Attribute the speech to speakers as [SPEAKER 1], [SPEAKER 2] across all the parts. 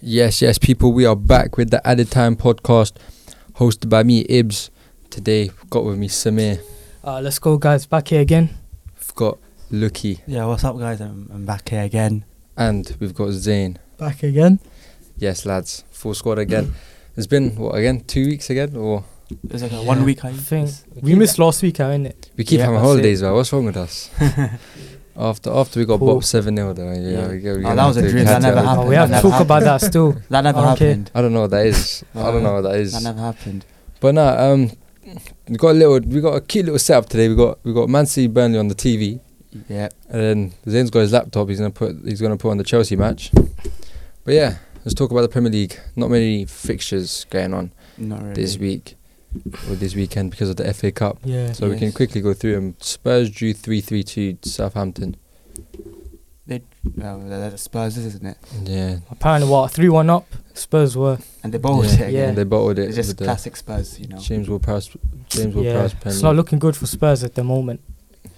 [SPEAKER 1] Yes, yes, people, we are back with the Added Time podcast hosted by me, Ibs. Today, got with me Samir,
[SPEAKER 2] Uh, let's go, guys. Back here again.
[SPEAKER 1] we've got Lucky,
[SPEAKER 3] Yeah, what's up, guys? I'm, I'm back here again.
[SPEAKER 1] and we've got Zane.
[SPEAKER 2] Back again.
[SPEAKER 1] Yes, lads, full squad again. It's been, what, again, two weeks again? Or
[SPEAKER 3] It was like a
[SPEAKER 2] Yeah.
[SPEAKER 3] one week
[SPEAKER 2] I
[SPEAKER 3] I
[SPEAKER 2] think we missed last week, haven't it?
[SPEAKER 1] we keep
[SPEAKER 3] Yeah,
[SPEAKER 1] having
[SPEAKER 3] that's
[SPEAKER 1] holidays, man. What's wrong with us? after after we got
[SPEAKER 2] Poor.
[SPEAKER 1] bopped 7 0, though. Yeah,
[SPEAKER 3] Yeah.
[SPEAKER 1] we go- we're
[SPEAKER 3] Oh,
[SPEAKER 1] gonna
[SPEAKER 3] that was
[SPEAKER 1] have
[SPEAKER 3] a
[SPEAKER 1] to
[SPEAKER 3] dream. That
[SPEAKER 1] cancel
[SPEAKER 3] never
[SPEAKER 1] it.
[SPEAKER 2] Oh,
[SPEAKER 3] happened.
[SPEAKER 2] we have to
[SPEAKER 3] that
[SPEAKER 2] talk
[SPEAKER 3] happened.
[SPEAKER 2] about that still.
[SPEAKER 3] That never
[SPEAKER 2] Okay.
[SPEAKER 3] happened.
[SPEAKER 1] I don't know what that is. I don't know what that is.
[SPEAKER 3] That never happened.
[SPEAKER 1] But no, um, we got a little, we got a cute little setup today. We got we got Man City Burnley on the TV,
[SPEAKER 3] Yeah.
[SPEAKER 1] and then Zane's got his laptop. He's gonna put he's gonna put on the Chelsea match. But yeah, let's talk about the Premier League. Not many fixtures going on
[SPEAKER 3] Not really.
[SPEAKER 1] this week or this weekend because of the FA Cup.
[SPEAKER 2] Yeah.
[SPEAKER 1] So we can
[SPEAKER 3] Yes.
[SPEAKER 1] quickly go through them. Spurs drew three three to Southampton.
[SPEAKER 3] Well, that- that's Spurs, isn't it?
[SPEAKER 1] Yeah,
[SPEAKER 2] Apparently, what three one up. Spurs were.
[SPEAKER 3] And they bowled
[SPEAKER 1] Yeah.
[SPEAKER 3] it again.
[SPEAKER 2] Yeah.
[SPEAKER 1] they bottled it.
[SPEAKER 3] It's
[SPEAKER 1] with
[SPEAKER 3] just
[SPEAKER 1] the
[SPEAKER 3] classic Spurs, you know.
[SPEAKER 1] James Will Prowse. James Will
[SPEAKER 2] yeah.
[SPEAKER 1] Prowse penalty.
[SPEAKER 2] It's not looking good for Spurs at the moment.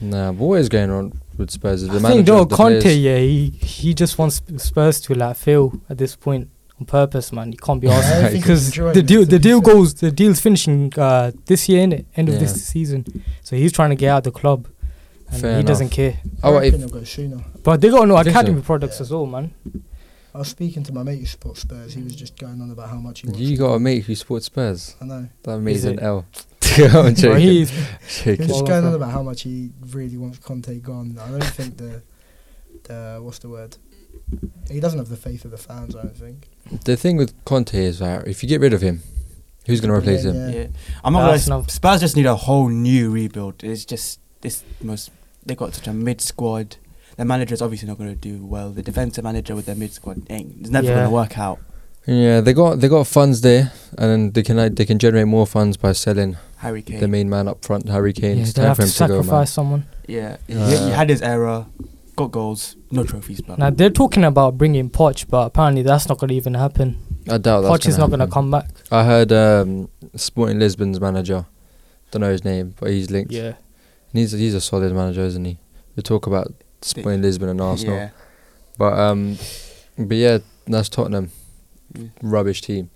[SPEAKER 1] nah, but what is going on with Spurs? Is the
[SPEAKER 2] I think
[SPEAKER 1] manager
[SPEAKER 2] though
[SPEAKER 1] of the players-
[SPEAKER 2] Conte, yeah, he he just wants Spurs to like fail at this point on purpose, man. You can't be
[SPEAKER 1] Yeah, I
[SPEAKER 2] asked
[SPEAKER 1] think
[SPEAKER 2] because
[SPEAKER 4] he's enjoying
[SPEAKER 2] the
[SPEAKER 4] it,
[SPEAKER 2] deal
[SPEAKER 4] to
[SPEAKER 2] the
[SPEAKER 4] be
[SPEAKER 2] deal
[SPEAKER 4] fair.
[SPEAKER 2] goes the deal's finishing uh, this year, innit? End of
[SPEAKER 1] Yeah.
[SPEAKER 2] this season. So he's trying to get out the club, and
[SPEAKER 1] Fair
[SPEAKER 2] he
[SPEAKER 1] enough.
[SPEAKER 2] doesn't care.
[SPEAKER 1] Oh,
[SPEAKER 4] I
[SPEAKER 1] wait,
[SPEAKER 4] reckon they'll go sooner.
[SPEAKER 2] But they got no
[SPEAKER 1] Think so?
[SPEAKER 2] academy products as well, man.
[SPEAKER 4] I was speaking to my mate who supports Spurs. He was just going on about how much he wants.
[SPEAKER 1] You got a mate who supports Spurs.
[SPEAKER 4] I know.
[SPEAKER 1] That means
[SPEAKER 2] Is
[SPEAKER 1] an
[SPEAKER 2] it?
[SPEAKER 1] L. I'm
[SPEAKER 2] But
[SPEAKER 1] joking.
[SPEAKER 2] he's
[SPEAKER 4] He was
[SPEAKER 1] joking.
[SPEAKER 4] just
[SPEAKER 2] Well,
[SPEAKER 4] going on
[SPEAKER 2] okay.
[SPEAKER 4] about how much he really wants Conte gone. I don't think the the what's the word? He doesn't have the faith of the fans. I don't think.
[SPEAKER 1] The thing with Conte is that if you get rid of him, who's going to replace
[SPEAKER 4] Yeah,
[SPEAKER 1] him?
[SPEAKER 4] yeah.
[SPEAKER 3] Yeah. I'm not
[SPEAKER 2] No,
[SPEAKER 3] gonna
[SPEAKER 2] that's
[SPEAKER 3] lie,
[SPEAKER 2] not-
[SPEAKER 3] Spurs just need a whole new rebuild. It's just this most they got such a mid squad. Their manager's obviously not gonna do well. The defensive manager with their mid squad ain't it's never
[SPEAKER 2] Yeah.
[SPEAKER 3] gonna work out.
[SPEAKER 1] Yeah. they got they got funds there, and then they can like, they can generate more funds by selling
[SPEAKER 3] Harry Kane.
[SPEAKER 1] the main man up front, Harry Kane.
[SPEAKER 2] yeah,
[SPEAKER 1] it's
[SPEAKER 2] they
[SPEAKER 1] time
[SPEAKER 2] have
[SPEAKER 1] for
[SPEAKER 2] to
[SPEAKER 1] him to go,
[SPEAKER 2] sacrifice
[SPEAKER 1] man.
[SPEAKER 2] someone.
[SPEAKER 3] Yeah, he,
[SPEAKER 1] Uh,
[SPEAKER 3] he had his error, got goals, no trophies, but
[SPEAKER 2] Now they're talking about bringing Poch, but apparently that's not going to even happen.
[SPEAKER 1] I doubt Oh, that's
[SPEAKER 2] Poch is not going to
[SPEAKER 1] happen.
[SPEAKER 2] come back.
[SPEAKER 1] I heard um, Sporting Lisbon's manager, don't know his name, but he's linked.
[SPEAKER 2] Yeah,
[SPEAKER 1] And he's he's a solid manager, isn't he? We talk about Sporting Lisbon and Arsenal,
[SPEAKER 3] yeah,
[SPEAKER 1] but um, but yeah, that's Tottenham,
[SPEAKER 3] Yeah.
[SPEAKER 1] rubbish team.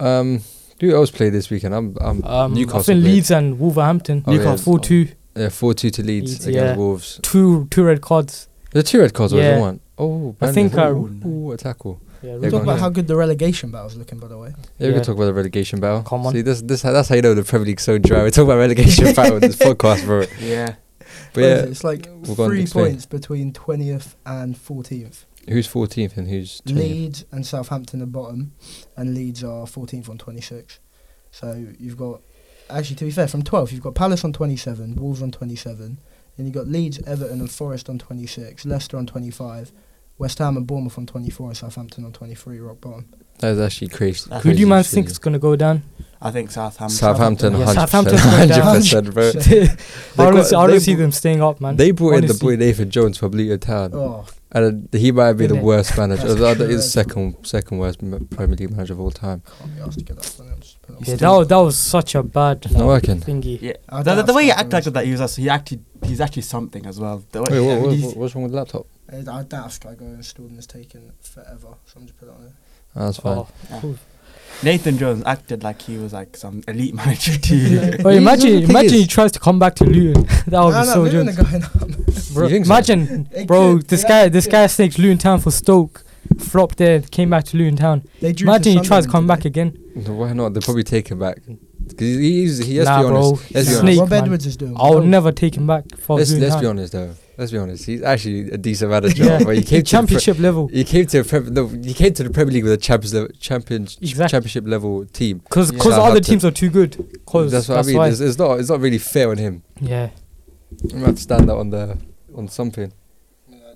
[SPEAKER 1] Um, who else played this weekend? I'm I'm
[SPEAKER 2] um, I
[SPEAKER 1] Newcastle.
[SPEAKER 2] think
[SPEAKER 1] played.
[SPEAKER 2] Leeds and Wolverhampton.
[SPEAKER 1] Oh, yeah.
[SPEAKER 2] Newcastle four two,
[SPEAKER 1] Yeah, Uh, four two to Leeds
[SPEAKER 2] Leeds,
[SPEAKER 1] against
[SPEAKER 2] yeah.
[SPEAKER 1] Wolves.
[SPEAKER 2] two two red cards.
[SPEAKER 1] The two red cards was
[SPEAKER 2] Yeah.
[SPEAKER 1] the one. Oh,
[SPEAKER 2] I
[SPEAKER 1] Burnley.
[SPEAKER 2] think, uh,
[SPEAKER 1] ooh, ooh, a tackle.
[SPEAKER 2] Yeah,
[SPEAKER 1] Yeah,
[SPEAKER 4] We
[SPEAKER 1] go
[SPEAKER 4] talk
[SPEAKER 1] on,
[SPEAKER 4] about
[SPEAKER 1] yeah.
[SPEAKER 4] how good the relegation battle's looking, by the way.
[SPEAKER 1] Yeah, we
[SPEAKER 2] Yeah.
[SPEAKER 1] can talk about the relegation battle.
[SPEAKER 2] Come on.
[SPEAKER 1] See, this this that's how you know the Premier League's so dry. We talk about relegation battle in this podcast, bro.
[SPEAKER 3] yeah.
[SPEAKER 1] But
[SPEAKER 4] What is it?
[SPEAKER 1] yeah,
[SPEAKER 4] it's like
[SPEAKER 1] we'll go on,
[SPEAKER 4] three
[SPEAKER 1] explain.
[SPEAKER 4] points between twentieth and fourteenth.
[SPEAKER 1] who's 14th and who's 20th?
[SPEAKER 4] Leeds and Southampton are bottom, and Leeds are fourteenth on twenty six. So you've got actually to be fair, from twelfth you've got Palace on twenty seven, Wolves on twenty seven, then you've got Leeds, Everton and Forest on twenty six, Leicester on twenty five, West Ham and Bournemouth on twenty four, and Southampton on twenty three, rock bottom.
[SPEAKER 1] That is actually crazy.
[SPEAKER 3] Who
[SPEAKER 2] Who do
[SPEAKER 1] crazy
[SPEAKER 2] you man
[SPEAKER 1] to
[SPEAKER 2] think
[SPEAKER 1] see.
[SPEAKER 2] is going to go down?
[SPEAKER 3] I think Southampton.
[SPEAKER 1] Southampton,
[SPEAKER 2] Yeah,
[SPEAKER 1] 100%.
[SPEAKER 2] Southampton's going down.
[SPEAKER 1] 100%, bro.
[SPEAKER 4] Shit.
[SPEAKER 2] I don't
[SPEAKER 1] got-
[SPEAKER 2] see- I don't
[SPEAKER 1] they
[SPEAKER 2] see
[SPEAKER 1] br-
[SPEAKER 2] them staying up, man.
[SPEAKER 1] They brought in the
[SPEAKER 2] Honestly.
[SPEAKER 1] boy Nathan Jones from Luton Town,
[SPEAKER 4] Oh,
[SPEAKER 1] and he might be the
[SPEAKER 2] Didn't it?
[SPEAKER 1] worst manager.
[SPEAKER 4] That's
[SPEAKER 1] Uh, that is
[SPEAKER 4] correct.
[SPEAKER 1] second second worst m- Premier League manager of all time.
[SPEAKER 4] can't be asked to get that. one, I'll just put it on.
[SPEAKER 2] Yeah, that was, that was such a bad
[SPEAKER 1] Not
[SPEAKER 2] like,
[SPEAKER 1] working.
[SPEAKER 2] thingy.
[SPEAKER 3] Yeah,
[SPEAKER 4] I
[SPEAKER 3] the,
[SPEAKER 4] don't
[SPEAKER 3] the, the way he
[SPEAKER 4] understand
[SPEAKER 3] acted
[SPEAKER 4] why
[SPEAKER 3] like
[SPEAKER 4] he's-
[SPEAKER 3] that, he was actually, he actually he's actually something as well. The way,
[SPEAKER 1] Wait, what,
[SPEAKER 3] I mean,
[SPEAKER 1] what,
[SPEAKER 3] he's-
[SPEAKER 1] what- what's wrong with the laptop?
[SPEAKER 4] Uh, I doubt Sky going installed and it's taken forever. So I'm just put it on there.
[SPEAKER 1] Ah, that's fine.
[SPEAKER 2] Oh.
[SPEAKER 3] Yeah. Nathan Jones acted like he was like some elite manager too.
[SPEAKER 2] But
[SPEAKER 1] He's
[SPEAKER 2] imagine,
[SPEAKER 1] really
[SPEAKER 2] imagine
[SPEAKER 1] is.
[SPEAKER 2] he tries to come back to Luton. that would be so
[SPEAKER 4] Luton
[SPEAKER 2] joke.
[SPEAKER 4] are going up.
[SPEAKER 2] Bro,
[SPEAKER 1] You think so?
[SPEAKER 2] imagine,
[SPEAKER 4] They
[SPEAKER 2] bro,
[SPEAKER 4] could,
[SPEAKER 2] this
[SPEAKER 4] they
[SPEAKER 2] guy,
[SPEAKER 4] actually
[SPEAKER 2] this
[SPEAKER 4] could.
[SPEAKER 2] guy snakes Luton Town for Stoke, flopped there, came back to Luton Town.
[SPEAKER 4] They drew to
[SPEAKER 2] Imagine he tries to
[SPEAKER 4] Sunderland
[SPEAKER 2] come
[SPEAKER 4] today.
[SPEAKER 2] back again.
[SPEAKER 1] No, Why not? They'll probably take him back. Because he's, he has
[SPEAKER 2] Nah,
[SPEAKER 1] to be
[SPEAKER 2] bro.
[SPEAKER 1] honest. Let's be
[SPEAKER 2] Nah.
[SPEAKER 1] honest.
[SPEAKER 2] Snake,
[SPEAKER 4] Rob
[SPEAKER 2] man.
[SPEAKER 4] Edwards is doing.
[SPEAKER 2] I'll
[SPEAKER 4] well.
[SPEAKER 2] never take him back for
[SPEAKER 1] Let's,
[SPEAKER 2] Luton
[SPEAKER 1] let's be
[SPEAKER 2] Town.
[SPEAKER 1] honest though. Let's be honest. He's actually a decent manager.
[SPEAKER 2] Yeah,
[SPEAKER 1] but he came to the pre-
[SPEAKER 2] championship level.
[SPEAKER 1] he came to the Prem- no, he came to the Premier League with a champions level, champions
[SPEAKER 2] Exactly.
[SPEAKER 1] championship level team.
[SPEAKER 2] Because
[SPEAKER 3] Yeah.
[SPEAKER 2] other
[SPEAKER 1] Southampton.
[SPEAKER 2] teams are too good. Cause
[SPEAKER 1] that's what I mean.
[SPEAKER 2] why.
[SPEAKER 1] It's, it's not it's not really fair on him.
[SPEAKER 2] Yeah.
[SPEAKER 1] I'm gonna have to stand out on the on something.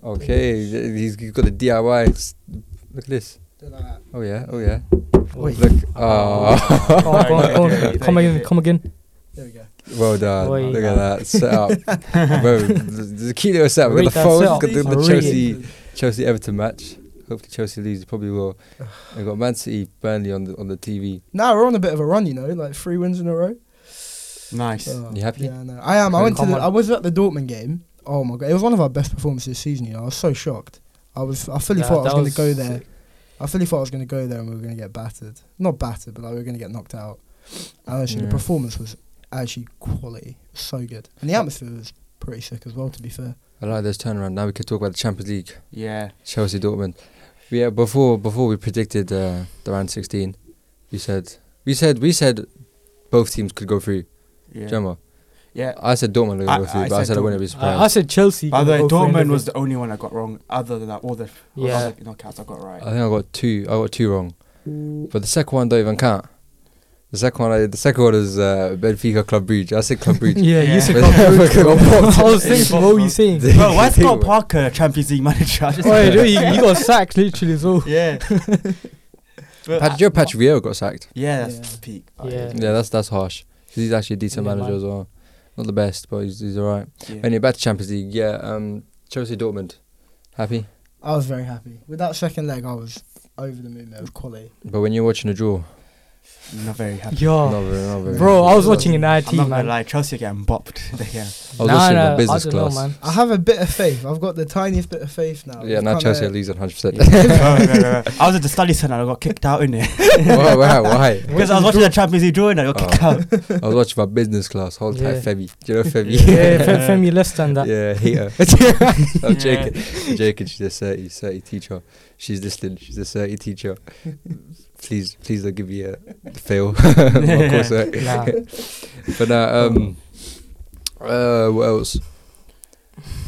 [SPEAKER 1] Okay, he's, he's got the DIY. s- Look at this.
[SPEAKER 4] Did that.
[SPEAKER 1] Oh yeah, oh yeah.
[SPEAKER 2] Wait.
[SPEAKER 1] Look, ah,
[SPEAKER 2] Oh, go on, go on.
[SPEAKER 3] Thank
[SPEAKER 2] Come
[SPEAKER 3] you.
[SPEAKER 2] again, come again.
[SPEAKER 4] There we go.
[SPEAKER 1] well done.
[SPEAKER 2] Oi.
[SPEAKER 1] Look at that setup. Bro, the key to a setup. We got
[SPEAKER 2] Read
[SPEAKER 1] the
[SPEAKER 2] that
[SPEAKER 1] phone.
[SPEAKER 2] setup.
[SPEAKER 1] Got the, the
[SPEAKER 2] Read.
[SPEAKER 1] Chelsea Chelsea Everton match. Hopefully Chelsea lose. They Probably will. I got Man City Burnley on the on the TV.
[SPEAKER 4] Now we're on a bit of a run, you know, like three wins in a row.
[SPEAKER 3] nice.
[SPEAKER 4] Oh,
[SPEAKER 1] You happy?
[SPEAKER 4] Yeah, I know. I am. I
[SPEAKER 1] Okay.
[SPEAKER 4] went to.
[SPEAKER 2] Come
[SPEAKER 4] The,
[SPEAKER 2] on.
[SPEAKER 4] I was at the Dortmund game. Oh my god, it was one of our best performances this season. You know, I was so shocked. I was. I fully
[SPEAKER 2] Nah,
[SPEAKER 4] thought I was
[SPEAKER 2] that
[SPEAKER 4] going
[SPEAKER 2] was
[SPEAKER 4] to go there. I fully thought I was going to go there and we were going to get battered. Not battered, but like we were going to get knocked out. And actually,
[SPEAKER 1] Yeah.
[SPEAKER 4] the performance was actually quality, so good, and the atmosphere was pretty sick as well. To be fair,
[SPEAKER 1] I like this turnaround. Now we can talk about the Champions League.
[SPEAKER 3] Yeah.
[SPEAKER 1] Chelsea Dortmund. Yeah, before before we predicted uh, the round sixteen, we said we said we said both teams could go through.
[SPEAKER 3] Yeah.
[SPEAKER 1] Do you remember?
[SPEAKER 3] Yeah.
[SPEAKER 1] I said Dortmund would
[SPEAKER 3] I-
[SPEAKER 1] go through,
[SPEAKER 3] I
[SPEAKER 1] but I
[SPEAKER 3] said
[SPEAKER 1] said I wouldn't be surprised.
[SPEAKER 2] I, I said Chelsea.
[SPEAKER 3] By the way,
[SPEAKER 2] gonna go through
[SPEAKER 3] Dortmund
[SPEAKER 2] and
[SPEAKER 3] was
[SPEAKER 2] everything.
[SPEAKER 3] the only one I got wrong. Other than that, all the
[SPEAKER 2] Yeah.
[SPEAKER 3] other knockouts I got right.
[SPEAKER 1] I think I got two. I got two wrong, but the second one don't even count. The second one, I, the second one is uh, Benfica Club Brugge. I said Club Brugge.
[SPEAKER 2] Yeah, you
[SPEAKER 3] Yeah.
[SPEAKER 2] said
[SPEAKER 1] But-
[SPEAKER 2] Club Brugge.
[SPEAKER 1] got popped.
[SPEAKER 2] I was
[SPEAKER 3] Yeah, you
[SPEAKER 2] thinking,
[SPEAKER 3] got
[SPEAKER 2] what were you
[SPEAKER 3] popped.
[SPEAKER 2] saying?
[SPEAKER 3] Bro, why Scott
[SPEAKER 1] Dude.
[SPEAKER 3] Parker Champions League manager? I just-
[SPEAKER 2] Wait, dude, you, you got sacked literally as well.
[SPEAKER 3] yeah. But I-
[SPEAKER 1] Pat, Joe Patrick Vieira got sacked.
[SPEAKER 3] yeah, that's
[SPEAKER 4] Yeah.
[SPEAKER 3] peak.
[SPEAKER 2] Yeah.
[SPEAKER 1] Yeah, that's that's harsh. 'Cause he's actually a decent
[SPEAKER 2] Yeah,
[SPEAKER 1] manager
[SPEAKER 2] man.
[SPEAKER 1] as well. Not the best, but he's, he's all right.
[SPEAKER 3] Yeah.
[SPEAKER 1] Anyway, back to Champions League. Yeah, um, Chelsea Dortmund. Happy,
[SPEAKER 4] I was very happy with that second leg. I was over the moon. It was quality.
[SPEAKER 1] but when you're watching a draw,
[SPEAKER 3] not very happy.
[SPEAKER 2] Yo,
[SPEAKER 1] not very, not very
[SPEAKER 2] Oh. bro, I was watching an IT,
[SPEAKER 3] I'm not gonna
[SPEAKER 2] man.
[SPEAKER 3] lie, Chelsea are getting bopped. They can.
[SPEAKER 1] I was watching the business
[SPEAKER 2] I don't
[SPEAKER 1] class.
[SPEAKER 2] Know, man.
[SPEAKER 4] I have a bit of faith. I've got the tiniest bit of faith now.
[SPEAKER 1] Yeah,
[SPEAKER 4] It's
[SPEAKER 1] now
[SPEAKER 4] kinda-
[SPEAKER 1] Chelsea are losing 100%.
[SPEAKER 2] Oh,
[SPEAKER 3] I was at the study centre and I got kicked out in there
[SPEAKER 1] wow, wow, why?
[SPEAKER 3] because I was watching the Champions League drawing. I got kicked
[SPEAKER 1] Oh.
[SPEAKER 3] out.
[SPEAKER 1] I was watching my business class. Hold
[SPEAKER 2] Yeah.
[SPEAKER 1] tight, Femi. Do you know Femi?
[SPEAKER 2] yeah, Fe- Femi less than that.
[SPEAKER 1] Yeah, hater. I'm
[SPEAKER 3] Yeah.
[SPEAKER 1] joking. I'm joking. She's a 30, 30 teacher. She's listening. She's a 30 teacher. Please, please don't give me a fail. of course, uh,
[SPEAKER 2] Nah.
[SPEAKER 1] But now, um, uh, what else?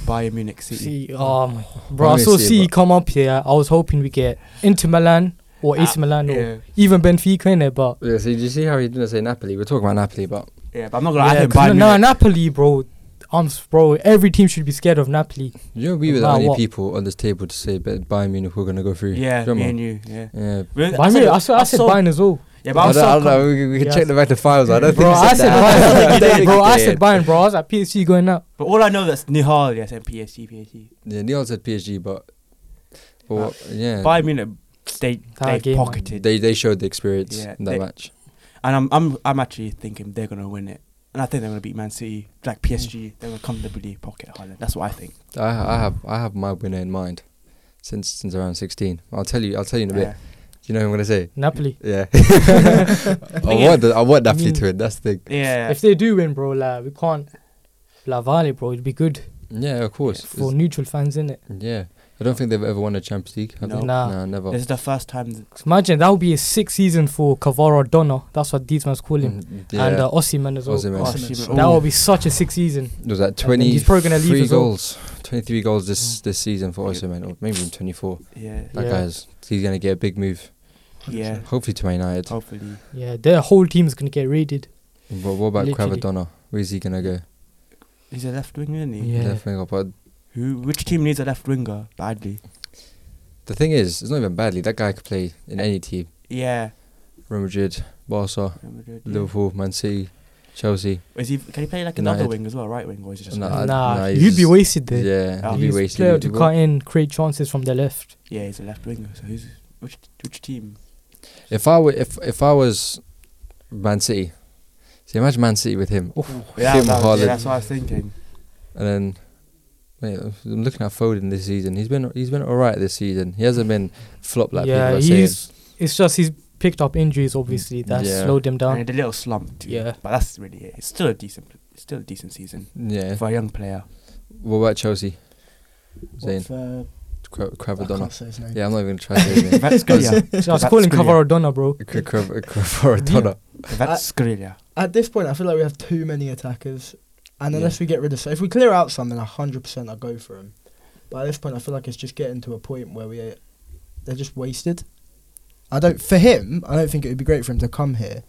[SPEAKER 3] Bayern Munich City.
[SPEAKER 2] See, oh my, bro, I
[SPEAKER 1] Obviously,
[SPEAKER 2] saw CE
[SPEAKER 1] but-
[SPEAKER 2] come up here. I was hoping we get into Milan or AC Milan or
[SPEAKER 3] Yeah,
[SPEAKER 2] even Benfica in there, but
[SPEAKER 1] Yeah, so did you see how he didn't say Napoli? We're talking about Napoli, but
[SPEAKER 3] yeah, but I'm not gonna lie. I
[SPEAKER 2] Yeah,
[SPEAKER 3] think
[SPEAKER 2] cause
[SPEAKER 3] Bayern
[SPEAKER 2] no,
[SPEAKER 3] Munich.
[SPEAKER 2] Napoli, bro. I'm s- bro. Every team should be scared of Napoli.
[SPEAKER 1] you know, we were the
[SPEAKER 2] About
[SPEAKER 1] only
[SPEAKER 2] what?
[SPEAKER 1] people on this table to say that Bayern Munich were going to go through.
[SPEAKER 3] Yeah,
[SPEAKER 1] Do you
[SPEAKER 3] me
[SPEAKER 1] remember?
[SPEAKER 3] and you. Yeah,
[SPEAKER 1] Yeah,
[SPEAKER 3] Well,
[SPEAKER 2] But I, said, I, said, I said
[SPEAKER 3] saw-
[SPEAKER 2] Bayern as well.
[SPEAKER 3] Yeah, but
[SPEAKER 1] I
[SPEAKER 3] I
[SPEAKER 1] don't,
[SPEAKER 3] saw.
[SPEAKER 1] I don't know. We, we can
[SPEAKER 2] Yeah,
[SPEAKER 1] check the back to files. I don't think.
[SPEAKER 2] Bro,
[SPEAKER 1] you
[SPEAKER 2] I said
[SPEAKER 1] that.
[SPEAKER 2] Bayern.
[SPEAKER 1] don't think
[SPEAKER 2] bro,
[SPEAKER 1] you
[SPEAKER 2] I
[SPEAKER 1] did.
[SPEAKER 2] said Bayern, bro. I was at PSG going out.
[SPEAKER 3] But all I know that's Nihal. Yes, and PSG, PSG.
[SPEAKER 1] Yeah, Neil said PSG, but, but
[SPEAKER 3] Uh,
[SPEAKER 1] what- yeah,
[SPEAKER 3] Bayern Munich, they they
[SPEAKER 2] That game, man.
[SPEAKER 3] pocketed,
[SPEAKER 1] they they showed the experience
[SPEAKER 3] Yeah,
[SPEAKER 1] in that
[SPEAKER 3] they-
[SPEAKER 1] match.
[SPEAKER 3] and I'm I'm I'm actually thinking they're gonna win it, and I think they're gonna beat Man City, like
[SPEAKER 2] Mm.
[SPEAKER 3] PSG. They're gonna comfortably pocket Holland. That's what I think.
[SPEAKER 1] I, I have I have my winner in mind since since around sixteen. I'll tell you I'll tell you in a bit.
[SPEAKER 3] Yeah.
[SPEAKER 1] Do you know what I'm gonna say?
[SPEAKER 2] Napoli.
[SPEAKER 1] Yeah, I want the, I want Napoli
[SPEAKER 2] mean-
[SPEAKER 1] to win. That's the thing.
[SPEAKER 3] Yeah.
[SPEAKER 2] If they do win, bro, like we can't. La Valle, bro, it'd be good
[SPEAKER 1] Yeah, of course.
[SPEAKER 2] for neutral fans, innit?
[SPEAKER 1] It's- yeah, I don't think they've ever won a Champions League. Have
[SPEAKER 3] No.
[SPEAKER 1] they?
[SPEAKER 2] Nah.
[SPEAKER 1] no, never.
[SPEAKER 3] This is the first time. th-
[SPEAKER 2] 'Cause Imagine that would be a six season for Cavara Donna. That's what these man's call him.
[SPEAKER 1] Mm, yeah.
[SPEAKER 2] And uh, Ossiman as well.
[SPEAKER 1] Osimhen.
[SPEAKER 2] Oh,
[SPEAKER 3] Osimhen.
[SPEAKER 2] that would be such a six season.
[SPEAKER 1] was that
[SPEAKER 2] then
[SPEAKER 1] twenty?
[SPEAKER 2] he's probably gonna leave
[SPEAKER 1] three
[SPEAKER 2] as well.
[SPEAKER 1] goals, twenty-three goals this this season for Osimhen, or maybe even twenty-four.
[SPEAKER 3] Yeah.
[SPEAKER 1] That
[SPEAKER 2] Yeah.
[SPEAKER 1] guy's he's gonna get a big move.
[SPEAKER 3] Yeah.
[SPEAKER 1] Hopefully to Man United.
[SPEAKER 2] Oh.
[SPEAKER 3] Hopefully.
[SPEAKER 2] Yeah, their whole team's gonna get raided.
[SPEAKER 1] But what about
[SPEAKER 2] Literally.
[SPEAKER 1] Cravadonna? Where's he gonna go?
[SPEAKER 3] He's a left winger, isn't he?
[SPEAKER 2] Yeah.
[SPEAKER 1] Definitely. But
[SPEAKER 3] Who? Which team needs a left winger badly?
[SPEAKER 1] the thing is, it's not even badly. That guy could play in any team:
[SPEAKER 3] Yeah.
[SPEAKER 1] Real Madrid, Barca,
[SPEAKER 3] Real Madrid, yeah.
[SPEAKER 1] Liverpool, Man City, Chelsea.
[SPEAKER 3] Is he? Can he play like another
[SPEAKER 1] United.
[SPEAKER 3] wing as well, right wing, or is he just?
[SPEAKER 1] No,
[SPEAKER 3] left?
[SPEAKER 1] I-
[SPEAKER 2] nah,
[SPEAKER 1] nah, he's
[SPEAKER 2] you'd be
[SPEAKER 1] just-
[SPEAKER 2] wasted there.
[SPEAKER 1] Yeah,
[SPEAKER 3] Oh.
[SPEAKER 1] he'd be
[SPEAKER 2] He's a
[SPEAKER 1] wasted.
[SPEAKER 2] player
[SPEAKER 1] He'd
[SPEAKER 2] to
[SPEAKER 1] be-
[SPEAKER 2] cut in, create chances from the left.
[SPEAKER 3] yeah, he's a left winger. So who's which? Which team?
[SPEAKER 1] If I were, if if I was Man City, so imagine Man City with him,
[SPEAKER 2] Oh.
[SPEAKER 3] Yeah,
[SPEAKER 1] Tim
[SPEAKER 3] that-
[SPEAKER 1] Haaland.
[SPEAKER 3] yeah, that's what I was thinking.
[SPEAKER 1] and then. Wait, I'm looking at Foden this season. He's been he's been all right this season. He hasn't been flop like
[SPEAKER 2] yeah,
[SPEAKER 1] people are saying.
[SPEAKER 2] he's. It's just he's picked up injuries, obviously. That
[SPEAKER 1] Yeah.
[SPEAKER 2] slowed him
[SPEAKER 3] And he
[SPEAKER 2] down.
[SPEAKER 3] had a little slump too.
[SPEAKER 2] Yeah.
[SPEAKER 3] But that's really it. It's still a decent, it's still a decent season
[SPEAKER 1] Yeah.
[SPEAKER 3] for a young player.
[SPEAKER 1] What about Chelsea? Zayn
[SPEAKER 4] Watford,
[SPEAKER 1] Cra-
[SPEAKER 4] I can't
[SPEAKER 1] Cravadonna.
[SPEAKER 4] say his name.
[SPEAKER 1] Yeah, I'm not even gonna try to say his name.
[SPEAKER 3] Vatskria.
[SPEAKER 2] So I was calling
[SPEAKER 3] Vatskria.
[SPEAKER 2] Cavaradonna, bro.
[SPEAKER 1] Cra- Cra- Cravadonna.
[SPEAKER 3] Vatskria.
[SPEAKER 4] At this point, I feel like we have too many attackers, and unless we get rid of, so if we clear out some, then hundred percent I'll go for him. But at this point, I feel like it's just getting to a point where we they're just wasted. I don't for him. I don't think it would be great for him to come here,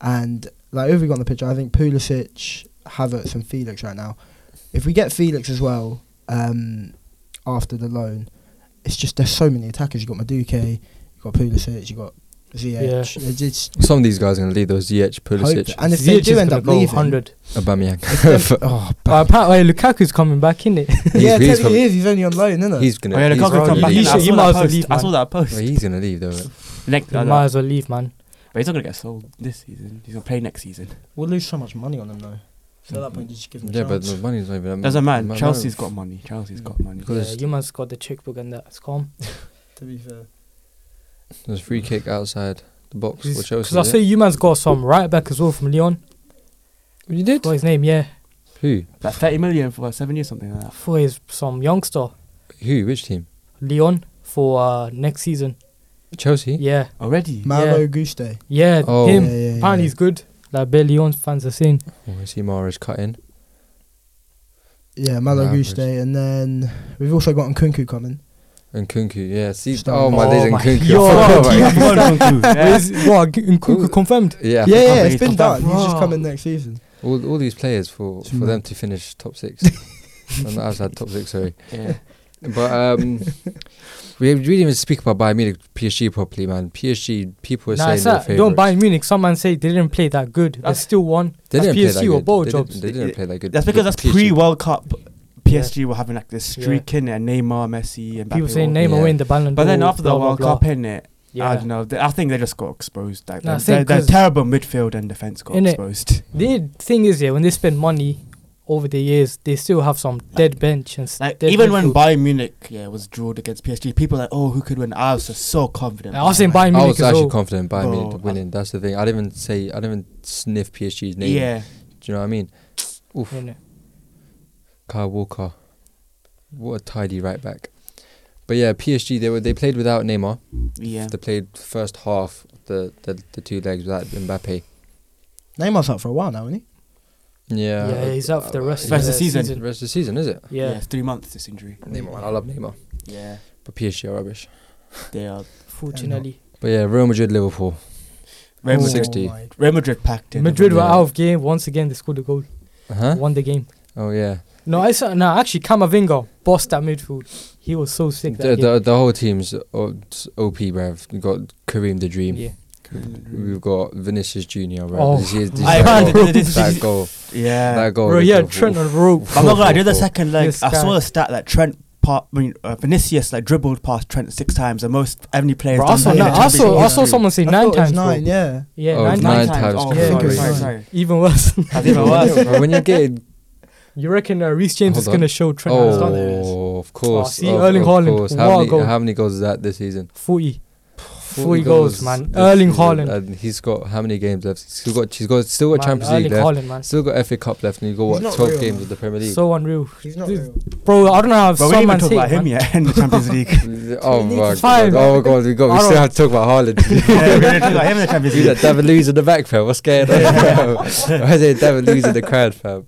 [SPEAKER 4] and like over on the pitch, I think Pulisic, Havertz, and Felix right now. If we get Felix as well um, after the loan, it's just there's so many attackers. You got Maduke, you got Pulisic, you got ZH.
[SPEAKER 2] Yeah.
[SPEAKER 4] It's- it's-
[SPEAKER 1] Some of these guys are going to leave those ZH, Pulisic,
[SPEAKER 4] Hope- And if they
[SPEAKER 2] Ziyech
[SPEAKER 4] do
[SPEAKER 2] is
[SPEAKER 4] end
[SPEAKER 2] gonna
[SPEAKER 4] up
[SPEAKER 2] go
[SPEAKER 4] leaving,
[SPEAKER 2] 100.
[SPEAKER 1] Aubameyang.
[SPEAKER 4] if them- oh,
[SPEAKER 2] Uh, apparently, Lukaku's coming back, isn't it?
[SPEAKER 1] He's-
[SPEAKER 4] yeah,
[SPEAKER 1] he's
[SPEAKER 4] technically he is. He's only on loan, isn't it?
[SPEAKER 1] He's going
[SPEAKER 3] Oh yeah,
[SPEAKER 1] to.
[SPEAKER 3] Lukaku
[SPEAKER 2] wrong.
[SPEAKER 3] come back.
[SPEAKER 2] He
[SPEAKER 3] in. I
[SPEAKER 2] should- he
[SPEAKER 3] saw
[SPEAKER 2] might
[SPEAKER 3] that
[SPEAKER 2] as well
[SPEAKER 3] post.
[SPEAKER 2] leave,
[SPEAKER 3] I saw
[SPEAKER 2] man.
[SPEAKER 3] that post.
[SPEAKER 1] He's going to leave though. innit?
[SPEAKER 3] Next,
[SPEAKER 2] he might as well leave, man.
[SPEAKER 3] but he's not gonna get sold this season. He's gonna play next season.
[SPEAKER 4] we'll lose so much money on him though. So at that point, you just give him a
[SPEAKER 1] Yeah, but
[SPEAKER 4] chance.
[SPEAKER 1] the money's not even.
[SPEAKER 3] Doesn't matter.
[SPEAKER 1] my- my-
[SPEAKER 3] Chelse's got money. Chelsea's got money.
[SPEAKER 1] Because
[SPEAKER 2] Yeah,
[SPEAKER 1] it's-
[SPEAKER 2] you man's got the checkbook and that. It's calm.
[SPEAKER 4] to be fair,
[SPEAKER 1] There's a free kick outside the box for Chelsea.
[SPEAKER 2] Because I see you man's got some right back as well from Leon.
[SPEAKER 1] yeah? you did.
[SPEAKER 2] Got his name, yeah.
[SPEAKER 1] Who?
[SPEAKER 3] Like 30 million for like, seven years, something like
[SPEAKER 2] I
[SPEAKER 3] that.
[SPEAKER 2] thought he's some youngster.
[SPEAKER 1] Who? Which team?
[SPEAKER 2] Leon for uh, next season.
[SPEAKER 1] Chelsea.
[SPEAKER 2] Yeah,
[SPEAKER 3] Already?
[SPEAKER 4] Malo Guste.
[SPEAKER 2] yeah,
[SPEAKER 1] Oh.
[SPEAKER 2] him.
[SPEAKER 4] Yeah, yeah,
[SPEAKER 2] Apparently
[SPEAKER 4] yeah.
[SPEAKER 2] he's good. Like bare Leon fans are saying.
[SPEAKER 1] Oh, I see Mara's cut in.
[SPEAKER 4] Yeah, Malo
[SPEAKER 1] Average.
[SPEAKER 4] Guste. And then we've also got Nkunku coming.
[SPEAKER 1] And Kunku, yeah. See,
[SPEAKER 4] Stone.
[SPEAKER 1] oh my days,
[SPEAKER 2] Oh
[SPEAKER 1] and
[SPEAKER 2] my
[SPEAKER 1] Kunku.
[SPEAKER 2] God.
[SPEAKER 1] I forgot about him.
[SPEAKER 3] yeah.
[SPEAKER 2] Is- what? Nkunku confirmed.
[SPEAKER 1] Yeah, I
[SPEAKER 4] yeah,
[SPEAKER 1] forgot.
[SPEAKER 4] yeah,
[SPEAKER 3] He's
[SPEAKER 4] it's been done.
[SPEAKER 3] confirmed.
[SPEAKER 4] He's just
[SPEAKER 2] Bro.
[SPEAKER 4] coming next season.
[SPEAKER 1] All, all these players for,
[SPEAKER 4] It's
[SPEAKER 1] for them
[SPEAKER 4] mad.
[SPEAKER 1] to finish top six. I'm not outside top six, sorry.
[SPEAKER 3] yeah.
[SPEAKER 1] But um, we, we didn't even speak about Bayern Munich PSG properly, man. PSG people are
[SPEAKER 2] Nah,
[SPEAKER 1] saying
[SPEAKER 2] it's
[SPEAKER 1] they're
[SPEAKER 2] that. Don't
[SPEAKER 1] favourites.
[SPEAKER 2] buy Munich. Some man say they didn't play that good. They
[SPEAKER 3] That's-
[SPEAKER 2] still won.
[SPEAKER 1] They didn't
[SPEAKER 2] that's
[SPEAKER 1] play that
[SPEAKER 2] PSG or
[SPEAKER 1] good.
[SPEAKER 2] ball
[SPEAKER 1] they didn't-
[SPEAKER 2] jobs.
[SPEAKER 1] They didn't play that good.
[SPEAKER 3] That's because that's
[SPEAKER 1] PSG.
[SPEAKER 3] pre World Cup. PSG were having like this streak in there, Neymar, Messi, and
[SPEAKER 2] People
[SPEAKER 3] Mbappe
[SPEAKER 2] saying
[SPEAKER 3] all-
[SPEAKER 2] Neymar
[SPEAKER 1] Yeah.
[SPEAKER 2] win the Ballon
[SPEAKER 3] But then
[SPEAKER 2] d'Or,
[SPEAKER 3] after the
[SPEAKER 2] blah, blah,
[SPEAKER 3] World
[SPEAKER 2] blah.
[SPEAKER 3] Cup in it, I
[SPEAKER 2] yeah,
[SPEAKER 3] don't know. They, I think they just got exposed. Like
[SPEAKER 2] No, I
[SPEAKER 3] their,
[SPEAKER 2] think
[SPEAKER 3] their, their
[SPEAKER 2] 'cause-
[SPEAKER 3] terrible midfield and defense got
[SPEAKER 2] Innit?
[SPEAKER 3] exposed.
[SPEAKER 2] the thing is, yeah, when they spend money over the years, they still have some dead bench and s-
[SPEAKER 3] Like
[SPEAKER 2] dead
[SPEAKER 3] even when
[SPEAKER 2] midfield.
[SPEAKER 3] Bayern Munich yeah was drawn against PSG, people were like oh who could win? I was just so confident.
[SPEAKER 2] I was saying
[SPEAKER 3] Like,
[SPEAKER 2] Bayern
[SPEAKER 1] I
[SPEAKER 2] Munich
[SPEAKER 1] was
[SPEAKER 2] as
[SPEAKER 1] actually
[SPEAKER 2] well. Oh.
[SPEAKER 1] confident Bayern
[SPEAKER 3] Bro,
[SPEAKER 1] Munich
[SPEAKER 3] I-
[SPEAKER 1] winning. That's the thing. I didn't even say. I didn't even sniff PSG's name.
[SPEAKER 3] Yeah,
[SPEAKER 1] Do you know what I mean? Oof.
[SPEAKER 2] you know.
[SPEAKER 1] Kyle Walker. What a tidy right back. But yeah, PSG. They were they played without Neymar.
[SPEAKER 3] yeah.
[SPEAKER 1] They played first half the the, the two legs without Mbappe.
[SPEAKER 4] Neymar's up for a while now, isn't he?
[SPEAKER 1] Yeah.
[SPEAKER 2] Yeah, he's out for the rest
[SPEAKER 3] of Rest of the season.
[SPEAKER 1] The rest of the season, is it?
[SPEAKER 3] yeah,
[SPEAKER 2] Yeah,
[SPEAKER 3] It's three months this injury.
[SPEAKER 1] Neymar, man, I love Neymar,
[SPEAKER 3] Yeah,
[SPEAKER 1] but PSG are rubbish.
[SPEAKER 3] they are.
[SPEAKER 2] fortunately,
[SPEAKER 1] But yeah, Real Madrid, Liverpool.
[SPEAKER 3] Real
[SPEAKER 1] Oh.
[SPEAKER 3] Madrid,
[SPEAKER 1] 60.
[SPEAKER 4] my-
[SPEAKER 3] Real Madrid packed in.
[SPEAKER 2] Madrid were
[SPEAKER 1] Yeah.
[SPEAKER 2] out of game once again. They scored a goal,
[SPEAKER 1] Huh?
[SPEAKER 2] won the game.
[SPEAKER 1] Uh-huh. Oh yeah.
[SPEAKER 2] No, I saw, no, actually, Camavinga bossed that midfield. He was so sick
[SPEAKER 1] The,
[SPEAKER 2] that game.
[SPEAKER 1] the the whole team's o- OP, bruv. We've got Kareem the Dream.
[SPEAKER 2] yeah.
[SPEAKER 1] We've got Vinicius Junior, bruv.
[SPEAKER 2] Oh.
[SPEAKER 1] This is- this is
[SPEAKER 3] I
[SPEAKER 1] that
[SPEAKER 3] found
[SPEAKER 1] goal.
[SPEAKER 3] it- this-
[SPEAKER 1] that
[SPEAKER 3] this-
[SPEAKER 1] goal.
[SPEAKER 3] Yeah.
[SPEAKER 1] That goal.
[SPEAKER 2] Bro,
[SPEAKER 1] against
[SPEAKER 2] yeah,
[SPEAKER 1] Liverpool.
[SPEAKER 2] Trent on rope.
[SPEAKER 3] But I'm not gonna lie, during the second leg,
[SPEAKER 2] This
[SPEAKER 3] I
[SPEAKER 2] guy.
[SPEAKER 3] saw the stat that Trent, part, I mean, uh, Vinicius like dribbled past Trent six times, the most any player.
[SPEAKER 2] Bro, I saw,
[SPEAKER 4] done
[SPEAKER 2] no,
[SPEAKER 4] that in
[SPEAKER 2] I
[SPEAKER 4] the
[SPEAKER 2] saw, I
[SPEAKER 4] Champions
[SPEAKER 2] saw
[SPEAKER 4] League.
[SPEAKER 2] someone say
[SPEAKER 4] I thought
[SPEAKER 2] nine
[SPEAKER 4] it
[SPEAKER 2] times.
[SPEAKER 4] was
[SPEAKER 2] bro.
[SPEAKER 4] nine, yeah.
[SPEAKER 2] Yeah,
[SPEAKER 1] Oh,
[SPEAKER 2] nine,
[SPEAKER 1] nine
[SPEAKER 2] times.
[SPEAKER 1] times.
[SPEAKER 3] Oh,
[SPEAKER 4] Yeah,
[SPEAKER 3] sorry,
[SPEAKER 4] good
[SPEAKER 3] sorry,
[SPEAKER 4] one.
[SPEAKER 3] sorry.
[SPEAKER 2] Even worse.
[SPEAKER 3] That's even worse.
[SPEAKER 1] But when you get
[SPEAKER 2] you reckon uh, Reece James
[SPEAKER 1] Hold
[SPEAKER 2] is
[SPEAKER 1] on.
[SPEAKER 2] going to show Trent
[SPEAKER 4] done
[SPEAKER 2] Alexander?
[SPEAKER 4] it.
[SPEAKER 1] Oh, of course.
[SPEAKER 2] see,
[SPEAKER 1] of,
[SPEAKER 2] Erling
[SPEAKER 1] of
[SPEAKER 2] Haaland,
[SPEAKER 1] course.
[SPEAKER 2] what
[SPEAKER 1] How
[SPEAKER 2] a
[SPEAKER 1] many,
[SPEAKER 2] goal.
[SPEAKER 1] how many goals is that this season?
[SPEAKER 2] 40. 40 goals, man.
[SPEAKER 1] this
[SPEAKER 2] Erling
[SPEAKER 1] season.
[SPEAKER 2] Haaland.
[SPEAKER 1] And he's got how many games left? He's got, he's got still got
[SPEAKER 2] Man,
[SPEAKER 1] Champions
[SPEAKER 2] Erling
[SPEAKER 1] League left.
[SPEAKER 2] Haaland, man.
[SPEAKER 1] Still got FA Cup left, and you got
[SPEAKER 4] He's
[SPEAKER 1] what
[SPEAKER 4] not
[SPEAKER 1] twelve
[SPEAKER 4] real,
[SPEAKER 1] games
[SPEAKER 4] man.
[SPEAKER 1] of the Premier League.
[SPEAKER 2] So unreal.
[SPEAKER 4] He's not
[SPEAKER 2] This-
[SPEAKER 4] real.
[SPEAKER 2] Bro, I don't know how
[SPEAKER 3] But we didn't
[SPEAKER 2] some
[SPEAKER 3] even
[SPEAKER 2] man
[SPEAKER 3] talk
[SPEAKER 2] take
[SPEAKER 3] about him
[SPEAKER 2] man.
[SPEAKER 3] yet in the Champions League.
[SPEAKER 1] oh
[SPEAKER 4] need
[SPEAKER 1] my
[SPEAKER 2] to find-
[SPEAKER 1] god! Oh my god! We got.
[SPEAKER 2] I
[SPEAKER 1] We still
[SPEAKER 2] don't-
[SPEAKER 1] have to talk about Haaland.
[SPEAKER 3] yeah, we didn't talk about him in the Champions
[SPEAKER 1] He's
[SPEAKER 3] League.
[SPEAKER 1] like David Luiz in the back, fam. What's going on? fam? Why is it David Luiz in the crowd, fam?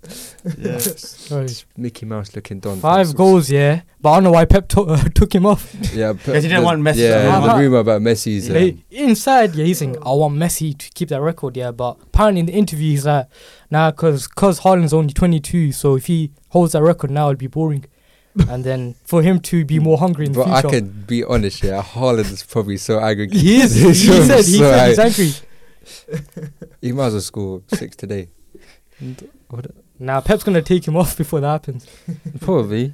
[SPEAKER 2] Sorry.
[SPEAKER 1] Mickey Mouse looking Don.
[SPEAKER 2] Five goals, yeah. But I don't know why Pep to- uh, took him off.
[SPEAKER 1] Yeah, but
[SPEAKER 3] Because he didn't
[SPEAKER 1] the-
[SPEAKER 3] want Messi to
[SPEAKER 1] Yeah,
[SPEAKER 2] win.
[SPEAKER 1] the rumor about Messi's.
[SPEAKER 3] Yeah.
[SPEAKER 1] um,
[SPEAKER 2] He- inside, yeah, he's saying, I want Messi to keep that record, yeah. But apparently in the interview, he's like, nah, because cause Haaland's only 22, so if he holds that record now, it'll be boring. and then for him to be more hungry in the
[SPEAKER 1] But
[SPEAKER 2] future.
[SPEAKER 1] I can be honest, yeah. Haaland is probably so aggregate.
[SPEAKER 2] he is. He said, he
[SPEAKER 1] so
[SPEAKER 2] said he's
[SPEAKER 1] ag-
[SPEAKER 2] angry.
[SPEAKER 1] he might as well score six today.
[SPEAKER 2] Nah, Pep's going to take him off before that happens.
[SPEAKER 1] Probably.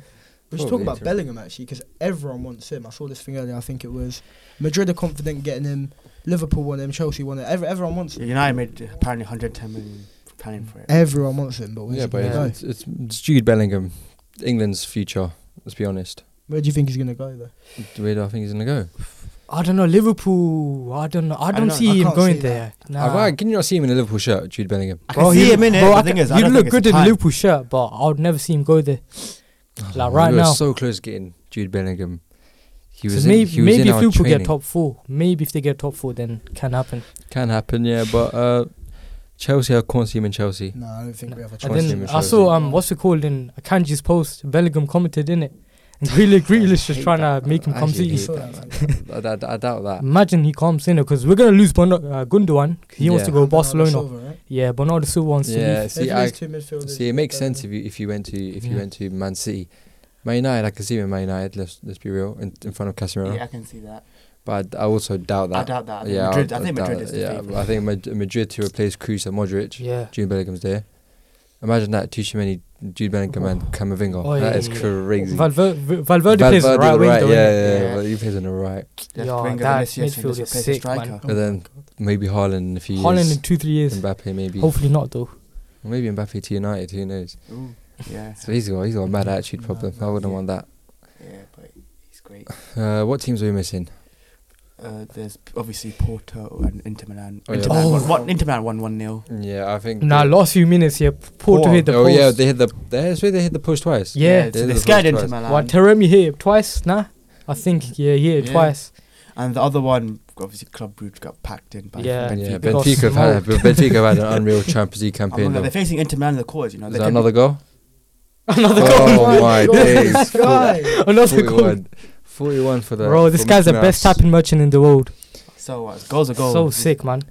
[SPEAKER 4] We should
[SPEAKER 1] Probably
[SPEAKER 4] talk about
[SPEAKER 1] to-
[SPEAKER 4] Bellingham actually because everyone wants him. I saw this thing earlier. I think it was Madrid are confident getting him. Liverpool want him. Chelsea want him. Every, everyone wants him.
[SPEAKER 3] United made uh, apparently 110 million planning for it.
[SPEAKER 4] Everyone wants him, but where's
[SPEAKER 1] Yeah,
[SPEAKER 4] he
[SPEAKER 1] but
[SPEAKER 4] gonna go?
[SPEAKER 1] It's, it's, it's Jude Bellingham, England's future. Let's be honest.
[SPEAKER 4] Where do you think he's gonna go though?
[SPEAKER 1] Where do I think he's gonna go?
[SPEAKER 2] I don't know, Liverpool. I don't know. I don't
[SPEAKER 3] know.
[SPEAKER 2] see
[SPEAKER 4] I
[SPEAKER 2] him
[SPEAKER 4] can't
[SPEAKER 2] going
[SPEAKER 4] see
[SPEAKER 2] there.
[SPEAKER 1] Ah,
[SPEAKER 2] Nah.
[SPEAKER 1] why can you not see him in a Liverpool shirt, Jude Bellingham?
[SPEAKER 3] I
[SPEAKER 2] Bro,
[SPEAKER 3] can see
[SPEAKER 2] you-
[SPEAKER 3] him in it.
[SPEAKER 2] bro,
[SPEAKER 3] but
[SPEAKER 2] I
[SPEAKER 3] The thing
[SPEAKER 2] can-
[SPEAKER 3] is, I
[SPEAKER 2] you
[SPEAKER 3] don't
[SPEAKER 2] look
[SPEAKER 3] think it's
[SPEAKER 2] good
[SPEAKER 3] the
[SPEAKER 2] in
[SPEAKER 3] time.
[SPEAKER 2] Liverpool shirt, but I would never see him go there. Like right
[SPEAKER 1] we were
[SPEAKER 2] now.
[SPEAKER 1] so close getting Jude Bellingham. He was
[SPEAKER 2] so
[SPEAKER 1] in,
[SPEAKER 2] maybe,
[SPEAKER 1] he was
[SPEAKER 2] maybe
[SPEAKER 1] in
[SPEAKER 2] if
[SPEAKER 1] our
[SPEAKER 2] Liverpool
[SPEAKER 1] training.
[SPEAKER 2] get top four, maybe if they get top four, then can happen.
[SPEAKER 1] Can happen, yeah. But uh, Chelsea, I can't see him in Chelsea.
[SPEAKER 4] No, I don't think
[SPEAKER 2] No.
[SPEAKER 4] we have a
[SPEAKER 2] And
[SPEAKER 1] Chelsea
[SPEAKER 4] chance.
[SPEAKER 2] then
[SPEAKER 1] and
[SPEAKER 2] I saw
[SPEAKER 1] Chelsea.
[SPEAKER 2] um what's it called in Akanji's post. Bellingham commented in it, and Grealish, Grealish is
[SPEAKER 3] hate
[SPEAKER 2] trying
[SPEAKER 3] that.
[SPEAKER 2] to make him
[SPEAKER 1] I
[SPEAKER 2] come
[SPEAKER 1] actually
[SPEAKER 2] to
[SPEAKER 1] hate
[SPEAKER 2] East.
[SPEAKER 1] that, man. I, I- I doubt that.
[SPEAKER 2] Imagine he comes in because we're gonna lose Bono, uh, Gundogan. He wants
[SPEAKER 1] Yeah.
[SPEAKER 2] to go Barcelona.
[SPEAKER 4] Silva, right?
[SPEAKER 2] Yeah, Bernardo Silva wants to
[SPEAKER 1] Yeah,
[SPEAKER 2] leave.
[SPEAKER 1] see,
[SPEAKER 4] If
[SPEAKER 1] I
[SPEAKER 4] there's two midfielders,
[SPEAKER 1] See, it makes sense if
[SPEAKER 4] Bellingham.
[SPEAKER 1] you if you went to if you
[SPEAKER 2] Yeah.
[SPEAKER 1] went to Man City, Man United. I can see him in Man United. Let's let's be real, in, in front of Casemiro.
[SPEAKER 3] Yeah, I can see that.
[SPEAKER 1] But I, I also doubt that.
[SPEAKER 3] I doubt that.
[SPEAKER 1] yeah,
[SPEAKER 3] Madrid,
[SPEAKER 1] I,
[SPEAKER 3] I think
[SPEAKER 1] doubt
[SPEAKER 3] Madrid
[SPEAKER 1] that.
[SPEAKER 3] is the
[SPEAKER 1] yeah.
[SPEAKER 3] favourite.
[SPEAKER 1] I think Mad- Madrid to replace Cruz and Modric.
[SPEAKER 2] Yeah.
[SPEAKER 1] Jude Bellingham's there. Imagine that too many Jude Bellingham and Camavinga.
[SPEAKER 2] Oh,
[SPEAKER 1] that
[SPEAKER 2] yeah,
[SPEAKER 1] is
[SPEAKER 2] yeah.
[SPEAKER 1] crazy.
[SPEAKER 2] Valver- V- Valverde,
[SPEAKER 1] Valverde
[SPEAKER 2] plays the right
[SPEAKER 1] on the
[SPEAKER 2] wing.
[SPEAKER 1] right,
[SPEAKER 2] though,
[SPEAKER 1] yeah,
[SPEAKER 2] innit? Oh
[SPEAKER 1] yeah,
[SPEAKER 3] Yeah.
[SPEAKER 1] But he plays on the right,
[SPEAKER 3] Yeah,
[SPEAKER 2] Yeah,
[SPEAKER 3] Wenger,
[SPEAKER 2] that
[SPEAKER 3] Vinicius, and
[SPEAKER 2] midfield is
[SPEAKER 3] just replace the
[SPEAKER 2] sick, man.
[SPEAKER 3] striker.
[SPEAKER 1] and then maybe Haaland in a few
[SPEAKER 2] Holland
[SPEAKER 1] years.
[SPEAKER 2] in two three years.
[SPEAKER 1] Mbappe maybe.
[SPEAKER 2] Hopefully not though.
[SPEAKER 1] Maybe Mbappe to United. Who knows?
[SPEAKER 3] Ooh, yeah,
[SPEAKER 1] So he's got he's got a mad attitude
[SPEAKER 4] Mad,
[SPEAKER 1] problem. I
[SPEAKER 4] mad,
[SPEAKER 1] wouldn't
[SPEAKER 4] yeah.
[SPEAKER 1] want that.
[SPEAKER 3] yeah, but he's great.
[SPEAKER 1] Uh, what teams are we missing?
[SPEAKER 3] Uh, there's obviously Porto and Inter Milan.
[SPEAKER 1] Oh,
[SPEAKER 3] Inter
[SPEAKER 1] yeah.
[SPEAKER 3] Milan
[SPEAKER 2] Oh.
[SPEAKER 3] won- one, Inter Milan won one 0
[SPEAKER 1] Yeah, I think.
[SPEAKER 2] Now,
[SPEAKER 1] the-
[SPEAKER 2] last few minutes here, P- Porto
[SPEAKER 3] Porto.
[SPEAKER 2] hit the
[SPEAKER 1] oh
[SPEAKER 2] post.
[SPEAKER 1] yeah, they hit the. That's where they hit the post twice.
[SPEAKER 2] Yeah,
[SPEAKER 1] they
[SPEAKER 3] so
[SPEAKER 1] hit
[SPEAKER 3] they
[SPEAKER 1] the
[SPEAKER 3] scared
[SPEAKER 1] post
[SPEAKER 3] Inter
[SPEAKER 1] twice.
[SPEAKER 3] Milan.
[SPEAKER 2] What Teremi hit it twice? Nah, I think yeah, he hit it
[SPEAKER 3] Yeah.
[SPEAKER 2] twice.
[SPEAKER 3] And the other one, obviously, Club Brugge got packed in by
[SPEAKER 2] Yeah.
[SPEAKER 3] Benfica.
[SPEAKER 1] Yeah,
[SPEAKER 2] They got
[SPEAKER 1] Benfica have had,
[SPEAKER 2] smoked.
[SPEAKER 1] Benfica have had an unreal Champions League
[SPEAKER 3] I'm
[SPEAKER 1] campaign.
[SPEAKER 3] not-
[SPEAKER 1] though.
[SPEAKER 3] they're
[SPEAKER 1] Is
[SPEAKER 3] facing Inter Milan in the quarters, you know. They
[SPEAKER 1] that
[SPEAKER 3] could
[SPEAKER 1] another goal?
[SPEAKER 2] Another
[SPEAKER 1] Oh
[SPEAKER 2] goal.
[SPEAKER 1] my days!
[SPEAKER 4] Guy.
[SPEAKER 2] Another goal.
[SPEAKER 1] 41. 41 for the.
[SPEAKER 2] Bro, this
[SPEAKER 1] for
[SPEAKER 2] guy's the best
[SPEAKER 1] Mount.
[SPEAKER 2] tapping merchant in the world.
[SPEAKER 3] be- So uh, goals are goals.
[SPEAKER 2] So sick, man.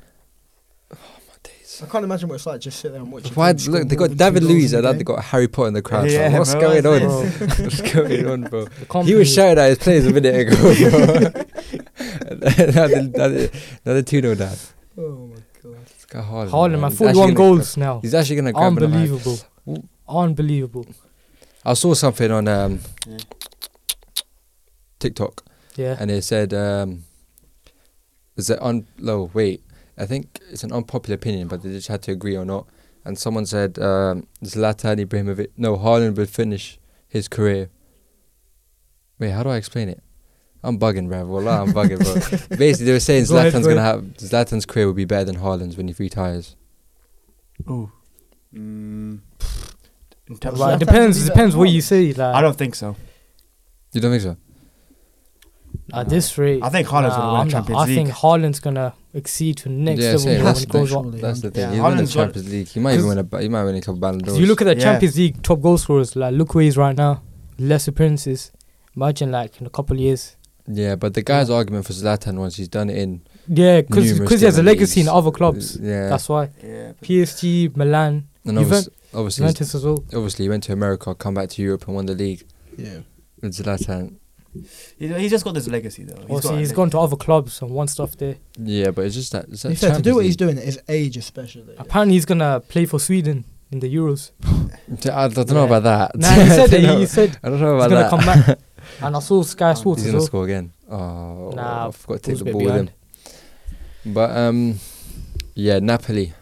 [SPEAKER 4] I can't imagine what it's like just sit there and watch. your
[SPEAKER 1] Why,
[SPEAKER 4] team score
[SPEAKER 1] look, they got
[SPEAKER 4] more than
[SPEAKER 1] David
[SPEAKER 4] two goals
[SPEAKER 1] Luiz
[SPEAKER 4] in
[SPEAKER 1] and
[SPEAKER 4] a
[SPEAKER 1] then they
[SPEAKER 4] game.
[SPEAKER 1] got Harry Potter in the crowd.
[SPEAKER 3] Yeah,
[SPEAKER 1] fam. What's
[SPEAKER 3] bro,
[SPEAKER 1] going
[SPEAKER 3] what's
[SPEAKER 1] on?
[SPEAKER 2] Bro,
[SPEAKER 1] What's going on, bro?
[SPEAKER 2] I can't
[SPEAKER 1] He was
[SPEAKER 2] believe-
[SPEAKER 1] shouting at his players a minute ago. Bro. another, another 2 0 down.
[SPEAKER 4] Oh my god.
[SPEAKER 1] It's got Haaland.
[SPEAKER 2] Haaland, man,
[SPEAKER 1] He's actually gonna-
[SPEAKER 2] 41 goals now.
[SPEAKER 1] He's actually going to grab another man.
[SPEAKER 2] Unbelievable.
[SPEAKER 1] Ooh.
[SPEAKER 2] Unbelievable.
[SPEAKER 1] I saw something on um,
[SPEAKER 3] Yeah.
[SPEAKER 1] TikTok
[SPEAKER 2] Yeah.
[SPEAKER 1] and they said, um, is it un? No, wait. I think it's an unpopular opinion, but they just had to agree or not. And someone said um, Zlatan Ibrahimovic. No, Haaland will finish his career. Wait, how do I explain it? I'm bugging, bro. Wallah, I'm bugging, bro. Basically, they were saying
[SPEAKER 2] Go ahead,
[SPEAKER 1] Zlatan's
[SPEAKER 2] go
[SPEAKER 1] gonna have Zlatan's career will be better than Haaland's when he retires.
[SPEAKER 3] Ooh. Mm. In terms
[SPEAKER 2] Right,
[SPEAKER 4] Zlatan
[SPEAKER 2] it
[SPEAKER 3] of,
[SPEAKER 2] depends.
[SPEAKER 4] did
[SPEAKER 2] It
[SPEAKER 4] that
[SPEAKER 2] depends what
[SPEAKER 4] once.
[SPEAKER 2] you say.
[SPEAKER 3] I
[SPEAKER 2] Like
[SPEAKER 3] don't think so.
[SPEAKER 1] You don't think so?
[SPEAKER 2] at this rate,
[SPEAKER 3] I think Haaland's gonna
[SPEAKER 2] nah,
[SPEAKER 3] win
[SPEAKER 2] I'm
[SPEAKER 3] Champions
[SPEAKER 2] not- I
[SPEAKER 3] League.
[SPEAKER 2] think Haaland's gonna exceed to next
[SPEAKER 1] Yeah,
[SPEAKER 2] level
[SPEAKER 1] same.
[SPEAKER 2] you know,
[SPEAKER 1] That's
[SPEAKER 2] when it goes
[SPEAKER 4] the-
[SPEAKER 2] on.
[SPEAKER 1] That's the thing.
[SPEAKER 3] Yeah,
[SPEAKER 1] He's won the
[SPEAKER 3] Haaland's got-
[SPEAKER 1] Champions League. He might even
[SPEAKER 2] 'Cause-
[SPEAKER 1] win a. ba- He might win a couple Ballon d'Ors.
[SPEAKER 2] Because you look at the
[SPEAKER 3] Yeah.
[SPEAKER 2] Champions League top goal scorers, like look where he's right now, less appearances. Imagine like in a couple of years.
[SPEAKER 1] yeah, but the guy's argument for Zlatan once he's done it in
[SPEAKER 2] Yeah, because
[SPEAKER 1] Numerous
[SPEAKER 2] he has a
[SPEAKER 1] different
[SPEAKER 2] legacy in
[SPEAKER 1] leagues.
[SPEAKER 2] other clubs.
[SPEAKER 1] Uh, Yeah,
[SPEAKER 2] That's why
[SPEAKER 3] Yeah. but-
[SPEAKER 2] PSG, Milan,
[SPEAKER 1] and
[SPEAKER 2] Juven-
[SPEAKER 1] obviously, obviously, he's-
[SPEAKER 2] Juventus as well.
[SPEAKER 1] obviously, he went to America, come back to Europe, and won the league
[SPEAKER 4] Yeah.
[SPEAKER 1] with Zlatan.
[SPEAKER 3] He's, he's just got this legacy though. He's
[SPEAKER 2] Obviously,
[SPEAKER 3] a
[SPEAKER 2] Oh, he's
[SPEAKER 3] leg-
[SPEAKER 2] gone to other clubs and won stuff there.
[SPEAKER 1] Yeah, but it's just that. It's
[SPEAKER 4] To
[SPEAKER 1] that
[SPEAKER 4] be fair, to
[SPEAKER 1] Champions
[SPEAKER 4] do what
[SPEAKER 1] League.
[SPEAKER 4] he's doing at his age, especially.
[SPEAKER 2] Apparently, he's gonna play for Sweden in the Euros.
[SPEAKER 1] I don't know
[SPEAKER 2] Yeah.
[SPEAKER 1] about that.
[SPEAKER 2] Nah, he said
[SPEAKER 1] I, don't
[SPEAKER 2] that.
[SPEAKER 1] know,
[SPEAKER 2] He said
[SPEAKER 1] I don't know
[SPEAKER 2] he's
[SPEAKER 1] about
[SPEAKER 2] gonna
[SPEAKER 1] that.
[SPEAKER 2] come back. And I saw Sky Sports
[SPEAKER 1] he's
[SPEAKER 2] as
[SPEAKER 1] gonna
[SPEAKER 2] well.
[SPEAKER 1] score again. Oh,
[SPEAKER 2] Nah,
[SPEAKER 1] I forgot to take
[SPEAKER 2] Wolves
[SPEAKER 1] the
[SPEAKER 2] bit
[SPEAKER 1] ball with him. But um, yeah, Napoli.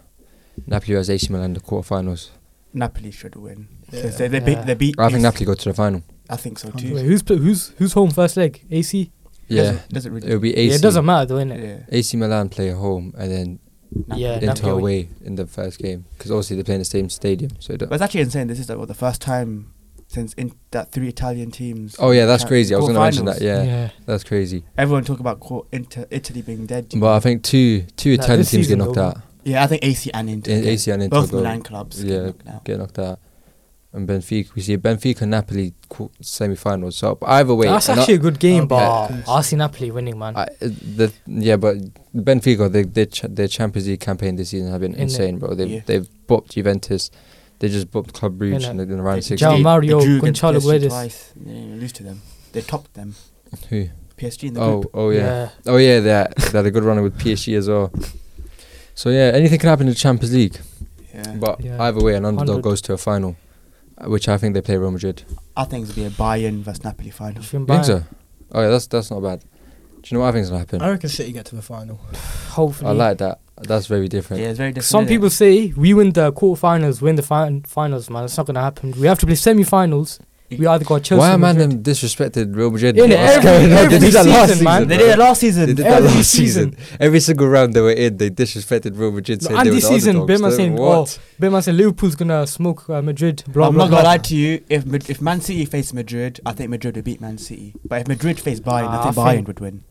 [SPEAKER 1] Napoli has AC Milan in the quarterfinals.
[SPEAKER 3] Napoli should win. 'Cause
[SPEAKER 4] Yeah.
[SPEAKER 3] They, they, beat,
[SPEAKER 2] Yeah.
[SPEAKER 3] they beat.
[SPEAKER 1] I think
[SPEAKER 3] these-
[SPEAKER 1] Napoli go to the final.
[SPEAKER 3] I think so
[SPEAKER 2] Wait,
[SPEAKER 3] too.
[SPEAKER 2] who's pl- who's who's home first leg? AC.
[SPEAKER 1] Yeah,
[SPEAKER 3] Doesn't, doesn't really.
[SPEAKER 1] it'll be AC.
[SPEAKER 2] Yeah, it doesn't matter though, innit?
[SPEAKER 3] Yeah.
[SPEAKER 1] AC Milan play home and then
[SPEAKER 3] Napoli.
[SPEAKER 2] Yeah,
[SPEAKER 1] Inter
[SPEAKER 2] Napoli.
[SPEAKER 1] away in the first game because obviously they play in the same stadium. So it don't-
[SPEAKER 3] But it's actually insane. This is like, what, the first time since in, that three Italian teams.
[SPEAKER 1] oh yeah, that's
[SPEAKER 3] Ca-
[SPEAKER 1] crazy. I was gonna mention
[SPEAKER 3] quarterfinals.
[SPEAKER 1] that. Yeah, that's crazy.
[SPEAKER 3] Everyone talk about quote, Inter, Italy being dead.
[SPEAKER 1] But I think two two
[SPEAKER 2] Nah,
[SPEAKER 1] Italian
[SPEAKER 2] this
[SPEAKER 1] teams get
[SPEAKER 2] season
[SPEAKER 1] knocked
[SPEAKER 2] though,
[SPEAKER 1] out.
[SPEAKER 3] yeah, I think AC and Inter.
[SPEAKER 1] Yeah,
[SPEAKER 3] again.
[SPEAKER 1] AC and Inter
[SPEAKER 3] Both
[SPEAKER 1] go-
[SPEAKER 3] Milan clubs.
[SPEAKER 1] yeah.
[SPEAKER 3] Yeah. Knocked out.
[SPEAKER 1] Get knocked out. And Benfica, we see Benfica Napoli semi finals. So either way,
[SPEAKER 2] That's
[SPEAKER 1] and I- Oh,
[SPEAKER 2] actually a good game,
[SPEAKER 4] Okay.
[SPEAKER 2] but
[SPEAKER 4] Yeah.
[SPEAKER 2] I see Napoli winning, man.
[SPEAKER 1] I, uh, the yeah, but Benfica, they, they ch- their Champions League campaign this season have been
[SPEAKER 2] Innit?
[SPEAKER 1] insane, bro. They've
[SPEAKER 3] Yeah.
[SPEAKER 1] they've bopped Juventus, they just bopped Club Brugge
[SPEAKER 2] Innit?
[SPEAKER 1] in the, in the
[SPEAKER 3] They
[SPEAKER 1] round
[SPEAKER 3] just
[SPEAKER 2] Jao
[SPEAKER 3] beat-
[SPEAKER 1] sixteen.
[SPEAKER 3] they
[SPEAKER 2] Mario,
[SPEAKER 3] drew against
[SPEAKER 2] Gonçalo
[SPEAKER 3] PSG
[SPEAKER 2] Guedes.
[SPEAKER 3] twice. They didn't even lose to them. They topped them.
[SPEAKER 1] Who?
[SPEAKER 3] PSG in the
[SPEAKER 1] Oh,
[SPEAKER 3] group.
[SPEAKER 1] oh yeah. Oh yeah, they had- they had a good run with PSG as well. So yeah, anything can happen in the Champions League.
[SPEAKER 3] Yeah.
[SPEAKER 1] But
[SPEAKER 2] Yeah.
[SPEAKER 1] either way, an underdog
[SPEAKER 2] 100.
[SPEAKER 1] goes to a final, uh, which I think they play Real Madrid.
[SPEAKER 3] I think it'll be a Bayern versus Napoli final.
[SPEAKER 2] If you're in
[SPEAKER 1] You think
[SPEAKER 2] Bayern,
[SPEAKER 1] so? Oh yeah, that's that's not bad. Do you know what I think's gonna happen?
[SPEAKER 4] I reckon City get to the final.
[SPEAKER 2] Hopefully.
[SPEAKER 1] I like that. That's very different.
[SPEAKER 3] Yeah, it's very different.
[SPEAKER 2] Some
[SPEAKER 3] innit?
[SPEAKER 2] people say we win the quarterfinals, win the fin- finals, man. It's not gonna happen. We have to play semi-finals. We either got Chelsea.
[SPEAKER 1] Why am I them
[SPEAKER 2] Madrid.
[SPEAKER 1] disrespected Real Madrid?
[SPEAKER 2] In
[SPEAKER 1] What's
[SPEAKER 2] every-
[SPEAKER 1] going on?
[SPEAKER 2] every
[SPEAKER 1] They did that last
[SPEAKER 2] season, man.
[SPEAKER 3] They did it
[SPEAKER 1] bro.
[SPEAKER 3] last season.
[SPEAKER 1] They did that
[SPEAKER 2] Every
[SPEAKER 1] last
[SPEAKER 2] season.
[SPEAKER 1] season. Every single round they were in, they disrespected Real Madrid.
[SPEAKER 2] No,
[SPEAKER 1] saying
[SPEAKER 2] and
[SPEAKER 1] they were
[SPEAKER 2] this
[SPEAKER 1] the
[SPEAKER 2] season,
[SPEAKER 1] underdogs.
[SPEAKER 2] Benzema
[SPEAKER 1] They-
[SPEAKER 2] saying,
[SPEAKER 1] what?
[SPEAKER 2] But man said Liverpool's gonna smoke uh, Madrid. Blah
[SPEAKER 3] I'm
[SPEAKER 2] blah
[SPEAKER 3] not gonna
[SPEAKER 2] blah.
[SPEAKER 3] lie to you. If Mad- if Man City faced Madrid, I think Madrid would beat Man City. But if Madrid faced Bayern,
[SPEAKER 2] Nah,
[SPEAKER 3] I think
[SPEAKER 2] Ah, I
[SPEAKER 3] Bayern
[SPEAKER 2] think-
[SPEAKER 3] would win.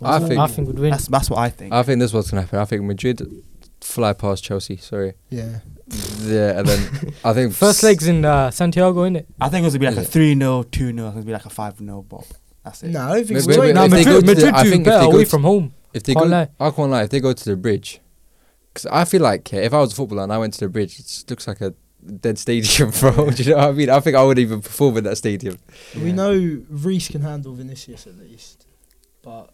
[SPEAKER 1] I
[SPEAKER 2] Ooh,
[SPEAKER 1] think-
[SPEAKER 2] I think would win.
[SPEAKER 3] That's that's what I
[SPEAKER 2] "Oh."
[SPEAKER 3] think.
[SPEAKER 1] I think this is what's gonna happen. I think Madrid fly past Chelsea. Sorry.
[SPEAKER 4] Yeah.
[SPEAKER 1] Yeah, and then I think
[SPEAKER 2] First legs in uh, Santiago, innit?
[SPEAKER 3] I think it's gonna be like a
[SPEAKER 1] Yeah.
[SPEAKER 3] three 0 two 0 It's gonna be like a five 0 Bob. That's it.
[SPEAKER 4] No, I don't think
[SPEAKER 1] Maybe-
[SPEAKER 4] so.
[SPEAKER 1] maybe-
[SPEAKER 4] Wait,
[SPEAKER 1] Nah,
[SPEAKER 4] no,
[SPEAKER 1] if they
[SPEAKER 2] Madrid,
[SPEAKER 1] go to the-
[SPEAKER 2] Madrid
[SPEAKER 1] I
[SPEAKER 2] do
[SPEAKER 1] think if
[SPEAKER 2] better
[SPEAKER 1] they go
[SPEAKER 2] away
[SPEAKER 1] to-
[SPEAKER 2] from home.
[SPEAKER 1] If they
[SPEAKER 2] Can't
[SPEAKER 1] go,
[SPEAKER 2] lie.
[SPEAKER 1] I can't lie. If they go to the bridge, because I feel like yeah, if I was a footballer and I went to the bridge, it just looks like a dead stadium, bro. Do you know what I mean? I think I wouldn't even perform in that stadium.
[SPEAKER 4] we know Reese can handle Vinicius at least. But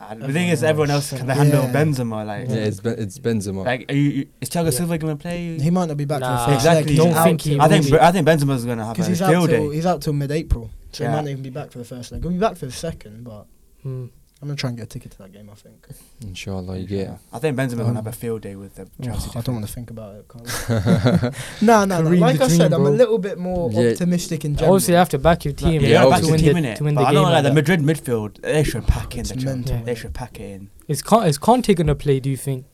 [SPEAKER 3] And Uh, the thing is, everyone else can handle
[SPEAKER 4] Yeah.
[SPEAKER 3] Benzema. Like,
[SPEAKER 1] Yeah, it's ben, it's Benzema.
[SPEAKER 3] like are you, you, is Thiago
[SPEAKER 2] Yeah.
[SPEAKER 3] Silva gonna play?
[SPEAKER 4] he might not be back
[SPEAKER 2] Nah,
[SPEAKER 4] for the first
[SPEAKER 3] exactly.
[SPEAKER 4] leg.
[SPEAKER 3] Don't
[SPEAKER 4] He's
[SPEAKER 2] think
[SPEAKER 4] out
[SPEAKER 2] he
[SPEAKER 4] till-
[SPEAKER 3] I think
[SPEAKER 2] really-
[SPEAKER 3] I think Benzema's gonna have a
[SPEAKER 4] Because he's
[SPEAKER 3] field
[SPEAKER 4] out till
[SPEAKER 3] day.
[SPEAKER 4] he's out till mid-April, so
[SPEAKER 3] Yeah.
[SPEAKER 4] he might not even be back for the first leg. He'll be back for the second, but
[SPEAKER 2] Hmm.
[SPEAKER 4] I'm gonna try and get a ticket to that game. I think.
[SPEAKER 3] Oh,
[SPEAKER 1] Inshallah, Oh, you get. it.
[SPEAKER 3] I think Benzema will
[SPEAKER 4] Um,
[SPEAKER 3] have a field day with the
[SPEAKER 4] Oh,
[SPEAKER 3] Chelsea.
[SPEAKER 4] I don't want to think about it. can't- no, no, no.
[SPEAKER 2] Kareem
[SPEAKER 4] Like
[SPEAKER 2] the
[SPEAKER 4] I said,
[SPEAKER 2] dream,
[SPEAKER 4] I'm a
[SPEAKER 2] bro.
[SPEAKER 4] little bit more
[SPEAKER 1] Yeah.
[SPEAKER 4] optimistic in general.
[SPEAKER 2] Obviously, you have to back your team
[SPEAKER 1] Yeah,
[SPEAKER 2] to,
[SPEAKER 1] back your
[SPEAKER 2] win
[SPEAKER 3] team,
[SPEAKER 2] the,
[SPEAKER 3] innit?
[SPEAKER 2] to win the
[SPEAKER 3] But I
[SPEAKER 2] game.
[SPEAKER 3] don't like
[SPEAKER 2] like
[SPEAKER 3] the
[SPEAKER 2] that.
[SPEAKER 3] Madrid midfield. They should pack in
[SPEAKER 4] It's
[SPEAKER 3] the Chelsea.
[SPEAKER 4] mental.
[SPEAKER 2] Yeah.
[SPEAKER 3] They should pack it in.
[SPEAKER 2] Is Con- is Conte gonna play? Do you think?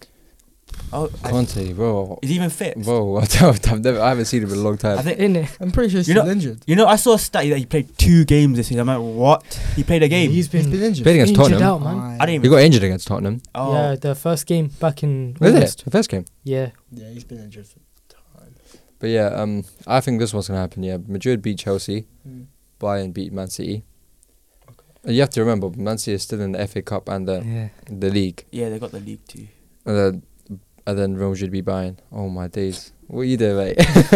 [SPEAKER 3] Oh, I-
[SPEAKER 1] Conte, bro.
[SPEAKER 3] is he even fit?
[SPEAKER 1] Bro, I don't, I've never, I haven't seen him in a long
[SPEAKER 3] I
[SPEAKER 1] time.
[SPEAKER 3] think
[SPEAKER 2] In it,
[SPEAKER 4] I'm pretty sure he's
[SPEAKER 3] You
[SPEAKER 4] still
[SPEAKER 3] know-
[SPEAKER 4] injured.
[SPEAKER 3] you know. I saw a stat that he played two games this season. I'm like, what? He played a game.
[SPEAKER 2] He's
[SPEAKER 4] He's
[SPEAKER 2] been
[SPEAKER 4] been injured.
[SPEAKER 1] Played against
[SPEAKER 2] injured
[SPEAKER 1] Tottenham.
[SPEAKER 2] out, man.
[SPEAKER 4] Aye.
[SPEAKER 3] I didn't
[SPEAKER 1] He
[SPEAKER 3] even.
[SPEAKER 1] got injured against Tottenham.
[SPEAKER 3] oh,
[SPEAKER 2] Yeah, the first game back in
[SPEAKER 1] Was it?
[SPEAKER 2] August.
[SPEAKER 1] The first game.
[SPEAKER 2] Yeah,
[SPEAKER 4] Yeah, he's been injured for time.
[SPEAKER 1] But yeah, um, I think this one's gonna happen. Yeah, Madrid beat Chelsea, Bayern beat Man City. And you have to remember, Man City is still in the FA Cup and the
[SPEAKER 2] yeah.
[SPEAKER 1] the league,
[SPEAKER 3] yeah, they got the league too.
[SPEAKER 1] and then, and then Real Madrid beat Bayern. Oh my days! What are you doing, mate?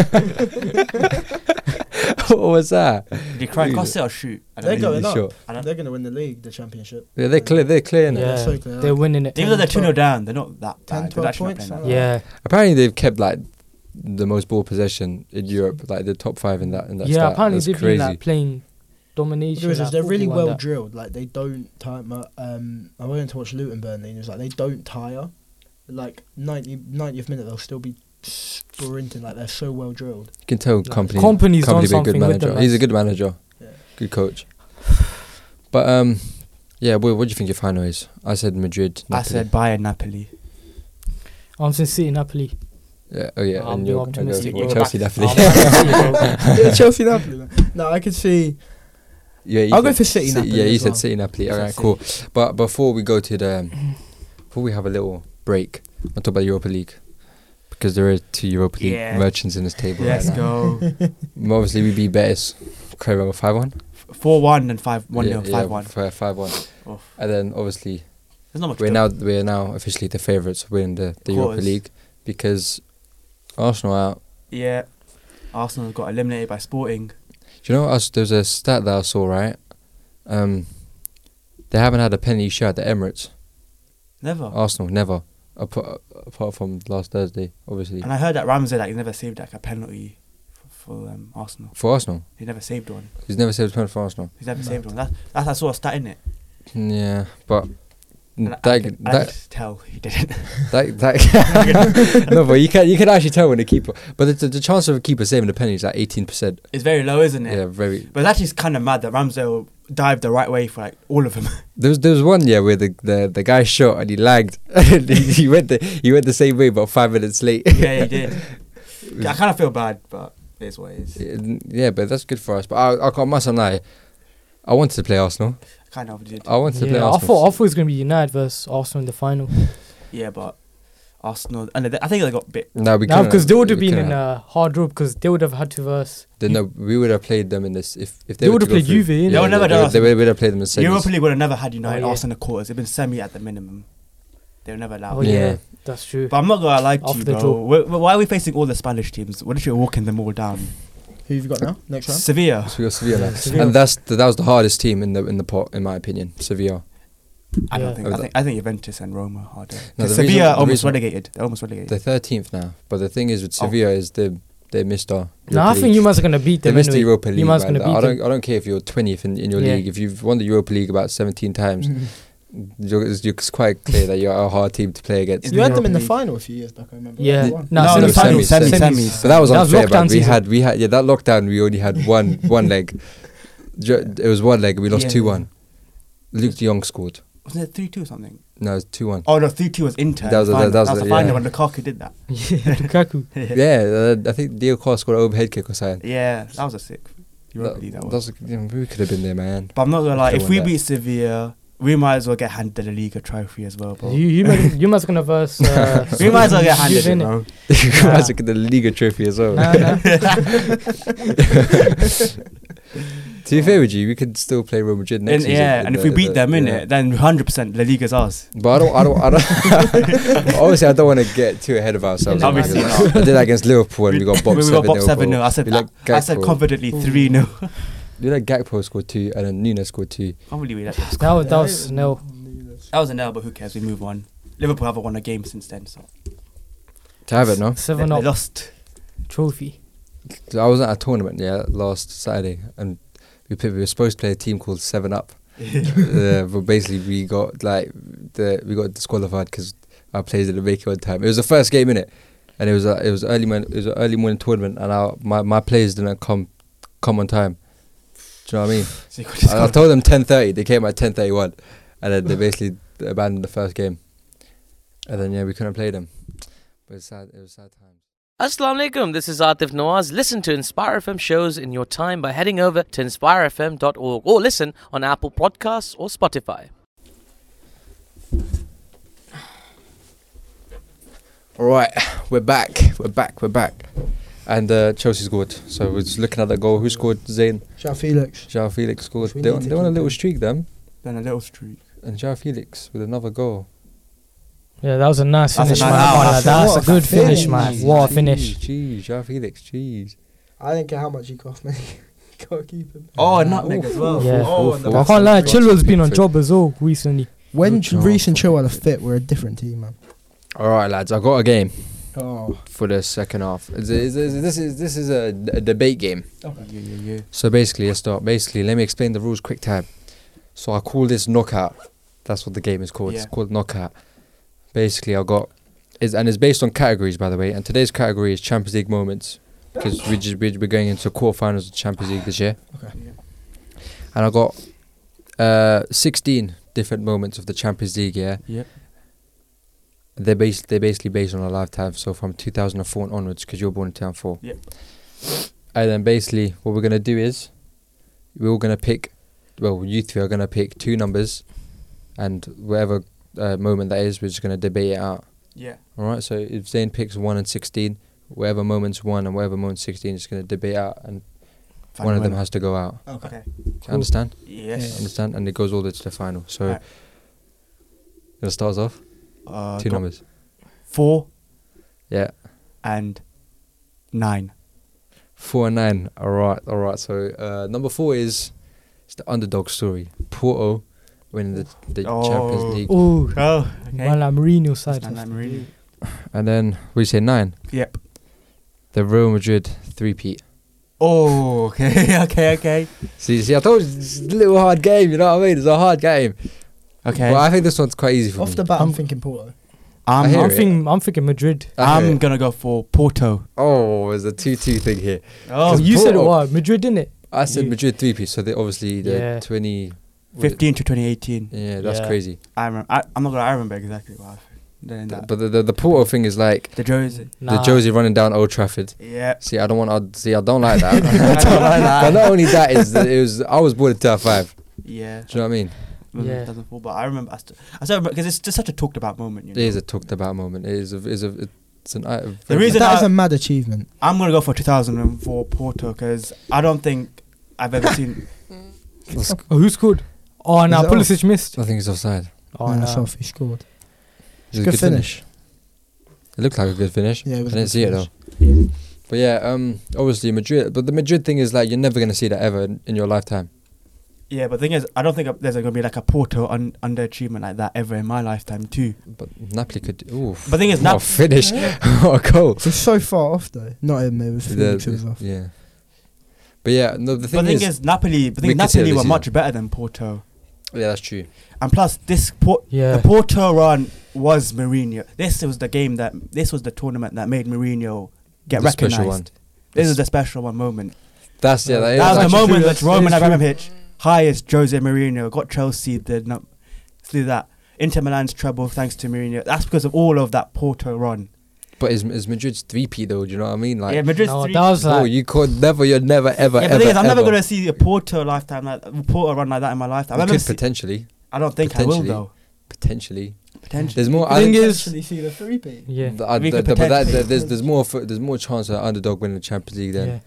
[SPEAKER 1] what was that?
[SPEAKER 3] Did he cry?
[SPEAKER 1] Really?
[SPEAKER 3] Can't sit or shoot. I
[SPEAKER 4] They're
[SPEAKER 3] don't know.
[SPEAKER 4] going up.
[SPEAKER 1] Sure.
[SPEAKER 3] I don't-
[SPEAKER 4] They're gonna win the league, the championship.
[SPEAKER 1] Yeah, they're clear. They're clear now.
[SPEAKER 4] Yeah.
[SPEAKER 2] Yeah,
[SPEAKER 4] so clear.
[SPEAKER 2] they're winning it.
[SPEAKER 3] Even though they're 2 0 down, they're not that
[SPEAKER 4] 10,
[SPEAKER 3] bad.
[SPEAKER 4] 12
[SPEAKER 3] They're actually not
[SPEAKER 4] points,
[SPEAKER 3] playing that
[SPEAKER 4] something
[SPEAKER 3] bad.
[SPEAKER 2] Yeah,
[SPEAKER 1] Apparently, they've kept like the most ball possession in Europe, like the top five in that. In that
[SPEAKER 2] yeah.
[SPEAKER 1] stat.
[SPEAKER 2] apparently
[SPEAKER 1] That's
[SPEAKER 2] they've
[SPEAKER 1] crazy.
[SPEAKER 2] been like playing domination.
[SPEAKER 4] Because
[SPEAKER 2] like,
[SPEAKER 4] they're really
[SPEAKER 2] football and
[SPEAKER 4] well
[SPEAKER 2] that.
[SPEAKER 4] drilled. Like they don't tire. Um, I went to watch Luton Burnley, and it was like they don't tire. Like 90, 90th minute, they'll still be sprinting. Like they're so well drilled.
[SPEAKER 1] you can tell
[SPEAKER 2] Yeah.
[SPEAKER 1] company.
[SPEAKER 2] Company's on
[SPEAKER 1] company be a good
[SPEAKER 2] something with
[SPEAKER 1] manager.
[SPEAKER 2] them,
[SPEAKER 1] He's a
[SPEAKER 2] lads.
[SPEAKER 1] good manager.
[SPEAKER 4] Yeah.
[SPEAKER 1] Good coach. But um, yeah. What, what do you think your final is? I said Madrid.
[SPEAKER 3] I
[SPEAKER 1] Napoli.
[SPEAKER 3] said Bayern Napoli.
[SPEAKER 2] I'm since City Napoli.
[SPEAKER 1] Yeah. Oh yeah.
[SPEAKER 2] I'm
[SPEAKER 1] and
[SPEAKER 2] being
[SPEAKER 1] you're, and
[SPEAKER 2] optimistic,
[SPEAKER 1] you're
[SPEAKER 2] bro.
[SPEAKER 1] Chelsea
[SPEAKER 3] Back-
[SPEAKER 1] definitely.
[SPEAKER 4] yeah, Chelsea Napoli. man. No, I could see.
[SPEAKER 1] yeah. you
[SPEAKER 4] I'll go
[SPEAKER 1] said
[SPEAKER 4] for City Napoli
[SPEAKER 1] Yeah. You
[SPEAKER 4] as
[SPEAKER 1] said
[SPEAKER 4] well.
[SPEAKER 1] City Napoli.
[SPEAKER 3] I
[SPEAKER 1] All
[SPEAKER 3] said
[SPEAKER 1] right. Cool. But before we go to the, before we have a little break, I'll talk about Europa League. Because there are two Europa League
[SPEAKER 3] Yeah.
[SPEAKER 1] merchants in this table
[SPEAKER 3] Let's
[SPEAKER 1] right now.
[SPEAKER 3] go.
[SPEAKER 1] Obviously, we beat Betis. Correct, five one.
[SPEAKER 3] 4 1 and 5 1
[SPEAKER 1] yeah,
[SPEAKER 3] 0,
[SPEAKER 1] yeah,
[SPEAKER 3] 5 1.
[SPEAKER 1] fi- five one.
[SPEAKER 3] Oof.
[SPEAKER 1] And then obviously
[SPEAKER 3] There's not much.
[SPEAKER 1] we're
[SPEAKER 3] to-
[SPEAKER 1] now we're now officially the favourites to win the, the Europa
[SPEAKER 3] Quarters.
[SPEAKER 1] League because Arsenal are out.
[SPEAKER 3] Yeah. Arsenal got eliminated by Sporting.
[SPEAKER 1] Do you know what else? There's a stat that I saw right. Um, they haven't had a penalty shot at the Emirates.
[SPEAKER 3] Never.
[SPEAKER 1] Oh. Arsenal never, apart, apart from last Thursday, obviously.
[SPEAKER 3] And I heard that Ramsey like, he never saved like a penalty for, for um, Arsenal.
[SPEAKER 1] For Arsenal,
[SPEAKER 3] He never saved one.
[SPEAKER 1] he's never saved a penalty for Arsenal.
[SPEAKER 3] He's never
[SPEAKER 4] Mad.
[SPEAKER 3] saved one. That, that's I saw a stat in it.
[SPEAKER 1] Yeah, but
[SPEAKER 3] And
[SPEAKER 1] that
[SPEAKER 3] I, I,
[SPEAKER 1] that
[SPEAKER 3] could, I could
[SPEAKER 1] that,
[SPEAKER 3] tell he didn't.
[SPEAKER 1] that, no, but you can you can actually tell when the keeper. But the, the, the chance of a keeper saving a penalty is like eighteen percent.
[SPEAKER 3] it's very low, isn't it?
[SPEAKER 1] Yeah, very
[SPEAKER 3] But that is kind of mad that Ramsdale dived the right way for like all of them.
[SPEAKER 1] There was, there was one yeah where the, the, the guy shot and he lagged. he went the he went the same way but five minutes late.
[SPEAKER 3] yeah, he did. I kind of feel bad, but it is what it is.
[SPEAKER 1] yeah, but that's good for us. But I I can't must not lie. I wanted to play Arsenal.
[SPEAKER 3] Kind of did.
[SPEAKER 1] I wanted to play
[SPEAKER 2] Yeah, I
[SPEAKER 1] Arsenal.
[SPEAKER 2] thought I thought it was gonna be United versus Arsenal in the final.
[SPEAKER 3] Yeah, but Arsenal. And they- I think they got bit.
[SPEAKER 1] no, we
[SPEAKER 2] Now,
[SPEAKER 1] couldn't-
[SPEAKER 2] because they would have
[SPEAKER 1] we
[SPEAKER 2] been in
[SPEAKER 1] couldn't.
[SPEAKER 2] a hard road because they would have had to verse.
[SPEAKER 1] Then no, we would have played them in this if if they,
[SPEAKER 2] They
[SPEAKER 1] were
[SPEAKER 2] would
[SPEAKER 1] to
[SPEAKER 2] have
[SPEAKER 1] go
[SPEAKER 2] played
[SPEAKER 1] through.
[SPEAKER 2] Juve, innit?
[SPEAKER 3] They would never
[SPEAKER 1] they,
[SPEAKER 3] done
[SPEAKER 1] would- they,
[SPEAKER 3] us.
[SPEAKER 1] would- would have played them in semis.
[SPEAKER 3] Europa League would have never had United,
[SPEAKER 2] Oh, yeah.
[SPEAKER 3] Arsenal quarters. They've been semi at the minimum. They were never allowed.
[SPEAKER 2] Oh yeah,
[SPEAKER 1] Yeah.
[SPEAKER 2] that's true.
[SPEAKER 3] But I'm not gonna lie to
[SPEAKER 2] Off
[SPEAKER 3] you,
[SPEAKER 2] the
[SPEAKER 3] bro.
[SPEAKER 2] draw.
[SPEAKER 3] Wh- wh- Why are we facing all the Spanish teams? What if you're walking them all down?
[SPEAKER 4] Who you got now? Next round.
[SPEAKER 3] Sevilla.
[SPEAKER 1] So we got Sevilla.
[SPEAKER 2] Yeah,
[SPEAKER 1] now.
[SPEAKER 2] Sevilla.
[SPEAKER 1] And that's the, that was the hardest team in the in the pot in my opinion. Sevilla.
[SPEAKER 3] I don't
[SPEAKER 2] Yeah.
[SPEAKER 3] think.
[SPEAKER 1] Oh,
[SPEAKER 3] I
[SPEAKER 1] that-
[SPEAKER 3] think, I think Juventus and Roma are harder.
[SPEAKER 1] No, the
[SPEAKER 3] Sevilla
[SPEAKER 1] reason- the
[SPEAKER 3] almost
[SPEAKER 1] reason-
[SPEAKER 3] relegated. They're almost relegated.
[SPEAKER 1] They're thirteenth now, but the thing is with
[SPEAKER 3] Oh.
[SPEAKER 1] Sevilla is they they missed our.
[SPEAKER 2] No, I
[SPEAKER 1] Europa
[SPEAKER 2] think
[SPEAKER 1] League.
[SPEAKER 2] you guys are gonna beat
[SPEAKER 1] They
[SPEAKER 2] them.
[SPEAKER 1] missed the
[SPEAKER 2] anyway.
[SPEAKER 1] Europa League.
[SPEAKER 2] Yuma's
[SPEAKER 1] man.
[SPEAKER 2] gonna beat
[SPEAKER 1] I
[SPEAKER 2] them.
[SPEAKER 1] don't. I don't care if you're twentieth in, in your
[SPEAKER 2] Yeah.
[SPEAKER 1] league. If you've won the Europa League about seventeen times,
[SPEAKER 4] Mhm.
[SPEAKER 2] Mm-hmm.
[SPEAKER 1] you're, it's, you're- it's quite clear that you're a hard team to play against.
[SPEAKER 3] Is
[SPEAKER 4] You had them in the
[SPEAKER 3] League.
[SPEAKER 4] final a few years back. I remember.
[SPEAKER 2] Yeah.
[SPEAKER 4] They won.
[SPEAKER 2] No,
[SPEAKER 1] No, no,
[SPEAKER 2] semi-finals,
[SPEAKER 1] semis,
[SPEAKER 2] semis.
[SPEAKER 3] semis.
[SPEAKER 1] But that was
[SPEAKER 2] That was
[SPEAKER 1] unfair, man.
[SPEAKER 2] lockdown
[SPEAKER 1] We
[SPEAKER 2] season.
[SPEAKER 1] had we had yeah that lockdown. We only had one one leg. Ju- It was one leg. We lost
[SPEAKER 3] Yeah.
[SPEAKER 1] two one. Luke de Jong scored.
[SPEAKER 3] Wasn't it three two or something?
[SPEAKER 1] No, it's two one.
[SPEAKER 3] Oh no, three two was Inter.
[SPEAKER 1] That was a-
[SPEAKER 3] the final.
[SPEAKER 1] that was a-
[SPEAKER 3] the final
[SPEAKER 1] yeah.
[SPEAKER 3] when Lukaku did that.
[SPEAKER 2] Yeah, Lukaku.
[SPEAKER 1] Yeah, uh, I think Dio Costa scored an overhead kick or something.
[SPEAKER 3] Yeah, that was a sick Europa League. That was.
[SPEAKER 1] that's- yeah, we could have been there, man.
[SPEAKER 3] But I'm not gonna lie.
[SPEAKER 1] Should've
[SPEAKER 3] If we
[SPEAKER 1] won that.
[SPEAKER 3] beat Sevilla, we might as well get handed the Liga trophy as well, bro.
[SPEAKER 2] You you might- you guys gonna verse. Uh,
[SPEAKER 3] we might as well get handed
[SPEAKER 2] Juve,
[SPEAKER 3] it,
[SPEAKER 2] innit?
[SPEAKER 3] bro.
[SPEAKER 1] You guys look at the Liga trophy as well.
[SPEAKER 2] Nah, nah.
[SPEAKER 1] to be fair with you, we could still play Real Madrid next
[SPEAKER 3] And,
[SPEAKER 1] season.
[SPEAKER 3] yeah,
[SPEAKER 1] in
[SPEAKER 3] and if
[SPEAKER 1] the-
[SPEAKER 3] we beat
[SPEAKER 1] the-
[SPEAKER 3] them in
[SPEAKER 1] yeah.
[SPEAKER 3] it, then 100% La Liga's ours.
[SPEAKER 1] But I don't, I don't, I don't. obviously, I don't want to get too ahead of ourselves.
[SPEAKER 2] No,
[SPEAKER 1] because
[SPEAKER 3] obviously
[SPEAKER 1] I did that against Liverpool when we got boxed
[SPEAKER 3] we
[SPEAKER 1] seven.
[SPEAKER 3] got box 7 0. I said,
[SPEAKER 1] We let
[SPEAKER 3] I, I said
[SPEAKER 1] Gakpo-
[SPEAKER 3] confidently
[SPEAKER 2] Ooh.
[SPEAKER 3] 3 0.
[SPEAKER 1] You know, Gakpo scored two, and then Nunes scored two.
[SPEAKER 3] Can't believe we let that
[SPEAKER 2] That
[SPEAKER 3] score.
[SPEAKER 2] was that was no.
[SPEAKER 3] That was an L, but who cares? We move on. Liverpool haven't won a game since then, so
[SPEAKER 1] To have it, no.
[SPEAKER 3] they,
[SPEAKER 2] Seven
[SPEAKER 3] they
[SPEAKER 2] up
[SPEAKER 3] lost.
[SPEAKER 2] trophy.
[SPEAKER 1] I was at a tournament yeah last Saturday, and we played, we were supposed to play a team called Seven Up, yeah, but basically we got like the we got disqualified because our players didn't make it on time. It was the first game in it, and it was a, it was early morning, it was an early morning tournament, and our my, my players didn't come come on time. Do you know what I mean?
[SPEAKER 3] So you got
[SPEAKER 1] I, I told them ten thirty. They came at ten thirty one, and then they basically abandoned the first game, and then yeah, we couldn't play them. But it's sad. It was sad times.
[SPEAKER 5] Assalamu alaikum, this is Atif Nawaz. Listen to Inspire FM shows in your time by heading over to inspirefm.org or listen on Apple Podcasts or Spotify.
[SPEAKER 1] All right, we're back. We're back. We're back. And uh, Chelsea scored. So we're just looking at that goal. Who scored? Zayn.
[SPEAKER 4] Shout Felix.
[SPEAKER 1] Joao Felix scored.
[SPEAKER 4] We
[SPEAKER 1] They,
[SPEAKER 4] need
[SPEAKER 1] went-
[SPEAKER 4] to
[SPEAKER 1] they went a
[SPEAKER 4] keep
[SPEAKER 1] little
[SPEAKER 4] him.
[SPEAKER 1] streak, them.
[SPEAKER 3] Then a little streak.
[SPEAKER 1] And Joao Felix with another goal.
[SPEAKER 2] Yeah, that was a nice
[SPEAKER 3] That's a
[SPEAKER 2] finish,
[SPEAKER 3] nice-
[SPEAKER 2] man.
[SPEAKER 3] wow,
[SPEAKER 2] Wallah,
[SPEAKER 3] that's a-
[SPEAKER 2] That's a
[SPEAKER 3] what a
[SPEAKER 2] good finish,
[SPEAKER 4] finish.
[SPEAKER 2] man. What a
[SPEAKER 1] Jeez,
[SPEAKER 2] finish.
[SPEAKER 1] Jeez, Joao Felix, jeez.
[SPEAKER 4] I don't care how much he cost me. Gotta keep him.
[SPEAKER 3] Oh,
[SPEAKER 1] Yeah.
[SPEAKER 3] nutmeg as well.
[SPEAKER 2] Yeah.
[SPEAKER 1] Oh,
[SPEAKER 3] Oh,
[SPEAKER 1] and
[SPEAKER 3] and
[SPEAKER 1] the
[SPEAKER 3] the
[SPEAKER 1] back-
[SPEAKER 2] I
[SPEAKER 1] That's
[SPEAKER 2] can't lie,
[SPEAKER 1] a good
[SPEAKER 2] Chilwell's been on
[SPEAKER 1] finick.
[SPEAKER 2] job as well recently.
[SPEAKER 1] Good
[SPEAKER 4] When
[SPEAKER 1] job
[SPEAKER 4] Reese and
[SPEAKER 1] for
[SPEAKER 4] Chilwell are
[SPEAKER 1] Pickford.
[SPEAKER 4] fit, we're a different team, man.
[SPEAKER 1] All right, lads. I got a game
[SPEAKER 4] Oh,
[SPEAKER 1] for the second half. Is- is- is- This is this is a, d- a debate game.
[SPEAKER 3] Yeah, yeah, yeah.
[SPEAKER 1] So basically, let's start. Basically, let me explain the rules quick time. So I call this knockout. That's what the game is called. It's
[SPEAKER 3] Yeah.
[SPEAKER 1] called knockout. Basically, I got is and it's based on categories, by the way. And today's category is Champions League moments because we just we're going into quarterfinals of Champions League this year.
[SPEAKER 3] Yeah.
[SPEAKER 1] And I got uh, 16 different moments of the Champions League. Yeah,
[SPEAKER 3] Yep.
[SPEAKER 1] they're based they're basically based on a lifetime. So from 2004 and onwards, because you're born in 2004.
[SPEAKER 3] Yep.
[SPEAKER 1] And then basically, what we're gonna do is we're all gonna pick. Well, you three are gonna pick two numbers, and whatever uh, moment that is, we're just gonna debate it out.
[SPEAKER 3] Yeah.
[SPEAKER 1] All right. So if Zane picks one and 16, whatever moment's one and whatever moment's 16, is gonna debate out, and
[SPEAKER 3] Find
[SPEAKER 1] one
[SPEAKER 3] a
[SPEAKER 1] of them
[SPEAKER 3] winner. Oh,
[SPEAKER 1] has to go out.
[SPEAKER 3] Okay.
[SPEAKER 1] You Understand?
[SPEAKER 3] Yes.
[SPEAKER 1] Understand? And it goes all the way to the final. So
[SPEAKER 3] Alright.
[SPEAKER 1] it starts off
[SPEAKER 3] Uh,
[SPEAKER 1] two
[SPEAKER 3] got
[SPEAKER 1] numbers.
[SPEAKER 3] Four
[SPEAKER 1] Yeah.
[SPEAKER 3] and nine.
[SPEAKER 1] Four and nine. All right, all right. So uh, number four is it's the underdog story. Porto winning the, the
[SPEAKER 3] Oh.
[SPEAKER 1] Champions League,
[SPEAKER 2] Oh,
[SPEAKER 3] Oh,
[SPEAKER 2] man, like Mourinho side.
[SPEAKER 3] Stand like Mourinho.
[SPEAKER 1] and then we say nine.
[SPEAKER 3] Yep.
[SPEAKER 1] The Real Madrid three peat.
[SPEAKER 3] Oh, okay, okay, okay.
[SPEAKER 1] See, see, I told you it's a little hard game. You know what I mean? It's a hard game.
[SPEAKER 3] Okay.
[SPEAKER 1] But I think this one's quite easy for
[SPEAKER 4] off
[SPEAKER 1] me.
[SPEAKER 4] the bat, I'm
[SPEAKER 2] Um,
[SPEAKER 4] thinking Porto.
[SPEAKER 1] I
[SPEAKER 3] I'm,
[SPEAKER 1] hear
[SPEAKER 2] I'm
[SPEAKER 1] it.
[SPEAKER 2] thinking, I'm thinking Madrid.
[SPEAKER 1] Okay.
[SPEAKER 3] I'm gonna go for Porto.
[SPEAKER 1] oh, there's a two-two thing here.
[SPEAKER 2] Oh,
[SPEAKER 1] Cause
[SPEAKER 2] you said it
[SPEAKER 1] Porto-
[SPEAKER 2] was Madrid, didn't it?
[SPEAKER 1] I said
[SPEAKER 2] You-
[SPEAKER 1] Madrid three piece, so they obviously the
[SPEAKER 2] Yeah.
[SPEAKER 1] twenty.
[SPEAKER 3] 15 to 2018.
[SPEAKER 1] Yeah, that's
[SPEAKER 2] Yeah.
[SPEAKER 1] crazy.
[SPEAKER 3] I remember. I, I'm not gonna. I remember exactly what happened. Then that.
[SPEAKER 1] But the, the the Porto thing is like
[SPEAKER 3] the jersey.
[SPEAKER 1] the Josie running down Old Trafford.
[SPEAKER 3] Yep.
[SPEAKER 1] See, I don't want. I, see, I don't like that.
[SPEAKER 3] I don't like that.
[SPEAKER 1] But not only that is that it was. I was born in Tower Five.
[SPEAKER 3] Yeah.
[SPEAKER 1] Do you know what I mean?
[SPEAKER 2] Yeah.
[SPEAKER 3] yeah. Doesn't fall, but I remember. I still. I still remember because it's just such a talked about moment. You
[SPEAKER 1] It
[SPEAKER 3] know?
[SPEAKER 1] is a talked about moment. It is a. Is a it's an. I-
[SPEAKER 3] The
[SPEAKER 1] very-
[SPEAKER 4] That is
[SPEAKER 3] reason I-
[SPEAKER 4] a mad achievement.
[SPEAKER 3] I'm gonna go for 2004 Porto because I don't think I've ever seen.
[SPEAKER 1] That's-
[SPEAKER 2] Oh, who scored? Oh, no,
[SPEAKER 4] it off?
[SPEAKER 2] Pulisic missed.
[SPEAKER 1] I think it's offside.
[SPEAKER 2] Oh,
[SPEAKER 4] Nah, it's
[SPEAKER 2] no.
[SPEAKER 4] off. He scored.
[SPEAKER 1] It was a
[SPEAKER 4] Good
[SPEAKER 1] good finish. It looked like a good finish.
[SPEAKER 4] Yeah, it was
[SPEAKER 1] I didn't
[SPEAKER 4] a good
[SPEAKER 1] see it though.
[SPEAKER 4] finish.
[SPEAKER 1] But yeah, um, obviously Madrid. But the Madrid thing is like you're never gonna see that ever in, in your lifetime.
[SPEAKER 3] Yeah, but the thing is, I don't think there's gonna be like a Porto un- underachievement like that ever in my lifetime too.
[SPEAKER 1] But Napoli could. Ooh.
[SPEAKER 3] But the thing is,
[SPEAKER 1] what
[SPEAKER 3] Nap-
[SPEAKER 1] a finish! what a goal!
[SPEAKER 4] It was so far off though. Not him. It was Felix. who was
[SPEAKER 1] The-
[SPEAKER 4] off.
[SPEAKER 1] yeah. But yeah, no. The
[SPEAKER 3] But
[SPEAKER 1] thing,
[SPEAKER 3] the
[SPEAKER 1] is,
[SPEAKER 3] thing is, Napoli. The
[SPEAKER 1] we
[SPEAKER 3] thing
[SPEAKER 1] could see it
[SPEAKER 3] Napoli
[SPEAKER 1] this
[SPEAKER 3] were
[SPEAKER 1] season.
[SPEAKER 3] much better than Porto,
[SPEAKER 1] yeah, that's true.
[SPEAKER 3] and plus this Port,
[SPEAKER 2] Yeah.
[SPEAKER 3] the Porto run was Mourinho. This was the game that this was the tournament that made Mourinho get
[SPEAKER 1] The special
[SPEAKER 3] recognized.
[SPEAKER 1] one.
[SPEAKER 3] This
[SPEAKER 1] This-
[SPEAKER 3] is the special one moment.
[SPEAKER 1] That's yeah. That,
[SPEAKER 2] That
[SPEAKER 1] is
[SPEAKER 3] that was the
[SPEAKER 1] actually-
[SPEAKER 3] moment
[SPEAKER 2] true,
[SPEAKER 3] that
[SPEAKER 2] that's-
[SPEAKER 3] Roman
[SPEAKER 2] it's true.
[SPEAKER 3] Abramovich hires Jose Mourinho, got Chelsea the num- through that Inter Milan's treble thanks to Mourinho. That's because of all of that Porto run.
[SPEAKER 1] But is is Madrid's three P though? Do you know what I mean? Like,
[SPEAKER 3] yeah, Madrid's
[SPEAKER 2] No,
[SPEAKER 3] three-
[SPEAKER 2] that was
[SPEAKER 1] oh,
[SPEAKER 2] like.
[SPEAKER 1] you could never, you're never ever.
[SPEAKER 3] yeah, but the
[SPEAKER 1] ever,
[SPEAKER 3] thing is, I'm never
[SPEAKER 1] ever.
[SPEAKER 3] going to see a Porto lifetime like Porto run like that in my lifetime.
[SPEAKER 1] You
[SPEAKER 3] I've never
[SPEAKER 1] could
[SPEAKER 3] see-
[SPEAKER 1] potentially,
[SPEAKER 3] I don't think I will
[SPEAKER 1] potentially.
[SPEAKER 3] though.
[SPEAKER 1] potentially.
[SPEAKER 3] Potentially.
[SPEAKER 1] There's more.
[SPEAKER 2] The
[SPEAKER 1] I
[SPEAKER 2] thing
[SPEAKER 1] think
[SPEAKER 2] is.
[SPEAKER 4] Actually see the three P.
[SPEAKER 2] Yeah.
[SPEAKER 1] th- I-
[SPEAKER 3] We
[SPEAKER 1] th-
[SPEAKER 3] could
[SPEAKER 1] th- but that,
[SPEAKER 3] potentially-
[SPEAKER 1] th- there's there's more for, there's more chance of an underdog winning the Champions League than.
[SPEAKER 2] yeah.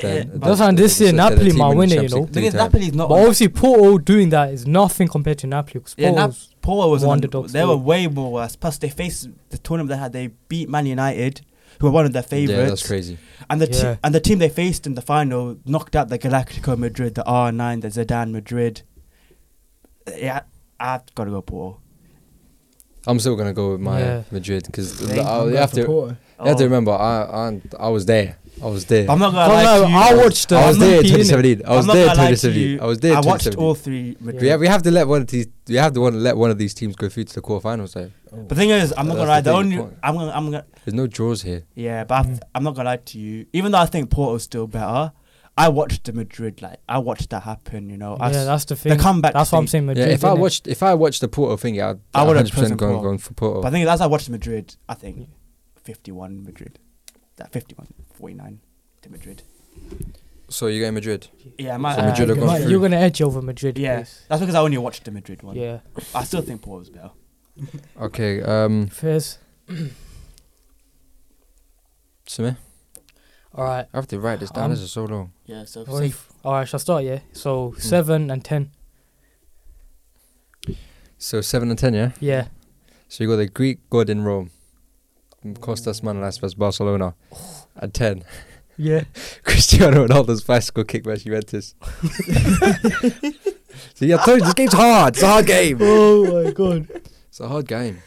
[SPEAKER 1] than-
[SPEAKER 3] Yeah,
[SPEAKER 1] than-
[SPEAKER 3] but-
[SPEAKER 2] That's why this
[SPEAKER 1] than-
[SPEAKER 2] year
[SPEAKER 1] than the
[SPEAKER 2] Napoli
[SPEAKER 1] team
[SPEAKER 2] might
[SPEAKER 1] winning
[SPEAKER 2] win it, you
[SPEAKER 1] Champions
[SPEAKER 2] know.
[SPEAKER 1] League
[SPEAKER 3] The thing is,
[SPEAKER 1] three times.
[SPEAKER 3] Napoli's not.
[SPEAKER 2] But obviously, Porto doing that is nothing compared to Napoli. 'cause
[SPEAKER 3] yeah, Nap-
[SPEAKER 2] Porto's-
[SPEAKER 3] Porto was
[SPEAKER 2] were
[SPEAKER 3] an-
[SPEAKER 2] underdogs
[SPEAKER 3] They were
[SPEAKER 2] too.
[SPEAKER 3] way more worse. Plus, they faced the tournament they had. They beat Man United, who were one of their favorites.
[SPEAKER 1] Yeah, that's crazy.
[SPEAKER 3] And the te-
[SPEAKER 2] Yeah.
[SPEAKER 3] and the team they faced in the final knocked out the Galactico Madrid, the R9, the Zidane Madrid. Yeah, I've got to go Porto.
[SPEAKER 1] I'm still gonna go with my
[SPEAKER 2] Yeah.
[SPEAKER 1] Madrid uh, because
[SPEAKER 3] They-
[SPEAKER 1] you have to. You have to remember, I, I I was there. I was there.
[SPEAKER 3] Oh. I'm not gonna
[SPEAKER 2] Oh,
[SPEAKER 3] lie
[SPEAKER 2] no,
[SPEAKER 3] to you.
[SPEAKER 2] I watched,
[SPEAKER 1] I
[SPEAKER 2] uh,
[SPEAKER 1] was there
[SPEAKER 2] Monkey, innit?
[SPEAKER 1] 2017. I was
[SPEAKER 3] I'm not
[SPEAKER 1] there
[SPEAKER 3] gonna lie to
[SPEAKER 1] 2017.
[SPEAKER 3] you,
[SPEAKER 1] I was there
[SPEAKER 3] I watched
[SPEAKER 1] 2017.
[SPEAKER 3] all three. Madrid.
[SPEAKER 1] We have, we have to let one of these. We have to want to let one of these teams go through to the quarterfinals. Like,
[SPEAKER 3] The thing is, I'm not
[SPEAKER 1] That's
[SPEAKER 3] gonna lie.
[SPEAKER 1] the
[SPEAKER 3] The Mm.
[SPEAKER 1] thing,
[SPEAKER 3] only
[SPEAKER 1] point.
[SPEAKER 3] I'm gonna, I'm gonna,
[SPEAKER 1] there's no draws here.
[SPEAKER 3] yeah, but I've- I'm not gonna lie to you. Even though I think Porto's still better, I watched the Madrid like I watched that happen. You know, I
[SPEAKER 2] yeah,
[SPEAKER 3] s-
[SPEAKER 2] that's the
[SPEAKER 3] the
[SPEAKER 2] thing.
[SPEAKER 3] comeback.
[SPEAKER 2] that's what I'm
[SPEAKER 3] thing.
[SPEAKER 2] saying. Madrid,
[SPEAKER 1] yeah, if I
[SPEAKER 2] innit?
[SPEAKER 1] watched if I watched the Porto thing, I'd
[SPEAKER 3] I would've
[SPEAKER 1] 100 percent
[SPEAKER 3] chosen
[SPEAKER 1] gone
[SPEAKER 3] Porto.
[SPEAKER 1] gone for Porto.
[SPEAKER 3] But I think as I watched Madrid, I think 51 Madrid, that 51, 49 to Madrid.
[SPEAKER 1] so you're going Madrid.
[SPEAKER 3] Yeah, my,
[SPEAKER 1] So Madrid
[SPEAKER 2] Uh,
[SPEAKER 1] have gone
[SPEAKER 2] Mike,
[SPEAKER 1] through.
[SPEAKER 2] you're gonna edge over Madrid.
[SPEAKER 3] Yeah,
[SPEAKER 2] please.
[SPEAKER 3] that's because I only watched the Madrid one.
[SPEAKER 2] yeah.
[SPEAKER 3] I still think Paul was better.
[SPEAKER 1] Okay, um,
[SPEAKER 2] Fizz.
[SPEAKER 1] Samir,
[SPEAKER 2] All right.
[SPEAKER 1] I have to write this down.
[SPEAKER 2] Um,
[SPEAKER 1] this is so long.
[SPEAKER 3] Yeah, so
[SPEAKER 2] All right. Shall I start? Yeah. So seven and ten.
[SPEAKER 1] So seven and ten, yeah.
[SPEAKER 2] Yeah.
[SPEAKER 1] So you got the Greek god in Rome, Mm, Costas Manolas versus Barcelona. At ten,
[SPEAKER 2] Yeah.
[SPEAKER 1] Cristiano Ronaldo's bicycle kick versus Juventus. See, I told you this game's hard. It's a hard game.
[SPEAKER 2] oh my god.
[SPEAKER 1] It's a hard game.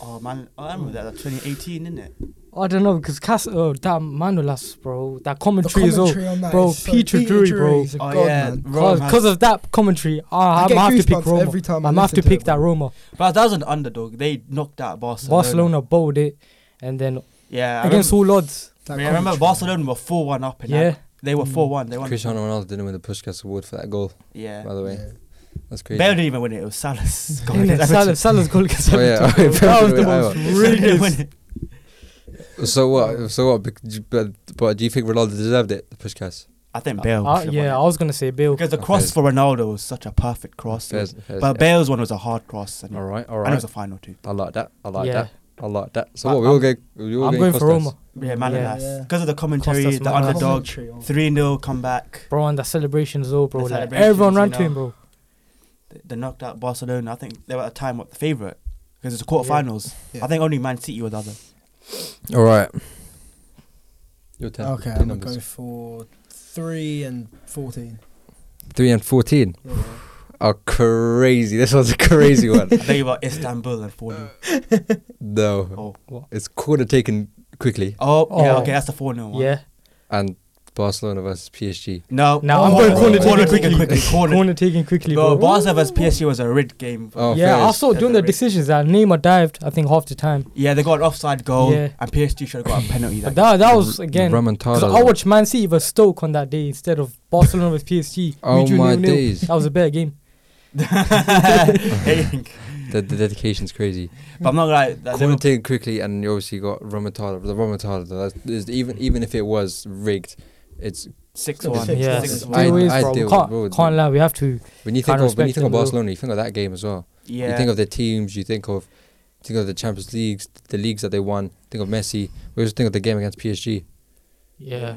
[SPEAKER 3] Oh man, I remember that. That's 2018, isn't it?
[SPEAKER 2] I don't know because Cas- oh, that Manolas, bro, that commentary, is
[SPEAKER 4] on that
[SPEAKER 2] bro,
[SPEAKER 4] is so-
[SPEAKER 2] Peter Drury, bro.
[SPEAKER 4] is a
[SPEAKER 3] Oh,
[SPEAKER 4] god,
[SPEAKER 3] yeah.
[SPEAKER 4] man.
[SPEAKER 2] all
[SPEAKER 3] Rome has-
[SPEAKER 2] because of that commentary. I,
[SPEAKER 4] I
[SPEAKER 2] I'm
[SPEAKER 4] get
[SPEAKER 2] have to pick
[SPEAKER 4] goosebumps
[SPEAKER 2] Roma.
[SPEAKER 4] every time I
[SPEAKER 2] I'm have to
[SPEAKER 4] listen to
[SPEAKER 2] pick
[SPEAKER 4] it,
[SPEAKER 2] that
[SPEAKER 4] bro.
[SPEAKER 2] Roma.
[SPEAKER 3] But that was an underdog. They knocked out Barcelona.
[SPEAKER 2] Barcelona bowled it, and then
[SPEAKER 3] Yeah, I
[SPEAKER 2] against
[SPEAKER 3] remember,
[SPEAKER 2] all odds.
[SPEAKER 4] That
[SPEAKER 3] I remember
[SPEAKER 4] commentary.
[SPEAKER 3] Barcelona were 4 1 up in
[SPEAKER 2] Yeah.
[SPEAKER 3] that. They were 4 1. They won.
[SPEAKER 1] Cristiano Ronaldo didn't win the Pushkas Award for that goal. By
[SPEAKER 3] Yeah.
[SPEAKER 1] the way,
[SPEAKER 4] Yeah.
[SPEAKER 1] that's
[SPEAKER 3] Bale
[SPEAKER 1] crazy.
[SPEAKER 3] didn't even win it. It was Salah's goal.
[SPEAKER 2] Innit?
[SPEAKER 3] against
[SPEAKER 2] Salah,
[SPEAKER 3] Everton.
[SPEAKER 2] Salah's goal against
[SPEAKER 1] Oh, yeah.
[SPEAKER 2] Everton, bro. That was the
[SPEAKER 1] Yeah.
[SPEAKER 2] most
[SPEAKER 3] Bale didn't win
[SPEAKER 2] ridiculous.
[SPEAKER 3] it.
[SPEAKER 1] So what? So what? Bec- d- But, but do you think Ronaldo deserved it? The Pushkas.
[SPEAKER 3] I think Bale.
[SPEAKER 2] Uh,
[SPEAKER 3] should've won
[SPEAKER 2] yeah,
[SPEAKER 3] it.
[SPEAKER 2] I was gonna say Bill.
[SPEAKER 3] Because the
[SPEAKER 1] Okay.
[SPEAKER 3] cross for Ronaldo was such a perfect cross.
[SPEAKER 1] Fairs, fairs,
[SPEAKER 3] But
[SPEAKER 1] yeah.
[SPEAKER 3] Bale's one was a hard cross. And,
[SPEAKER 1] all right, all
[SPEAKER 3] and it
[SPEAKER 1] right.
[SPEAKER 3] was a final too.
[SPEAKER 1] I like that. I like
[SPEAKER 2] Yeah.
[SPEAKER 1] that. I like that. So
[SPEAKER 2] But
[SPEAKER 1] what? We all go. We all
[SPEAKER 2] I'm
[SPEAKER 1] go
[SPEAKER 2] going for
[SPEAKER 1] Costas.
[SPEAKER 2] Roma,
[SPEAKER 3] Yeah,
[SPEAKER 2] Yeah.
[SPEAKER 3] Manolas.
[SPEAKER 4] Yeah.
[SPEAKER 3] Because of the commentary,
[SPEAKER 2] Costas
[SPEAKER 3] the
[SPEAKER 2] Manolas.
[SPEAKER 3] underdog.
[SPEAKER 4] Commentary on-
[SPEAKER 3] 3 0 comeback.
[SPEAKER 2] bro, and the celebrations, though, bro.
[SPEAKER 3] The
[SPEAKER 2] like,
[SPEAKER 3] celebrations,
[SPEAKER 2] everyone
[SPEAKER 3] you
[SPEAKER 2] ran to
[SPEAKER 3] know.
[SPEAKER 2] him, bro.
[SPEAKER 3] They- They knocked out Barcelona. I think they were at the time what the favourite. Because it's the quarterfinals.
[SPEAKER 4] Yeah.
[SPEAKER 3] I think only Man City were the other.
[SPEAKER 1] All right. Your turn.
[SPEAKER 4] Okay,
[SPEAKER 1] Your
[SPEAKER 4] I'm gonna
[SPEAKER 1] numbers.
[SPEAKER 4] go for three and fourteen.
[SPEAKER 1] Three and fourteen.
[SPEAKER 4] Yeah.
[SPEAKER 1] Oh, crazy! This one's a crazy one.
[SPEAKER 3] they were Istanbul and 4 0.
[SPEAKER 1] No,
[SPEAKER 3] Oh.
[SPEAKER 2] What?
[SPEAKER 1] it's corner taken quickly,
[SPEAKER 3] Oh, yeah,
[SPEAKER 2] Oh.
[SPEAKER 3] okay, that's the 4 0 one.
[SPEAKER 2] Yeah,
[SPEAKER 1] and Barcelona versus PSG.
[SPEAKER 3] No.
[SPEAKER 2] Now,
[SPEAKER 3] Oh,
[SPEAKER 2] I'm
[SPEAKER 1] going corner
[SPEAKER 3] corner
[SPEAKER 2] taking
[SPEAKER 3] taken quickly. Corner.
[SPEAKER 2] corner taking quickly,
[SPEAKER 3] No,
[SPEAKER 2] bro.
[SPEAKER 3] Barca versus PSG was a red game.
[SPEAKER 1] Oh,
[SPEAKER 2] yeah, I
[SPEAKER 1] fairs.
[SPEAKER 2] saw doing the decisions that Neymar dived. I think half the time,
[SPEAKER 3] Yeah, they got an offside goal.
[SPEAKER 2] Yeah.
[SPEAKER 3] And PSG should have got a penalty.
[SPEAKER 2] but
[SPEAKER 3] that
[SPEAKER 2] that that was again.
[SPEAKER 1] Ramontada.
[SPEAKER 2] 'cause I watched Man City versus Stoke on that day instead of Barcelona with PSG.
[SPEAKER 1] Oh
[SPEAKER 2] We drew
[SPEAKER 1] my
[SPEAKER 2] 0-0.
[SPEAKER 1] days.
[SPEAKER 2] That was a better game.
[SPEAKER 3] game.
[SPEAKER 1] The, the dedication's crazy.
[SPEAKER 3] but I'm not going to
[SPEAKER 1] Corner taken quickly, and you obviously got Ramontada. The Ramontada. That's, is, even even if it was rigged, it's
[SPEAKER 3] Six
[SPEAKER 4] It's
[SPEAKER 3] one.
[SPEAKER 4] six
[SPEAKER 2] Yeah,
[SPEAKER 4] one.
[SPEAKER 3] Six
[SPEAKER 4] Six
[SPEAKER 3] one.
[SPEAKER 1] I-
[SPEAKER 2] always,
[SPEAKER 1] I
[SPEAKER 2] bro. We
[SPEAKER 1] deal with
[SPEAKER 2] can't,
[SPEAKER 1] both.
[SPEAKER 2] can't lie. We have to.
[SPEAKER 1] when you think of when
[SPEAKER 2] Can't
[SPEAKER 1] you
[SPEAKER 2] respect
[SPEAKER 1] think of
[SPEAKER 2] them, though.
[SPEAKER 1] Barcelona, you think of that game as well.
[SPEAKER 3] Yeah.
[SPEAKER 1] You think of their teams, you think of think of the Champions Leagues, the leagues that they won. Think of Messi. We also think of the game against PSG.
[SPEAKER 2] Yeah,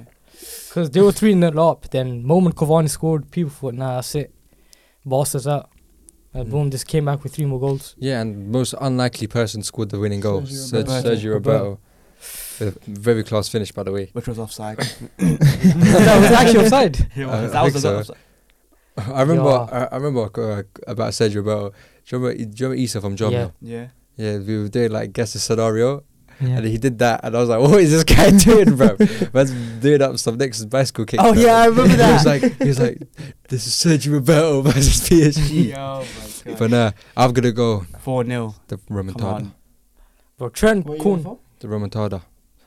[SPEAKER 2] because they were three 0 up. Then moment Cavani scored, people thought, nah, that's it. Barca's out,
[SPEAKER 1] Mm.
[SPEAKER 2] and boom, just came back with three more goals.
[SPEAKER 1] Yeah, and most unlikely person scored the winning goal,
[SPEAKER 4] Sergio
[SPEAKER 1] Ser-
[SPEAKER 3] Roberto.
[SPEAKER 1] Sergio Roberto. With a very class finish, by the way.
[SPEAKER 3] Which was offside.
[SPEAKER 2] that was actually offside.
[SPEAKER 3] It
[SPEAKER 1] I
[SPEAKER 3] was. That was
[SPEAKER 1] think
[SPEAKER 3] the
[SPEAKER 1] so.
[SPEAKER 3] offside.
[SPEAKER 1] I remember.
[SPEAKER 2] Yeah.
[SPEAKER 1] I, I remember uh, about Sergio Roberto. Do you remember, do you remember Issa from John?
[SPEAKER 2] Yeah.
[SPEAKER 3] Yeah.
[SPEAKER 1] yeah, we were doing like guess a scenario, and he did that, and I was like, "What is this guy doing, bro? Man's doing up some next bicycle kick."
[SPEAKER 2] Oh,
[SPEAKER 1] bro."
[SPEAKER 2] yeah, I remember
[SPEAKER 1] He was
[SPEAKER 2] that.
[SPEAKER 1] like, "He was like, this is Sergio Roberto versus PSG." But nah, I'm gonna go
[SPEAKER 3] Four 0
[SPEAKER 1] the
[SPEAKER 3] Come
[SPEAKER 1] Remontada.
[SPEAKER 3] on.
[SPEAKER 2] Bro, Trent
[SPEAKER 4] What are you going
[SPEAKER 2] Kuhn,
[SPEAKER 4] for?
[SPEAKER 1] The Remontada.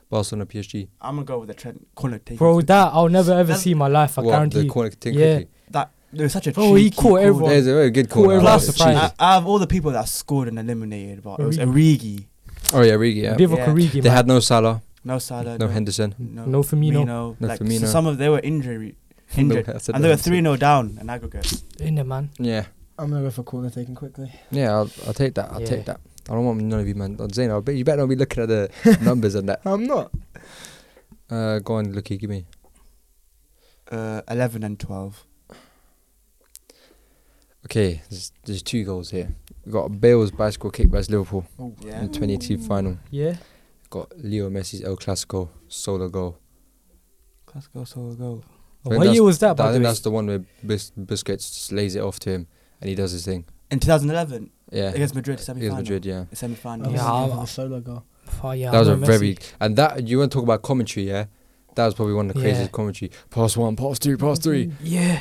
[SPEAKER 1] Barcelona PSG.
[SPEAKER 3] I'm gonna go with the Trent corner taking.
[SPEAKER 2] bro, that I'll never ever
[SPEAKER 3] That's-
[SPEAKER 2] see in my life. I
[SPEAKER 1] What
[SPEAKER 2] guarantee.
[SPEAKER 1] the
[SPEAKER 2] you.
[SPEAKER 1] corner thing
[SPEAKER 2] Yeah.
[SPEAKER 1] quickly.
[SPEAKER 3] that there was such a.
[SPEAKER 2] Bro, he
[SPEAKER 3] cheeky
[SPEAKER 2] caught
[SPEAKER 3] corner.
[SPEAKER 2] everyone.
[SPEAKER 1] It was a very good
[SPEAKER 2] Cool,
[SPEAKER 1] corner. Oh,
[SPEAKER 2] everyone
[SPEAKER 1] like,
[SPEAKER 2] was
[SPEAKER 1] cheeky.
[SPEAKER 2] surprised.
[SPEAKER 3] I, out of all the people that scored and eliminated, but it was Origi,
[SPEAKER 1] Oh yeah, Rigi. Yeah.
[SPEAKER 2] Divock
[SPEAKER 3] Yeah.
[SPEAKER 2] Origi,
[SPEAKER 1] They
[SPEAKER 2] man.
[SPEAKER 1] had no Salah,
[SPEAKER 3] no Salah,
[SPEAKER 1] no Henderson.
[SPEAKER 3] no,
[SPEAKER 2] No Firmino.
[SPEAKER 3] Firmino.
[SPEAKER 1] No
[SPEAKER 3] like,
[SPEAKER 1] Firmino.
[SPEAKER 3] So some of they were injury injured,
[SPEAKER 1] I said no
[SPEAKER 3] and they were
[SPEAKER 1] Henderson.
[SPEAKER 3] three 0 down in aggregate.
[SPEAKER 2] in there, man.
[SPEAKER 1] Yeah,
[SPEAKER 4] I'm gonna go for corner taken quickly.
[SPEAKER 1] yeah. I'll, I'll take that. I'll
[SPEAKER 2] Yeah.
[SPEAKER 1] take that. I don't want none of you, man. Zayn, I bet you better not be looking at the numbers and that.
[SPEAKER 4] I'm not.
[SPEAKER 1] Uh, go on, Lucky, give me.
[SPEAKER 3] Uh, Eleven and twelve.
[SPEAKER 1] Okay, there's, there's two goals here. We've got Bale's bicycle kick versus Liverpool
[SPEAKER 3] Oh, Yeah.
[SPEAKER 1] in 22 final.
[SPEAKER 2] Yeah.
[SPEAKER 1] Got Leo Messi's El Clasico solo goal.
[SPEAKER 3] Glasgow solo goal.
[SPEAKER 1] I
[SPEAKER 2] What
[SPEAKER 1] think
[SPEAKER 2] year
[SPEAKER 1] that's-
[SPEAKER 2] was that, by
[SPEAKER 1] I
[SPEAKER 2] the
[SPEAKER 1] think
[SPEAKER 2] way?
[SPEAKER 1] that's the one where Bis- Busquets just lays it off to him and he does his thing.
[SPEAKER 3] In 2011
[SPEAKER 1] Yeah.
[SPEAKER 3] against Madrid semi
[SPEAKER 1] Against
[SPEAKER 3] final.
[SPEAKER 1] Madrid, yeah.
[SPEAKER 3] Semi final.
[SPEAKER 2] Yeah,
[SPEAKER 4] Yeah,
[SPEAKER 2] I'll-
[SPEAKER 4] the solo goal.
[SPEAKER 2] Oh, yeah,
[SPEAKER 1] that was
[SPEAKER 2] I
[SPEAKER 1] a
[SPEAKER 2] know Messi.
[SPEAKER 1] very and that you want to talk about commentary, yeah. That was probably one of the
[SPEAKER 2] Yeah.
[SPEAKER 1] craziest commentary. Pass one, pass two, pass three.
[SPEAKER 2] Yeah.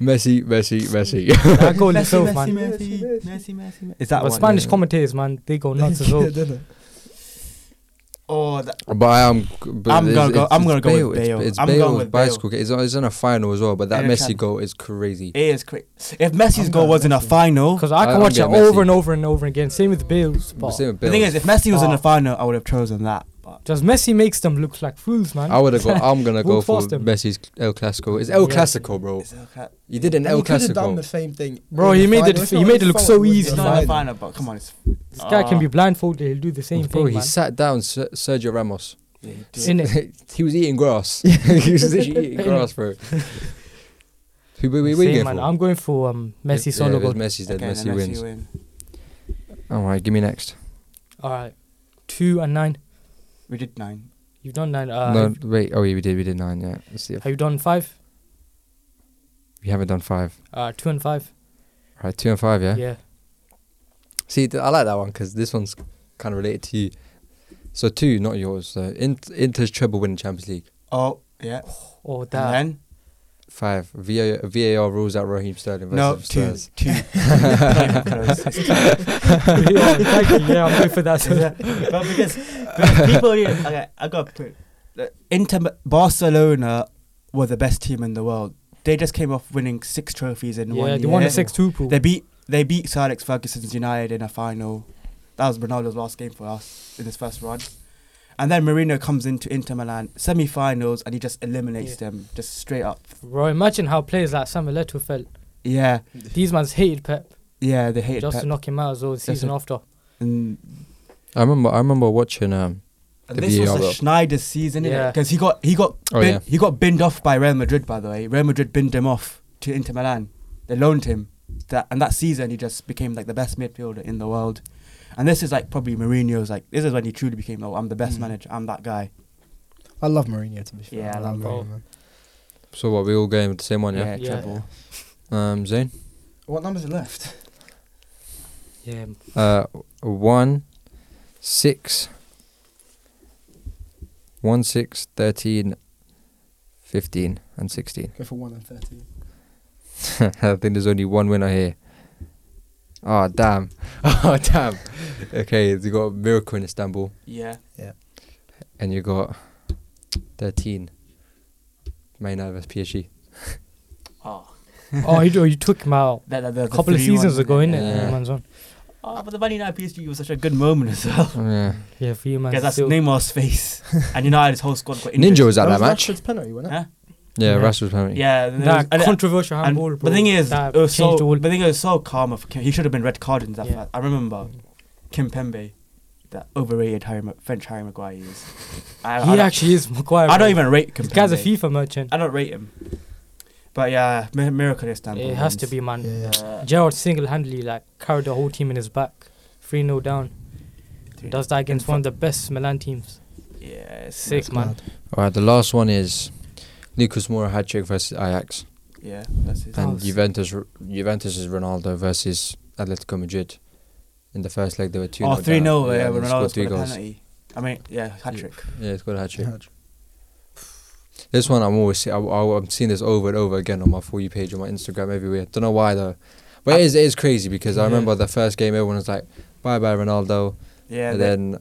[SPEAKER 1] Messi, Messi, Messi.
[SPEAKER 2] that goal itself, man.
[SPEAKER 3] Messi, Messi, Messi, Messi. Is that
[SPEAKER 2] but
[SPEAKER 3] one?
[SPEAKER 2] Spanish
[SPEAKER 1] yeah.
[SPEAKER 2] commentators, man, they go nuts as
[SPEAKER 4] Yeah,
[SPEAKER 2] well.
[SPEAKER 4] didn't it?
[SPEAKER 3] Oh, that,
[SPEAKER 1] but I am. But
[SPEAKER 3] I'm
[SPEAKER 1] it's-
[SPEAKER 3] gonna go-
[SPEAKER 1] it's-
[SPEAKER 3] I'm
[SPEAKER 1] it's
[SPEAKER 3] gonna go with
[SPEAKER 1] It's-
[SPEAKER 3] Bale.
[SPEAKER 1] It's,
[SPEAKER 3] I'm
[SPEAKER 1] Bale's
[SPEAKER 3] going with Bale.
[SPEAKER 1] bicycle. kick. It's, it's in a final as well, but that
[SPEAKER 3] In a
[SPEAKER 1] Messi
[SPEAKER 3] champ-
[SPEAKER 1] goal is crazy.
[SPEAKER 3] it is crazy. If Messi's
[SPEAKER 2] Oh,
[SPEAKER 4] I'm
[SPEAKER 3] goal
[SPEAKER 4] going
[SPEAKER 3] was in a
[SPEAKER 4] Messi.
[SPEAKER 3] final,
[SPEAKER 2] Because I
[SPEAKER 1] I-
[SPEAKER 2] can
[SPEAKER 1] I'm
[SPEAKER 2] watch it
[SPEAKER 1] getting
[SPEAKER 2] over
[SPEAKER 1] Messi.
[SPEAKER 2] and over and over again. Same with Bale's.
[SPEAKER 1] But
[SPEAKER 2] But
[SPEAKER 1] same with
[SPEAKER 3] the thing
[SPEAKER 1] Bale.
[SPEAKER 3] is, if Messi was in
[SPEAKER 2] Oh.
[SPEAKER 3] the final, I would have chosen that. But
[SPEAKER 2] just Messi makes them look like fools, man.
[SPEAKER 1] I would have go. I'm gonna go
[SPEAKER 2] Wolves
[SPEAKER 1] for
[SPEAKER 2] fast him.
[SPEAKER 1] Messi's El Clasico. It's El
[SPEAKER 2] Yeah.
[SPEAKER 1] Clasico, bro.
[SPEAKER 3] it's okay.
[SPEAKER 1] You did an
[SPEAKER 4] And
[SPEAKER 1] El
[SPEAKER 4] he could have done the
[SPEAKER 1] Clasico.
[SPEAKER 4] same thing.
[SPEAKER 2] Bro,
[SPEAKER 4] in
[SPEAKER 2] he
[SPEAKER 4] the
[SPEAKER 2] made it-
[SPEAKER 4] final. It's
[SPEAKER 2] he
[SPEAKER 4] not
[SPEAKER 2] made
[SPEAKER 4] his
[SPEAKER 2] it look
[SPEAKER 4] fault
[SPEAKER 2] so
[SPEAKER 4] it was
[SPEAKER 2] easy.
[SPEAKER 3] it's
[SPEAKER 4] the
[SPEAKER 3] not in the final,
[SPEAKER 4] final.
[SPEAKER 3] but come on, it's
[SPEAKER 2] this guy
[SPEAKER 3] Ah.
[SPEAKER 2] can be blindfolded. He'll do the same
[SPEAKER 1] Bro,
[SPEAKER 2] thing,
[SPEAKER 1] he
[SPEAKER 2] man.
[SPEAKER 1] sat down, Ser- Sergio Ramos.
[SPEAKER 3] Yeah, you do.
[SPEAKER 2] In it.
[SPEAKER 1] he was eating grass. he was literally eating grass, bro. Who we we, we going
[SPEAKER 2] Same, man.
[SPEAKER 1] for?
[SPEAKER 2] I'm going for um, Messi
[SPEAKER 1] Yeah,
[SPEAKER 2] solo
[SPEAKER 1] if it's
[SPEAKER 2] goal.
[SPEAKER 1] Messi's dead.
[SPEAKER 3] Okay, then
[SPEAKER 1] Messi wins.
[SPEAKER 3] win.
[SPEAKER 1] All right, give me next.
[SPEAKER 2] All right, two and nine.
[SPEAKER 3] We did nine.
[SPEAKER 2] You've done nine. Uh,
[SPEAKER 1] no,
[SPEAKER 2] have-
[SPEAKER 1] wait. Oh, yeah, we did. We did nine. Yeah, let's see. If
[SPEAKER 2] Have you done five?
[SPEAKER 1] we haven't done five.
[SPEAKER 2] Uh, two and five.
[SPEAKER 1] All right, two and five. Yeah.
[SPEAKER 2] Yeah.
[SPEAKER 1] See, th- I like that one because this one's kind of related to you. So two, not yours. So Int- Inter's treble winning Champions League.
[SPEAKER 3] Oh, yeah.
[SPEAKER 2] Or that.
[SPEAKER 3] And
[SPEAKER 1] Five. VAR, VAR rules out Raheem Sterling
[SPEAKER 3] then no
[SPEAKER 1] versus
[SPEAKER 3] two,
[SPEAKER 1] Spurs.
[SPEAKER 3] two. Close.
[SPEAKER 2] yeah, exactly. Yeah, I'm going for that.
[SPEAKER 3] Yeah, but because but people, need- okay, I got put. Inter Barcelona were the best team in the world. They just came off winning six trophies in one
[SPEAKER 2] yeah,
[SPEAKER 3] year.
[SPEAKER 2] they won a six two pool.
[SPEAKER 3] They beat they beat Sir Alex Ferguson's United in a final. That was Ronaldo's last game for us in his first run. And then Marino comes into Inter Milan semi-finals and he just eliminates
[SPEAKER 2] Yeah.
[SPEAKER 3] them just straight up.
[SPEAKER 2] Bro, imagine how players like Samueletto felt.
[SPEAKER 3] Yeah,
[SPEAKER 2] These man's hated Pep
[SPEAKER 3] yeah, they hated
[SPEAKER 2] just to
[SPEAKER 3] Pep.
[SPEAKER 2] knock him out as well the
[SPEAKER 3] a-
[SPEAKER 2] season after.
[SPEAKER 3] And
[SPEAKER 1] I remember. I remember watching. Um.
[SPEAKER 3] And
[SPEAKER 1] The
[SPEAKER 3] this
[SPEAKER 1] VAR
[SPEAKER 3] was
[SPEAKER 1] though.
[SPEAKER 3] the Schneider's season, innit?
[SPEAKER 2] Yeah.
[SPEAKER 3] Because he got he got
[SPEAKER 1] Oh,
[SPEAKER 3] bin-
[SPEAKER 1] yeah.
[SPEAKER 3] he got binned off by Real Madrid. By the way, Real Madrid binned him off to Inter Milan. They loaned him, that and that season he just became like the best midfielder in the world. And this is like probably Mourinho's like this is when he truly became oh I'm the best
[SPEAKER 4] Mm.
[SPEAKER 3] manager I'm that guy.
[SPEAKER 4] I love Mourinho to be fair.
[SPEAKER 3] Yeah, I love
[SPEAKER 2] Mourinho.
[SPEAKER 4] man.
[SPEAKER 1] So what? We all going with the same one, Oh, yeah.
[SPEAKER 2] Yeah.
[SPEAKER 3] treble.
[SPEAKER 1] Um, Zane.
[SPEAKER 4] What numbers are left?
[SPEAKER 2] Yeah,
[SPEAKER 1] Uh, one, six, one, six, thirteen, fifteen, and sixteen.
[SPEAKER 4] Go for one and thirteen.
[SPEAKER 1] I think there's only one winner here. Oh damn! Oh damn! Okay, you got miracle in Istanbul,
[SPEAKER 3] Yeah.
[SPEAKER 1] and you got thirteen. Man United versus PSG.
[SPEAKER 3] Oh,
[SPEAKER 2] oh, you, you took him out
[SPEAKER 3] that, that, that,
[SPEAKER 2] a couple of seasons ago, innit?
[SPEAKER 1] Yeah.
[SPEAKER 2] Yeah. Man's on.
[SPEAKER 3] Oh, but the Man United PSG was such a good moment as well.
[SPEAKER 1] Oh, Yeah.
[SPEAKER 2] Yeah, for you, man.
[SPEAKER 3] Because that's
[SPEAKER 2] still-
[SPEAKER 3] Neymar's face, and United's whole squad got injured.
[SPEAKER 1] Ninja was at that
[SPEAKER 4] was
[SPEAKER 1] match.
[SPEAKER 4] Rashford's penalty, wasn't it?
[SPEAKER 3] Huh?
[SPEAKER 1] Yeah,
[SPEAKER 2] Yeah.
[SPEAKER 1] Rashford's penalty.
[SPEAKER 3] Yeah, and there was-
[SPEAKER 2] that
[SPEAKER 3] and- uh,
[SPEAKER 2] controversial
[SPEAKER 3] And
[SPEAKER 2] handball.
[SPEAKER 3] the thing is,
[SPEAKER 2] that
[SPEAKER 3] it was so,
[SPEAKER 2] changed all-
[SPEAKER 3] the thing is so calm. Of Kim, he should have been red carded in that
[SPEAKER 2] Yeah.
[SPEAKER 3] fight. I remember Kim Pembe, that overrated Harry, Ma- French Harry Maguire he is. I, I,
[SPEAKER 2] he
[SPEAKER 3] don't-
[SPEAKER 2] actually is Maguire.
[SPEAKER 3] I
[SPEAKER 2] bro.
[SPEAKER 3] don't even rate Kim
[SPEAKER 2] This guy's a
[SPEAKER 3] Pembe.
[SPEAKER 2] FIFA merchant.
[SPEAKER 3] I don't rate him. But yeah, Mi- Miracle Istanbul.
[SPEAKER 2] It has
[SPEAKER 3] wins.
[SPEAKER 2] to be, man.
[SPEAKER 4] Yeah, yeah.
[SPEAKER 3] Uh,
[SPEAKER 2] Gerard single-handedly like carried the whole team in his back, three 0 down.
[SPEAKER 3] three-
[SPEAKER 2] Does that against one of the best Milan teams.
[SPEAKER 3] Yeah, it's
[SPEAKER 2] Sick,
[SPEAKER 3] nuts.
[SPEAKER 2] man.
[SPEAKER 1] All right, the last one is Lucas Moura hat trick versus Ajax,
[SPEAKER 3] Yeah, that's it.
[SPEAKER 1] and
[SPEAKER 2] sick.
[SPEAKER 1] Juventus Juventus is Ronaldo versus Atletico Madrid. In the first leg, they were two.
[SPEAKER 3] Oh, 3 0 yeah,
[SPEAKER 1] and they scored
[SPEAKER 3] when Ronaldo scored
[SPEAKER 1] three
[SPEAKER 3] a
[SPEAKER 1] goals.
[SPEAKER 3] penalty. I mean, yeah, hat trick.
[SPEAKER 1] Yeah, it's got a hat trick.
[SPEAKER 4] Yeah.
[SPEAKER 1] This one I'm always see, I, I, I'm seeing this over and over again on my for you page on my Instagram everywhere. Don't know why though, but it is it is crazy because I
[SPEAKER 2] Yeah.
[SPEAKER 1] remember the first game everyone was like, "Bye bye Ronaldo,"
[SPEAKER 3] Yeah,
[SPEAKER 1] and
[SPEAKER 3] they-
[SPEAKER 1] then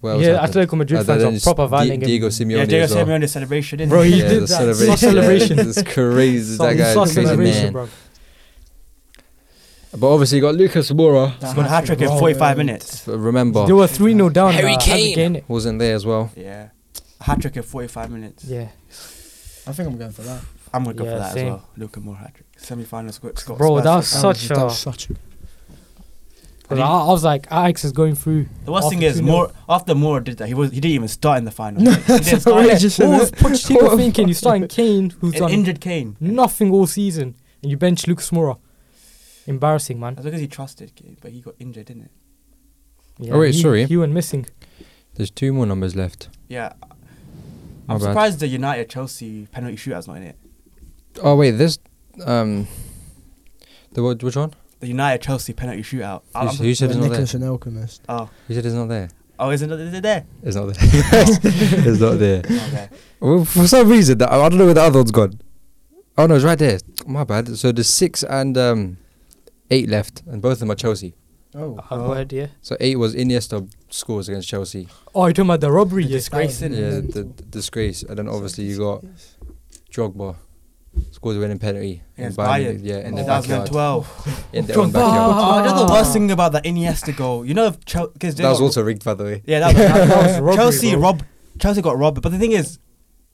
[SPEAKER 1] what else
[SPEAKER 2] yeah,
[SPEAKER 1] happened?
[SPEAKER 2] Atletico Madrid
[SPEAKER 1] Uh, then
[SPEAKER 2] fans
[SPEAKER 1] it's
[SPEAKER 2] are proper
[SPEAKER 1] Di-
[SPEAKER 2] valuing him.
[SPEAKER 1] Diego Simeone.
[SPEAKER 3] yeah, Diego
[SPEAKER 1] as well.
[SPEAKER 3] Simeone celebration. didn't
[SPEAKER 2] Bro,
[SPEAKER 3] he?
[SPEAKER 2] he
[SPEAKER 1] yeah,
[SPEAKER 2] did
[SPEAKER 1] the
[SPEAKER 2] that.
[SPEAKER 1] celebration.
[SPEAKER 2] Saw celebration.
[SPEAKER 1] it's crazy.
[SPEAKER 2] Saw-
[SPEAKER 1] that guy
[SPEAKER 2] saw
[SPEAKER 1] is a crazy
[SPEAKER 2] celebration,
[SPEAKER 1] man.
[SPEAKER 2] bro.
[SPEAKER 1] But obviously, you got Lucas Moura.
[SPEAKER 3] Scored a hat trick in
[SPEAKER 4] Bro,
[SPEAKER 3] 45
[SPEAKER 4] yeah.
[SPEAKER 3] minutes.
[SPEAKER 1] But remember,
[SPEAKER 2] They were three 0 down.
[SPEAKER 1] Harry
[SPEAKER 2] uh, Kane.
[SPEAKER 1] wasn't there as well.
[SPEAKER 3] Yeah. Hat trick in 45 minutes.
[SPEAKER 2] Yeah,
[SPEAKER 4] I think I'm going for that.
[SPEAKER 3] I'm going to go
[SPEAKER 2] Yeah,
[SPEAKER 3] for that
[SPEAKER 2] same.
[SPEAKER 3] as well. Luka Moore hat trick. Semi final Scott. Scott
[SPEAKER 2] bro,
[SPEAKER 3] Spurs.
[SPEAKER 2] that was
[SPEAKER 4] That
[SPEAKER 2] such
[SPEAKER 4] was, that
[SPEAKER 2] a.
[SPEAKER 4] was such a.
[SPEAKER 2] Cause I, I was like, Ajax is going through.
[SPEAKER 3] The worst thing
[SPEAKER 2] after
[SPEAKER 3] is,
[SPEAKER 2] 2-0.
[SPEAKER 3] Moore, after Moore did that, he was he didn't even start in the final. he didn't start
[SPEAKER 4] Really
[SPEAKER 2] Yeah,
[SPEAKER 3] it.
[SPEAKER 4] just
[SPEAKER 2] what
[SPEAKER 4] in
[SPEAKER 2] was Pochettino thinking? You're starting Kane, who's
[SPEAKER 3] An
[SPEAKER 2] done
[SPEAKER 3] injured Kane.
[SPEAKER 2] nothing all season, and you bench Lucas Moura. Embarrassing, man.
[SPEAKER 3] That's because he trusted Kane, but he got injured, didn't it?
[SPEAKER 2] Yeah,
[SPEAKER 1] Oh, wait,
[SPEAKER 2] he,
[SPEAKER 1] sorry.
[SPEAKER 2] He went missing.
[SPEAKER 1] There's two more numbers left.
[SPEAKER 3] Yeah.
[SPEAKER 1] My
[SPEAKER 3] I'm
[SPEAKER 1] bad.
[SPEAKER 3] surprised the United Chelsea penalty shootout's not in it.
[SPEAKER 1] Oh wait, this um, the what, which one?
[SPEAKER 3] The United Chelsea penalty shootout. I-
[SPEAKER 1] Who,
[SPEAKER 3] I'm
[SPEAKER 1] who said it's not there?
[SPEAKER 4] Nicholas and Alchemist.
[SPEAKER 3] Oh,
[SPEAKER 1] Who said it's not there?
[SPEAKER 3] Oh, isn't it? Is it there?
[SPEAKER 1] It's not there. it's not there.
[SPEAKER 3] Okay.
[SPEAKER 1] Well, for some reason, that, I don't know where the other one's gone. Oh no, it's right there. My bad. So there's six and um, eight left, and both of them are Chelsea.
[SPEAKER 4] Oh,
[SPEAKER 2] I've heard, yeah.
[SPEAKER 1] So eight was Iniesta scores against Chelsea.
[SPEAKER 2] Oh, you're talking about the robbery, yeah.
[SPEAKER 3] disgrace,
[SPEAKER 1] Yeah,
[SPEAKER 3] Didn't
[SPEAKER 4] Mental.
[SPEAKER 1] the, the disgrace, and then obviously you got Drogba scores the winning penalty. in
[SPEAKER 3] Yes,
[SPEAKER 1] Bayern
[SPEAKER 3] Bayern.
[SPEAKER 1] Munich, Yeah,
[SPEAKER 2] Oh,
[SPEAKER 1] in the backyard. Oh.
[SPEAKER 3] 2012.
[SPEAKER 1] In their own
[SPEAKER 2] Drogba!
[SPEAKER 1] backyard.
[SPEAKER 3] Oh, you know the
[SPEAKER 2] Ah.
[SPEAKER 3] worst thing about that Iniesta goal. You know, because
[SPEAKER 1] That was also rigged, by the way.
[SPEAKER 3] Yeah, that was, that
[SPEAKER 2] That was
[SPEAKER 3] was
[SPEAKER 2] robbery,
[SPEAKER 3] Chelsea
[SPEAKER 2] bro.
[SPEAKER 3] robbed. Chelsea got robbed. But the thing is,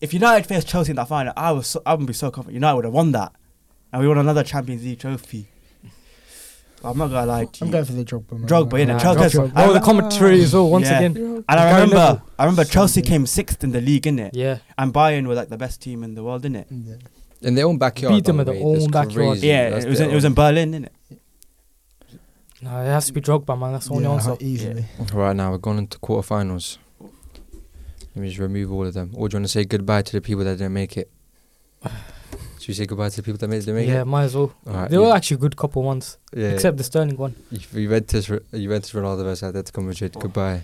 [SPEAKER 3] if United faced Chelsea in that final, I was so, I would be so confident United would have won that, and we won another Champions League trophy. But I'm not gonna lie to
[SPEAKER 4] I'm
[SPEAKER 3] you.
[SPEAKER 4] going for the Drogba. man.
[SPEAKER 3] Drogba, yeah,
[SPEAKER 4] Nah,
[SPEAKER 2] Drogba.
[SPEAKER 3] Chelsea.
[SPEAKER 2] Oh, the commentary as well, once
[SPEAKER 3] Yeah.
[SPEAKER 2] again.
[SPEAKER 3] and I
[SPEAKER 2] Guy
[SPEAKER 3] remember,
[SPEAKER 2] level.
[SPEAKER 3] I remember Chelsea
[SPEAKER 4] Something.
[SPEAKER 3] came sixth in the league, innit?
[SPEAKER 2] Yeah.
[SPEAKER 3] And Bayern were like the best team in the world, innit?
[SPEAKER 4] Yeah.
[SPEAKER 1] In their own backyard.
[SPEAKER 2] Beat them
[SPEAKER 1] by
[SPEAKER 2] in
[SPEAKER 1] way.
[SPEAKER 2] their
[SPEAKER 1] That's
[SPEAKER 2] own backyard.
[SPEAKER 1] crazy.
[SPEAKER 3] Yeah,
[SPEAKER 1] That's
[SPEAKER 3] it was
[SPEAKER 1] their
[SPEAKER 3] in, it was in
[SPEAKER 1] own.
[SPEAKER 3] Berlin, innit?
[SPEAKER 2] No, it has to be Drogba, man. That's the only
[SPEAKER 4] Yeah,
[SPEAKER 2] answer.
[SPEAKER 4] Easily.
[SPEAKER 1] Right now, we're going into quarterfinals. Let me just remove all of them. Or do you want to say goodbye to the people that didn't make it? Should we say goodbye to the people that made, didn't make
[SPEAKER 2] Yeah,
[SPEAKER 1] it?
[SPEAKER 2] might as well.
[SPEAKER 1] All right,
[SPEAKER 2] They
[SPEAKER 1] you-
[SPEAKER 2] were actually a good couple once,
[SPEAKER 1] Yeah.
[SPEAKER 2] except the Sterling one.
[SPEAKER 1] Ju- Juventus, Re- Juventus Ronaldo versus Atletico Madrid.
[SPEAKER 3] Oh.
[SPEAKER 1] Goodbye.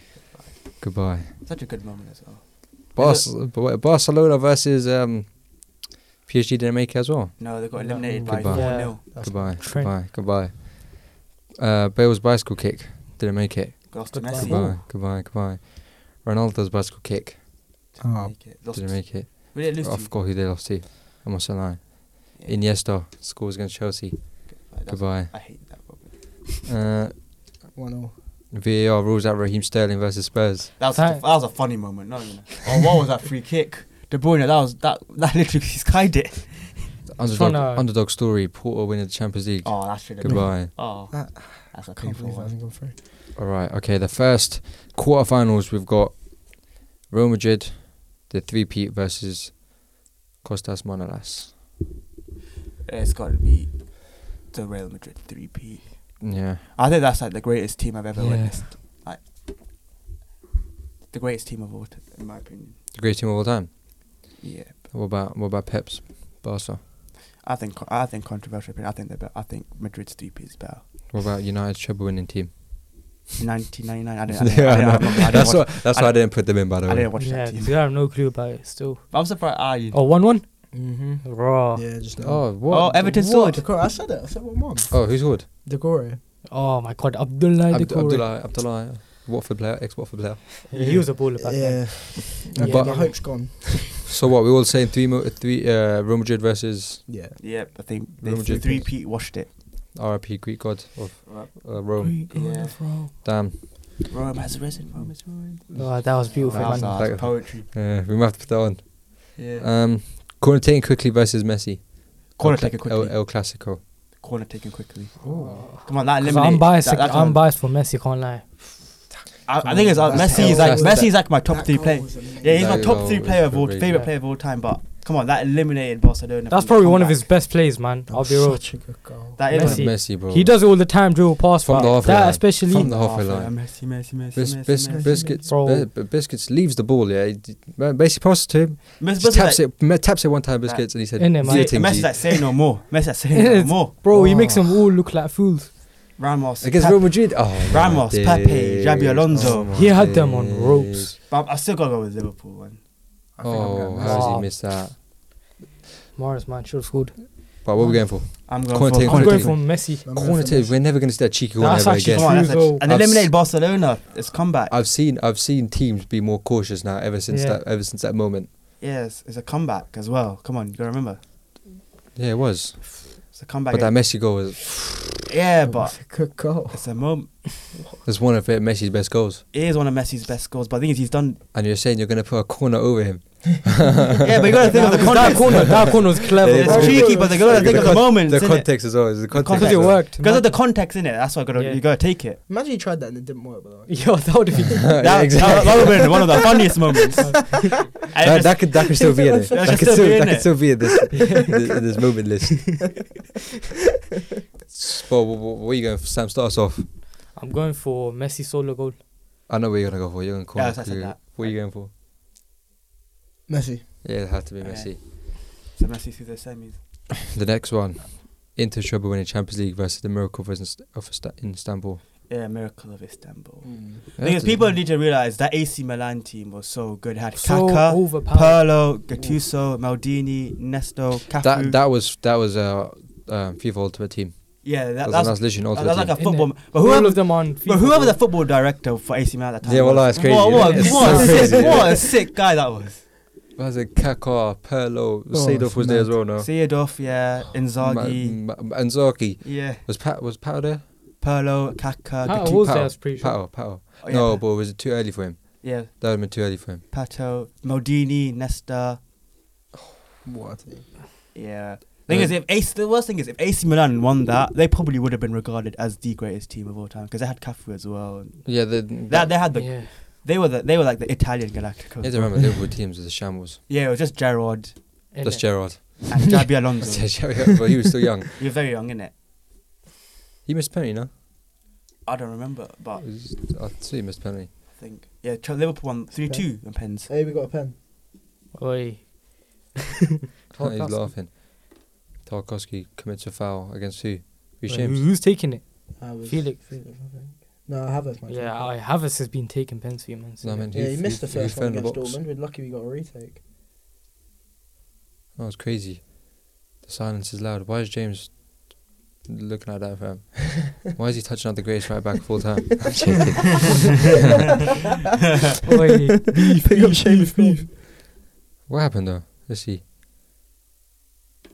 [SPEAKER 1] Goodbye.
[SPEAKER 3] Such a good moment as well.
[SPEAKER 1] Barce- Bar- Barcelona versus um, PSG didn't make it as well.
[SPEAKER 3] No, they got
[SPEAKER 4] No.
[SPEAKER 3] eliminated by
[SPEAKER 1] Goodbye.
[SPEAKER 3] four 0
[SPEAKER 4] That's
[SPEAKER 1] Goodbye. Goodbye.
[SPEAKER 2] Trent.
[SPEAKER 1] Goodbye. Uh, Bale's bicycle kick didn't make it.
[SPEAKER 3] Lost to
[SPEAKER 2] Goodbye.
[SPEAKER 3] Messi.
[SPEAKER 1] Goodbye. Goodbye. Goodbye. Ronaldo's bicycle kick
[SPEAKER 3] Didn't
[SPEAKER 4] Oh.
[SPEAKER 3] make it. Lost
[SPEAKER 1] didn't
[SPEAKER 3] to-
[SPEAKER 1] make it.
[SPEAKER 3] We didn't lose
[SPEAKER 1] I
[SPEAKER 3] to-
[SPEAKER 1] forgot who they lost to. I mustn't lie.
[SPEAKER 3] Yeah.
[SPEAKER 1] Iniesta scores against Chelsea.
[SPEAKER 3] Goodbye. That's-
[SPEAKER 1] Goodbye.
[SPEAKER 3] I hate that
[SPEAKER 1] Uh,
[SPEAKER 3] moment.
[SPEAKER 4] One all.
[SPEAKER 1] VAR rules out Raheem Sterling versus Spurs.
[SPEAKER 3] That was, such a, that was a funny moment, no, you know. Oh, what was that free kick? De Bruyne, that was that that literally skied it.
[SPEAKER 1] Underdog,
[SPEAKER 2] tryna-
[SPEAKER 1] underdog story. Porto winning the Champions League.
[SPEAKER 3] Oh, that's really
[SPEAKER 1] Goodbye.
[SPEAKER 3] Oh,
[SPEAKER 4] Ah,
[SPEAKER 3] that's a
[SPEAKER 4] Can't
[SPEAKER 3] painful
[SPEAKER 4] believe I
[SPEAKER 3] one.
[SPEAKER 4] haven't gone through.
[SPEAKER 1] All right. Okay. The first quarterfinals we've got Real Madrid, the three peat versus Costas Manolas.
[SPEAKER 3] It's got to be the Real Madrid three P.
[SPEAKER 1] Yeah.
[SPEAKER 3] I think that's like the greatest team I've ever
[SPEAKER 2] Yeah.
[SPEAKER 3] witnessed. Like the greatest team of all, t- in my opinion.
[SPEAKER 1] The greatest team of all time.
[SPEAKER 3] Yeah,
[SPEAKER 1] What about what about Pep's Barca?
[SPEAKER 3] I think I think controversial opinion. I think they're better. I think Madrid's three P is better.
[SPEAKER 1] What about United's treble winning team?
[SPEAKER 3] 1999. I didn't. I didn't, I didn't, I didn't, I didn't
[SPEAKER 1] That's
[SPEAKER 3] watch,
[SPEAKER 1] why that's why I didn't put them in by the
[SPEAKER 3] I
[SPEAKER 1] way.
[SPEAKER 3] didn't watch
[SPEAKER 2] yeah,
[SPEAKER 3] that team.
[SPEAKER 2] they have no clue about it still.
[SPEAKER 3] I'm surprised. Ah, you.
[SPEAKER 2] Oh, 1 1?
[SPEAKER 1] Mm-hmm.
[SPEAKER 2] Raw.
[SPEAKER 4] Yeah, just now.
[SPEAKER 1] Oh what?
[SPEAKER 3] oh Everton
[SPEAKER 4] What?
[SPEAKER 3] scored.
[SPEAKER 4] Decore- I said it. I said one one.
[SPEAKER 1] Oh, who's good?
[SPEAKER 4] Decore.
[SPEAKER 2] Oh my god, Abdullah
[SPEAKER 1] Abd-
[SPEAKER 2] Decore.
[SPEAKER 1] Abdullah Abdullah Watford player, ex Watford player.
[SPEAKER 2] He was a baller back then.
[SPEAKER 4] Yeah.
[SPEAKER 2] Yeah.
[SPEAKER 4] Okay,
[SPEAKER 1] But-
[SPEAKER 4] my hope's gone.
[SPEAKER 1] So what? We all saying three mo- three uh, Real Madrid versus
[SPEAKER 4] Yeah.
[SPEAKER 3] Yep, I think
[SPEAKER 1] Real
[SPEAKER 3] the
[SPEAKER 1] Madrid
[SPEAKER 3] three P washed it.
[SPEAKER 1] RIP Greek god of uh, Rome.
[SPEAKER 2] Great God,
[SPEAKER 3] Yeah.
[SPEAKER 2] bro.
[SPEAKER 1] Damn.
[SPEAKER 3] Rome has risen. Rome has risen.
[SPEAKER 2] Oh, that was beautiful,
[SPEAKER 1] Wow.
[SPEAKER 2] man.
[SPEAKER 1] Wow. Like-
[SPEAKER 3] poetry.
[SPEAKER 1] Yeah, we might have to put that on.
[SPEAKER 3] Yeah.
[SPEAKER 1] Um, Cornetane quickly versus Messi.
[SPEAKER 3] corner
[SPEAKER 1] El Cla-
[SPEAKER 3] taken quickly.
[SPEAKER 1] El, El Clasico.
[SPEAKER 3] corner taken quickly.
[SPEAKER 2] Oh.
[SPEAKER 3] Come on, that
[SPEAKER 2] 'Cause
[SPEAKER 3] eliminated.
[SPEAKER 2] I'm biased.
[SPEAKER 3] That, that's
[SPEAKER 2] I'm
[SPEAKER 3] one-
[SPEAKER 2] biased for Messi. Can't lie.
[SPEAKER 3] I, I think it's uh,
[SPEAKER 4] That's
[SPEAKER 3] Messi is like
[SPEAKER 1] terrible.
[SPEAKER 3] Messi is like my top
[SPEAKER 4] That
[SPEAKER 3] three
[SPEAKER 4] goal
[SPEAKER 3] player.
[SPEAKER 4] was amazing.
[SPEAKER 3] Yeah, he's my
[SPEAKER 1] That
[SPEAKER 3] top
[SPEAKER 1] goal
[SPEAKER 3] three
[SPEAKER 1] was
[SPEAKER 3] player of all,
[SPEAKER 1] outrageous.
[SPEAKER 3] favorite
[SPEAKER 2] Yeah.
[SPEAKER 3] player of all time. But come on, that eliminated Barcelona.
[SPEAKER 2] That's
[SPEAKER 3] from the
[SPEAKER 2] probably one of
[SPEAKER 3] comeback.
[SPEAKER 2] his best plays, man. I'll be real.
[SPEAKER 4] Such a good goal.
[SPEAKER 3] That is
[SPEAKER 1] Messi.
[SPEAKER 2] Messi.
[SPEAKER 1] Messi, bro.
[SPEAKER 2] He does it all the time, dribble pass,
[SPEAKER 1] From
[SPEAKER 2] but
[SPEAKER 1] the halfway
[SPEAKER 2] that
[SPEAKER 1] line.
[SPEAKER 2] especially.
[SPEAKER 1] From the halfway line.
[SPEAKER 3] Messi, Messi, Messi,
[SPEAKER 1] Bis-
[SPEAKER 3] Messi,
[SPEAKER 1] bis-
[SPEAKER 3] Messi.
[SPEAKER 1] biscuits,
[SPEAKER 2] Bro.
[SPEAKER 1] bi- bi- biscuits leaves the ball. Yeah, He d- man, basically passes to him.
[SPEAKER 3] Messi,
[SPEAKER 1] Just
[SPEAKER 3] Messi,
[SPEAKER 1] taps
[SPEAKER 3] like,
[SPEAKER 1] it, ma- taps it one time. Biscuits, and he said,
[SPEAKER 2] In there, man.
[SPEAKER 1] "Zero
[SPEAKER 2] Yeah,
[SPEAKER 1] things,
[SPEAKER 3] Messi
[SPEAKER 1] G."
[SPEAKER 3] like say no more. Messi like say no
[SPEAKER 2] It's-
[SPEAKER 3] more.
[SPEAKER 2] Bro, he
[SPEAKER 1] Oh.
[SPEAKER 2] makes them all look like fools.
[SPEAKER 3] Ramos.
[SPEAKER 1] against
[SPEAKER 3] Pep.
[SPEAKER 1] Real Madrid." Oh,
[SPEAKER 3] Ramos,
[SPEAKER 1] my
[SPEAKER 3] Pepe,
[SPEAKER 1] days. Oh,
[SPEAKER 3] Xabi Alonso.
[SPEAKER 1] my
[SPEAKER 2] He had them on
[SPEAKER 1] days.
[SPEAKER 2] ropes.
[SPEAKER 3] But I still gotta go with Liverpool one. I think I'm
[SPEAKER 1] Oh,
[SPEAKER 3] going
[SPEAKER 1] how has he
[SPEAKER 2] Wow.
[SPEAKER 1] missed that?
[SPEAKER 2] Morris, man, should have scored.
[SPEAKER 1] But what are we going for?
[SPEAKER 3] I'm going
[SPEAKER 1] Corner
[SPEAKER 3] for.
[SPEAKER 1] taken
[SPEAKER 2] I'm going
[SPEAKER 1] Quantity.
[SPEAKER 2] for Messi.
[SPEAKER 4] I'm gonna
[SPEAKER 1] Corner
[SPEAKER 4] finish.
[SPEAKER 1] tape. We're never going to see that cheeky one
[SPEAKER 2] That's
[SPEAKER 1] ever
[SPEAKER 2] actually
[SPEAKER 1] again.
[SPEAKER 3] Come on, that's
[SPEAKER 2] True,
[SPEAKER 3] a, and
[SPEAKER 1] though.
[SPEAKER 3] eliminated Barcelona. It's comeback.
[SPEAKER 1] I've seen I've seen teams be more cautious now ever since
[SPEAKER 2] Yeah.
[SPEAKER 1] that ever since that moment.
[SPEAKER 3] Yes, it's a comeback as well. Come on, you gotta remember.
[SPEAKER 1] Yeah, it was.
[SPEAKER 3] It's a comeback.
[SPEAKER 1] But that Messi goal was
[SPEAKER 3] yeah, but
[SPEAKER 4] Good goal.
[SPEAKER 3] it's a moment.
[SPEAKER 1] was one of Messi's best goals.
[SPEAKER 3] It is one of Messi's best scores. But the thing is, he's done.
[SPEAKER 1] And you're saying you're going to put a corner over him.
[SPEAKER 3] Yeah, but you gotta think of the
[SPEAKER 2] that
[SPEAKER 3] context.
[SPEAKER 2] corner, that corner was clever.
[SPEAKER 1] Yeah,
[SPEAKER 3] It's
[SPEAKER 2] bro.
[SPEAKER 3] cheeky, but you gotta
[SPEAKER 1] The
[SPEAKER 3] think of the
[SPEAKER 1] con-
[SPEAKER 3] moment.
[SPEAKER 1] the context as well. is The context.
[SPEAKER 2] Because it
[SPEAKER 1] as well.
[SPEAKER 2] worked.
[SPEAKER 3] Because
[SPEAKER 2] man.
[SPEAKER 3] of the context in it. That's why I gotta,
[SPEAKER 2] Yeah.
[SPEAKER 3] you gotta take it.
[SPEAKER 4] Imagine you tried that and it didn't work. By the way.
[SPEAKER 2] Yo, that would have
[SPEAKER 1] Yeah,
[SPEAKER 3] That, that-
[SPEAKER 1] exactly.
[SPEAKER 3] that would have been one of the funniest moments. And it
[SPEAKER 1] That,
[SPEAKER 3] just-
[SPEAKER 1] that could that could still be in it.
[SPEAKER 3] That
[SPEAKER 1] That
[SPEAKER 3] could
[SPEAKER 1] could
[SPEAKER 3] still
[SPEAKER 1] still
[SPEAKER 3] be in
[SPEAKER 1] that
[SPEAKER 3] it.
[SPEAKER 1] could still be in this this, this moment list. But what, what, what are you going for? Sam, start us off.
[SPEAKER 2] I'm going for Messi solo goal.
[SPEAKER 1] I know where you're going to go for. You're going to corner.
[SPEAKER 3] Yeah, I said
[SPEAKER 1] you-
[SPEAKER 3] that.
[SPEAKER 1] What are you going for?
[SPEAKER 4] Messi.
[SPEAKER 1] Yeah, it has to be
[SPEAKER 3] Okay.
[SPEAKER 1] Messi.
[SPEAKER 3] so Messi through the semis.
[SPEAKER 1] The next one, Inter treble winning Champions League versus the Miracle versus of Ista- in Istanbul.
[SPEAKER 3] yeah, miracle of Istanbul.
[SPEAKER 4] Mm.
[SPEAKER 1] Yeah,
[SPEAKER 3] Because
[SPEAKER 1] dude.
[SPEAKER 3] people need to realize that AC Milan team was so good. It had
[SPEAKER 2] So
[SPEAKER 3] Kaká,
[SPEAKER 2] overpowered.
[SPEAKER 3] Perlo, Gattuso, Maldini, Nesto, Cafu.
[SPEAKER 1] that that was that was a uh, um, FIFA Ultimate Team.
[SPEAKER 3] yeah, that,
[SPEAKER 1] That,
[SPEAKER 3] that's,
[SPEAKER 1] was, that's literally an
[SPEAKER 3] that's
[SPEAKER 1] ultimate
[SPEAKER 3] like a
[SPEAKER 1] team.
[SPEAKER 2] Isn't
[SPEAKER 3] football.
[SPEAKER 2] it?
[SPEAKER 3] But
[SPEAKER 2] All
[SPEAKER 3] whoever
[SPEAKER 2] of them on
[SPEAKER 3] But
[SPEAKER 2] FIFA
[SPEAKER 3] whoever
[SPEAKER 2] World
[SPEAKER 3] the football director for AC Milan at that time
[SPEAKER 1] Yeah,
[SPEAKER 3] was,
[SPEAKER 1] wallah, it's crazy,
[SPEAKER 3] What, what,
[SPEAKER 1] isn't it?
[SPEAKER 3] what,
[SPEAKER 1] It's
[SPEAKER 3] a
[SPEAKER 1] so
[SPEAKER 3] sick-
[SPEAKER 1] crazy,
[SPEAKER 3] what
[SPEAKER 1] yeah.
[SPEAKER 3] a sick guy that was.
[SPEAKER 1] That's a Kaká,
[SPEAKER 3] Oh,
[SPEAKER 1] Perlo, Seedorf
[SPEAKER 4] it's
[SPEAKER 1] was there as
[SPEAKER 4] mad.
[SPEAKER 1] well. No,
[SPEAKER 3] Seedorf, yeah, Inzaghi,
[SPEAKER 1] Ma- Ma- Anzaki
[SPEAKER 3] yeah,
[SPEAKER 1] was Pat was Pat there?
[SPEAKER 3] Perlo, Kaká,
[SPEAKER 2] Pat
[SPEAKER 3] Gattuso,
[SPEAKER 2] was
[SPEAKER 1] Pato,
[SPEAKER 2] there, I was pretty sure.
[SPEAKER 1] Pat Pat.
[SPEAKER 3] Oh, yeah,
[SPEAKER 1] No, but was it too early for him?
[SPEAKER 3] yeah,
[SPEAKER 1] That would have been too early for him.
[SPEAKER 3] Pato, Maldini, Nesta,
[SPEAKER 4] What a team.
[SPEAKER 3] yeah. Thing is, if AC, the worst thing is, if AC Milan won that, they probably would have been regarded as the greatest team of all time because they had Cafu as well. And
[SPEAKER 1] Yeah, the,
[SPEAKER 3] that they had the,
[SPEAKER 2] Yeah.
[SPEAKER 3] they were the, they were like the Italian Galacticos.
[SPEAKER 1] You have to remember Liverpool teams was a shambles.
[SPEAKER 3] Yeah, it was just Gerrard
[SPEAKER 1] That's
[SPEAKER 2] innit?
[SPEAKER 1] Gerard.
[SPEAKER 3] and Jabi Alonso.
[SPEAKER 1] but he was still young.
[SPEAKER 3] You're very young, innit?
[SPEAKER 1] He missed penalty, no?
[SPEAKER 3] I don't remember, but
[SPEAKER 1] I see he missed penalty.
[SPEAKER 3] I think yeah, Ch- Liverpool won three two on pens.
[SPEAKER 4] Hey, we got a pen.
[SPEAKER 2] Oi.
[SPEAKER 1] He's
[SPEAKER 2] Tarkowski.
[SPEAKER 1] laughing. Tarkovsky commits a foul against who? Who's
[SPEAKER 2] Wait,
[SPEAKER 1] James?
[SPEAKER 2] who's taking it?
[SPEAKER 4] I was
[SPEAKER 2] Felix.
[SPEAKER 4] Felix, I think. No, Havertz. might
[SPEAKER 2] Yeah,
[SPEAKER 4] take
[SPEAKER 2] I, Havertz has been taking pens for you, man.
[SPEAKER 1] No, I mean,
[SPEAKER 4] it. yeah. He
[SPEAKER 1] who-
[SPEAKER 4] missed the
[SPEAKER 1] who- who
[SPEAKER 4] first
[SPEAKER 1] fell
[SPEAKER 4] one
[SPEAKER 1] in the
[SPEAKER 4] against
[SPEAKER 1] box?
[SPEAKER 4] Dortmund. We're lucky we got a retake.
[SPEAKER 1] That was Oh, crazy. The silence is loud. Why is James looking like that for him? Why is he touching out the greatest right back full time? I'm joking.
[SPEAKER 2] Oi. Beef,
[SPEAKER 4] Pick up
[SPEAKER 2] beef,
[SPEAKER 4] Shane
[SPEAKER 2] beef,
[SPEAKER 4] Smith.
[SPEAKER 2] beef.
[SPEAKER 1] What happened though? Let's see.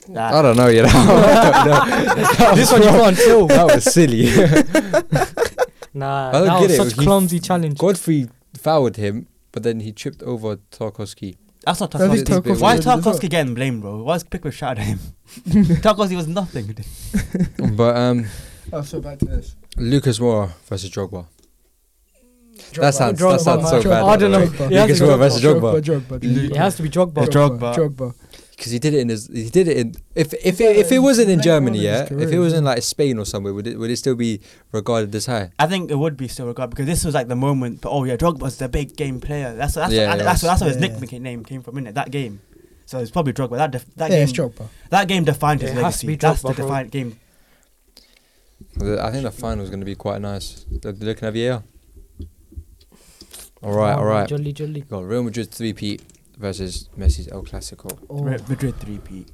[SPEAKER 1] I
[SPEAKER 3] Nah,
[SPEAKER 1] don't know, you know. I don't know.
[SPEAKER 2] this one you can't show.
[SPEAKER 1] That was silly.
[SPEAKER 2] Nah,
[SPEAKER 1] I don't
[SPEAKER 2] that
[SPEAKER 1] get
[SPEAKER 2] was
[SPEAKER 1] it.
[SPEAKER 2] such
[SPEAKER 1] He-
[SPEAKER 2] clumsy challenge.
[SPEAKER 1] Godfrey fouled him, but then he tripped over Tarkovsky.
[SPEAKER 3] that's not
[SPEAKER 4] I think
[SPEAKER 1] Tarkovsky.
[SPEAKER 3] Tarkovsky.
[SPEAKER 1] Tarkovsky
[SPEAKER 3] Why is
[SPEAKER 4] did as well.
[SPEAKER 3] Tarkovsky getting blamed, bro? Why is Pickford shouting at him? Tarkovsky was nothing.
[SPEAKER 1] but um,
[SPEAKER 4] Oh, so back to this.
[SPEAKER 1] Lucas Moura versus Drogba. That sounds- that sounds
[SPEAKER 2] so bad, I don't know. He
[SPEAKER 1] Lucas
[SPEAKER 2] has to be
[SPEAKER 1] Moura versus Drogba.
[SPEAKER 4] Drogba.
[SPEAKER 2] It has to be Drogba.
[SPEAKER 3] It's Drogba.
[SPEAKER 4] Drogba.
[SPEAKER 1] because he did it in his he did it in if if
[SPEAKER 4] Yeah,
[SPEAKER 1] it, if it
[SPEAKER 4] he's
[SPEAKER 1] wasn't in
[SPEAKER 4] later on
[SPEAKER 1] Germany
[SPEAKER 4] in his
[SPEAKER 1] yeah if it
[SPEAKER 4] career,
[SPEAKER 1] was in
[SPEAKER 4] yeah.
[SPEAKER 1] like Spain or somewhere would it would it still be regarded as high
[SPEAKER 3] I think it would be still regarded because this was like the moment. But oh yeah, Drogba's the big game player. That's that's
[SPEAKER 1] Yeah,
[SPEAKER 3] that's, that's,
[SPEAKER 1] yeah.
[SPEAKER 3] that's where his
[SPEAKER 4] Yeah.
[SPEAKER 3] nickname name came from, innit? That game. So it's probably Drogba. That def- that
[SPEAKER 4] Yeah, it's
[SPEAKER 3] game
[SPEAKER 4] Drogba.
[SPEAKER 3] that game defined his
[SPEAKER 2] It has to
[SPEAKER 3] legacy.
[SPEAKER 2] be
[SPEAKER 3] That's the
[SPEAKER 2] Drogba, bro.
[SPEAKER 3] defined game.
[SPEAKER 1] The- I think the final is going to be quite nice They're looking at VAR all right all right
[SPEAKER 2] Jolly, jolly.
[SPEAKER 1] got Real Madrid three P versus Messi's El Clasico
[SPEAKER 4] Oh,
[SPEAKER 3] Re- Madrid three P.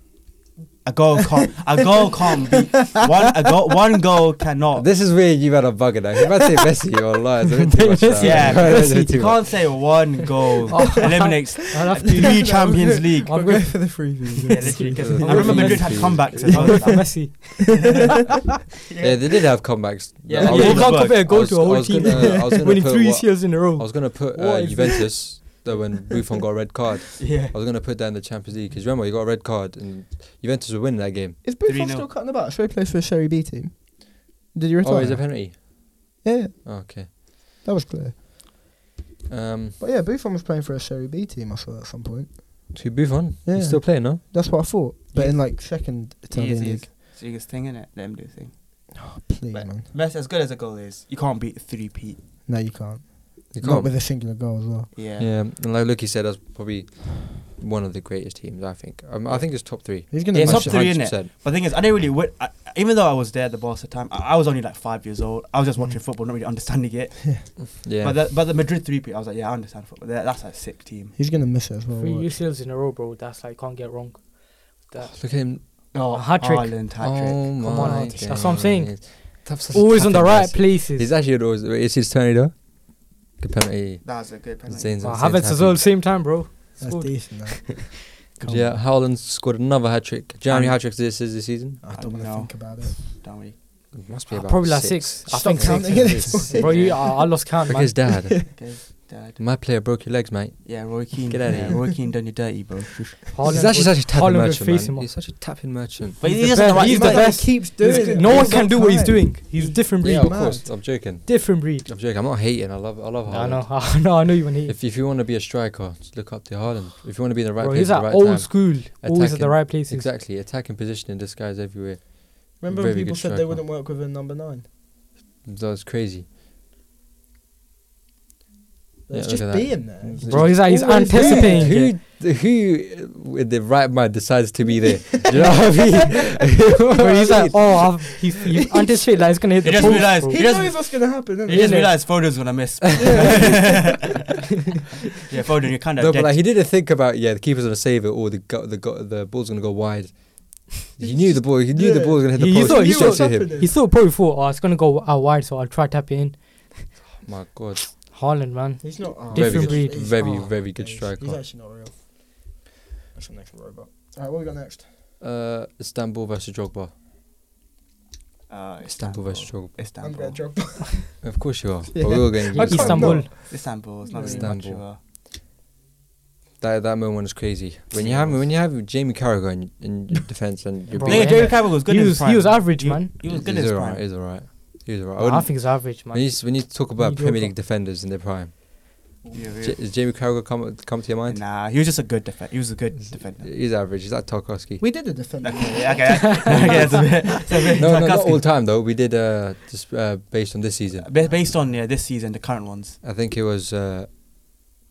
[SPEAKER 3] A goal can't. a goal can't be one. A goal. One goal cannot.
[SPEAKER 1] this is weird you've had a bugger now if I say Messi you're lying it's a bit too much
[SPEAKER 2] Messi,
[SPEAKER 3] Yeah,
[SPEAKER 1] now. It's a bit
[SPEAKER 3] Messi
[SPEAKER 1] too much.
[SPEAKER 3] can't say one goal eliminates
[SPEAKER 2] I'll have to.
[SPEAKER 3] three Champions League.
[SPEAKER 2] I'll
[SPEAKER 4] go
[SPEAKER 2] go
[SPEAKER 4] for the freebies.
[SPEAKER 3] Yeah, literally. 'cause
[SPEAKER 1] Yeah.
[SPEAKER 3] I remember Madrid had
[SPEAKER 1] Yeah.
[SPEAKER 3] comebacks.
[SPEAKER 2] I'll go for
[SPEAKER 3] As
[SPEAKER 2] Messi.
[SPEAKER 1] yeah they did have comebacks
[SPEAKER 3] Yeah,
[SPEAKER 1] I
[SPEAKER 2] Yeah,
[SPEAKER 1] was
[SPEAKER 2] you
[SPEAKER 3] Wolfsburg.
[SPEAKER 1] gonna-
[SPEAKER 2] can't compare a
[SPEAKER 1] I
[SPEAKER 2] goal
[SPEAKER 1] was-
[SPEAKER 2] to a
[SPEAKER 1] I
[SPEAKER 2] whole
[SPEAKER 1] was
[SPEAKER 2] team.
[SPEAKER 1] gonna- I was gonna
[SPEAKER 2] Winning
[SPEAKER 1] put
[SPEAKER 2] three
[SPEAKER 1] what-
[SPEAKER 2] years in a
[SPEAKER 1] I
[SPEAKER 2] row.
[SPEAKER 1] was gonna put
[SPEAKER 2] What
[SPEAKER 1] uh,
[SPEAKER 2] is
[SPEAKER 1] Juventus that when Buffon got a red card
[SPEAKER 3] Yeah.
[SPEAKER 1] I was gonna put that in the Champions League because remember he got a red card and Juventus were winning that game.
[SPEAKER 4] Is Buffon
[SPEAKER 3] 3-0.
[SPEAKER 4] still cutting the back? Should he play for a Sherry B team? Did you retire?
[SPEAKER 1] Oh, is it a penalty?
[SPEAKER 4] yeah, yeah,
[SPEAKER 1] Oh, okay.
[SPEAKER 4] that was clear.
[SPEAKER 1] Um,
[SPEAKER 4] But yeah, Buffon was playing for a Sherry B team, I saw at some point.
[SPEAKER 1] to Buffon, yeah.
[SPEAKER 4] Yeah.
[SPEAKER 1] he's still playing, no?
[SPEAKER 4] That's what I thought. But
[SPEAKER 3] Yeah.
[SPEAKER 4] in like second Italian
[SPEAKER 3] Yes, yes.
[SPEAKER 4] league. Oh,
[SPEAKER 3] It's the biggest thing, innit? Let him do his thing.
[SPEAKER 4] Please,
[SPEAKER 3] But-
[SPEAKER 4] man.
[SPEAKER 3] Messi, as good as a goal is, you can't beat three P.
[SPEAKER 4] No, you can't.
[SPEAKER 1] He
[SPEAKER 4] Not
[SPEAKER 1] can't.
[SPEAKER 4] with a singular goal as well.
[SPEAKER 1] yeah.
[SPEAKER 3] Yeah.
[SPEAKER 1] and like Lucky said, that's probably one of the greatest teams. I think. Um, I think it's top three.
[SPEAKER 4] He's gonna
[SPEAKER 3] Yeah,
[SPEAKER 4] match
[SPEAKER 3] top
[SPEAKER 4] it.
[SPEAKER 3] three, innit?
[SPEAKER 1] 100%.
[SPEAKER 3] But the thing is, I didn't really. Wit- I, even though I was there at the Barca time, I, I was only like five years old. I was just watching football, not really understanding it.
[SPEAKER 1] Yeah.
[SPEAKER 3] But the, but the Madrid three P, I was like, yeah, I understand football. That- That's a sick team.
[SPEAKER 4] He's gonna miss it as well.
[SPEAKER 2] Three
[SPEAKER 4] watch.
[SPEAKER 2] UCLs in a row, bro. That's like can't get wrong. That
[SPEAKER 1] Look at him.
[SPEAKER 3] Oh,
[SPEAKER 2] hat-trick.
[SPEAKER 3] Haaland, hat-trick.
[SPEAKER 1] Oh my
[SPEAKER 2] Come on,
[SPEAKER 1] God.
[SPEAKER 2] that's what I'm saying.
[SPEAKER 1] That's such a
[SPEAKER 2] always
[SPEAKER 1] tough
[SPEAKER 2] on the
[SPEAKER 1] thing,
[SPEAKER 2] right
[SPEAKER 1] guys.
[SPEAKER 2] places.
[SPEAKER 1] He's actually always. It's his turn, though. Good penalty.
[SPEAKER 3] That was a good penalty.
[SPEAKER 1] Zane's-
[SPEAKER 2] Wow,
[SPEAKER 1] Zane's
[SPEAKER 2] Havertz as well,
[SPEAKER 1] happy.
[SPEAKER 2] same time, bro.
[SPEAKER 4] That's
[SPEAKER 2] Scored.
[SPEAKER 4] decent. though. Come
[SPEAKER 1] Yeah,
[SPEAKER 4] on.
[SPEAKER 1] Howland scored another hat trick. Do you know how many
[SPEAKER 3] And-
[SPEAKER 1] hat tricks this is this season?
[SPEAKER 4] I don't want to
[SPEAKER 3] No.
[SPEAKER 4] think about it.
[SPEAKER 3] Don't we?
[SPEAKER 1] It must be
[SPEAKER 2] Uh,
[SPEAKER 1] about
[SPEAKER 2] probably like six. I
[SPEAKER 4] Stop
[SPEAKER 2] think six.
[SPEAKER 4] counting it.
[SPEAKER 2] Bro, you, I, I lost count,
[SPEAKER 1] Look at
[SPEAKER 2] man.
[SPEAKER 1] his dad.
[SPEAKER 3] Okay, Dad.
[SPEAKER 1] My player broke your legs, mate.
[SPEAKER 3] Yeah, Roy Keane.
[SPEAKER 1] Get outta
[SPEAKER 3] yeah,
[SPEAKER 1] here.
[SPEAKER 3] Roy Keane done you dirty, bro.
[SPEAKER 2] Haaland
[SPEAKER 1] He's actually
[SPEAKER 2] would-
[SPEAKER 1] such a tapping
[SPEAKER 2] Haaland would
[SPEAKER 1] merchant,
[SPEAKER 2] face
[SPEAKER 1] man.
[SPEAKER 2] him
[SPEAKER 1] He's such a tapping merchant.
[SPEAKER 3] But
[SPEAKER 2] He's the
[SPEAKER 3] he's just
[SPEAKER 2] best.
[SPEAKER 3] right.
[SPEAKER 2] He's the
[SPEAKER 4] Man,
[SPEAKER 2] best.
[SPEAKER 4] He keeps doing
[SPEAKER 2] He's-
[SPEAKER 4] it.
[SPEAKER 2] No one
[SPEAKER 4] He's
[SPEAKER 2] can
[SPEAKER 4] on
[SPEAKER 2] do what he's
[SPEAKER 4] time.
[SPEAKER 2] doing. He's different breed.
[SPEAKER 1] Yeah, of
[SPEAKER 4] mad.
[SPEAKER 1] course. I'm joking.
[SPEAKER 2] Different breed.
[SPEAKER 1] I'm joking. I'm not hating. I love. I love
[SPEAKER 2] I
[SPEAKER 1] Haaland.
[SPEAKER 2] know. I know. I know you when he.
[SPEAKER 1] If if you want to be a striker, just look up to Haaland. If you want to be in the right
[SPEAKER 2] bro,
[SPEAKER 1] place
[SPEAKER 2] he's
[SPEAKER 1] at
[SPEAKER 2] at
[SPEAKER 1] the right
[SPEAKER 2] old
[SPEAKER 1] time,
[SPEAKER 2] school. Always at
[SPEAKER 1] Attacking.
[SPEAKER 2] the right places.
[SPEAKER 1] exactly attacking position in disguise everywhere.
[SPEAKER 4] Remember
[SPEAKER 1] Very
[SPEAKER 4] when people
[SPEAKER 1] good
[SPEAKER 4] said they
[SPEAKER 1] striker.
[SPEAKER 4] wouldn't work with a number nine?
[SPEAKER 1] That was crazy. Yeah,
[SPEAKER 4] It's
[SPEAKER 1] look
[SPEAKER 4] just
[SPEAKER 1] at that.
[SPEAKER 4] being there.
[SPEAKER 2] Bro, he's, like, he's
[SPEAKER 4] Always there.
[SPEAKER 2] anticipating. it.
[SPEAKER 1] Who, who with the right mind decides to be there? Do you know what I mean? You know what
[SPEAKER 2] Bro,
[SPEAKER 1] I
[SPEAKER 2] he's like,
[SPEAKER 1] mean?
[SPEAKER 2] oh, I've, he's, he anticipated that he's gonna hit
[SPEAKER 3] He
[SPEAKER 2] the
[SPEAKER 3] just
[SPEAKER 2] post,
[SPEAKER 3] realised
[SPEAKER 2] bro.
[SPEAKER 4] He
[SPEAKER 3] He doesn't-
[SPEAKER 4] knows what's gonna happen. doesn't
[SPEAKER 3] You
[SPEAKER 4] he?
[SPEAKER 3] just
[SPEAKER 2] Innit?
[SPEAKER 3] realised Foden's gonna miss. yeah, Foden, you're kind of
[SPEAKER 1] No,
[SPEAKER 3] dead.
[SPEAKER 1] but like he didn't think about yeah, the keeper's gonna save it or the go, the go, the ball's gonna go wide. He knew the ball. He knew the
[SPEAKER 4] Yeah.
[SPEAKER 1] ball was gonna hit the
[SPEAKER 2] He- he
[SPEAKER 1] post.
[SPEAKER 2] thought- he
[SPEAKER 1] He
[SPEAKER 2] thought-
[SPEAKER 1] said to him,
[SPEAKER 4] happening.
[SPEAKER 2] He still probably thought, oh, it's gonna go out wide, so I'll try tap it in.
[SPEAKER 1] "My God,
[SPEAKER 2] Haaland, man.
[SPEAKER 4] He's not oh,
[SPEAKER 1] Very
[SPEAKER 2] Different
[SPEAKER 1] good-
[SPEAKER 2] breed.
[SPEAKER 4] He's-
[SPEAKER 1] very,
[SPEAKER 4] oh,
[SPEAKER 1] very good
[SPEAKER 4] he's-
[SPEAKER 1] striker."
[SPEAKER 4] He's actually not real. That's an actual robot. All right, what we got next?
[SPEAKER 1] Uh, Istanbul versus Drogba.
[SPEAKER 3] uh,
[SPEAKER 1] Istanbul
[SPEAKER 3] Istanbul.
[SPEAKER 1] versus Drogba.
[SPEAKER 4] I'm
[SPEAKER 3] Istanbul.
[SPEAKER 4] going to drop.
[SPEAKER 1] Of course you are. But
[SPEAKER 4] Yeah.
[SPEAKER 1] we were getting
[SPEAKER 4] I can't
[SPEAKER 2] Istanbul.
[SPEAKER 4] know.
[SPEAKER 3] Istanbul. It's not really much
[SPEAKER 1] Istanbul.
[SPEAKER 3] of a.
[SPEAKER 1] that that moment is crazy. When you have when you have Jamie Carragher in, in your defense and you're
[SPEAKER 2] Bro,
[SPEAKER 3] yeah,
[SPEAKER 1] being,
[SPEAKER 2] yeah.
[SPEAKER 3] Jerry Cavill was good.
[SPEAKER 2] He
[SPEAKER 3] in his
[SPEAKER 2] was- he
[SPEAKER 3] prime.
[SPEAKER 2] was average,
[SPEAKER 3] He-
[SPEAKER 2] man.
[SPEAKER 3] He was good in
[SPEAKER 1] he's
[SPEAKER 3] his
[SPEAKER 1] alright.
[SPEAKER 3] prime.
[SPEAKER 1] He's alright. He's alright. I
[SPEAKER 2] I
[SPEAKER 1] wouldn't-
[SPEAKER 2] think he's average,
[SPEAKER 1] When you,
[SPEAKER 2] man.
[SPEAKER 1] s- when you talk about Premier
[SPEAKER 2] Mediocre.
[SPEAKER 1] League defenders in their prime,
[SPEAKER 3] Yeah,
[SPEAKER 1] J-
[SPEAKER 3] yeah.
[SPEAKER 1] is Jamie Carragher come come to your mind?
[SPEAKER 3] Nah, he was just a good defender. He was a good defender.
[SPEAKER 1] He's average. He's like Tarkovsky.
[SPEAKER 4] We did a defender.
[SPEAKER 3] okay, okay, that's a bit. that's a bit
[SPEAKER 1] No, no, not
[SPEAKER 3] sarcastic.
[SPEAKER 1] all time though. We did uh, just uh, based on this season.
[SPEAKER 3] Ba- Based on yeah, this season, the current ones,
[SPEAKER 1] I think it was uh,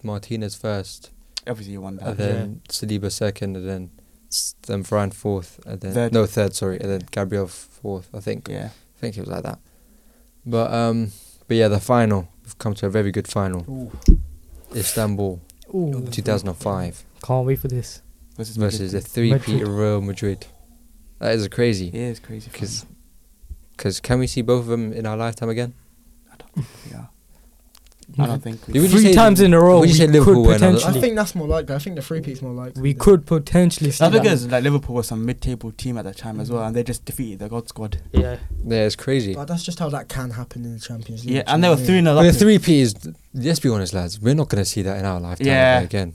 [SPEAKER 1] Martinez first,
[SPEAKER 3] obviously you won
[SPEAKER 1] and
[SPEAKER 2] Ah,
[SPEAKER 3] that.
[SPEAKER 1] then Saliba second, and then s- then Varane fourth, and then
[SPEAKER 3] Third.
[SPEAKER 1] no third, sorry, and then Gabriel fourth. I think.
[SPEAKER 3] Yeah.
[SPEAKER 1] I think it was like that. But um, but yeah, the final. We've come to a very good final.
[SPEAKER 4] Ooh.
[SPEAKER 1] Istanbul,
[SPEAKER 2] Ooh,
[SPEAKER 1] 2005
[SPEAKER 2] can't wait for this.
[SPEAKER 3] Versus,
[SPEAKER 1] versus the
[SPEAKER 3] Madrid.
[SPEAKER 1] three P
[SPEAKER 2] Madrid.
[SPEAKER 1] Real Madrid. That is crazy.
[SPEAKER 3] Yeah, it's crazy.
[SPEAKER 1] Because cause can we see both of them in our lifetime again?
[SPEAKER 3] yeah, I don't think.
[SPEAKER 1] You would
[SPEAKER 3] We
[SPEAKER 1] just
[SPEAKER 2] Three
[SPEAKER 1] say-
[SPEAKER 2] times in a row,
[SPEAKER 1] would you
[SPEAKER 2] we
[SPEAKER 1] say
[SPEAKER 2] could
[SPEAKER 1] Liverpool win?
[SPEAKER 2] potentially,
[SPEAKER 4] I think that's more likely. I think the free piece more likely.
[SPEAKER 2] we
[SPEAKER 4] than-
[SPEAKER 2] could potentially. see
[SPEAKER 3] that's
[SPEAKER 2] that.
[SPEAKER 3] because like Liverpool was some mid-table team at that time as well, and they just defeated the God Squad.
[SPEAKER 2] yeah,
[SPEAKER 1] Yeah, it's crazy.
[SPEAKER 4] But that's just how that can happen in the Champions League.
[SPEAKER 3] Yeah,
[SPEAKER 4] do you
[SPEAKER 3] and
[SPEAKER 4] know
[SPEAKER 3] they were
[SPEAKER 4] what I mean?
[SPEAKER 3] three 0
[SPEAKER 1] But the three P is. Let's be honest, lads. We're not gonna see that in our lifetime
[SPEAKER 3] Yeah.
[SPEAKER 1] again.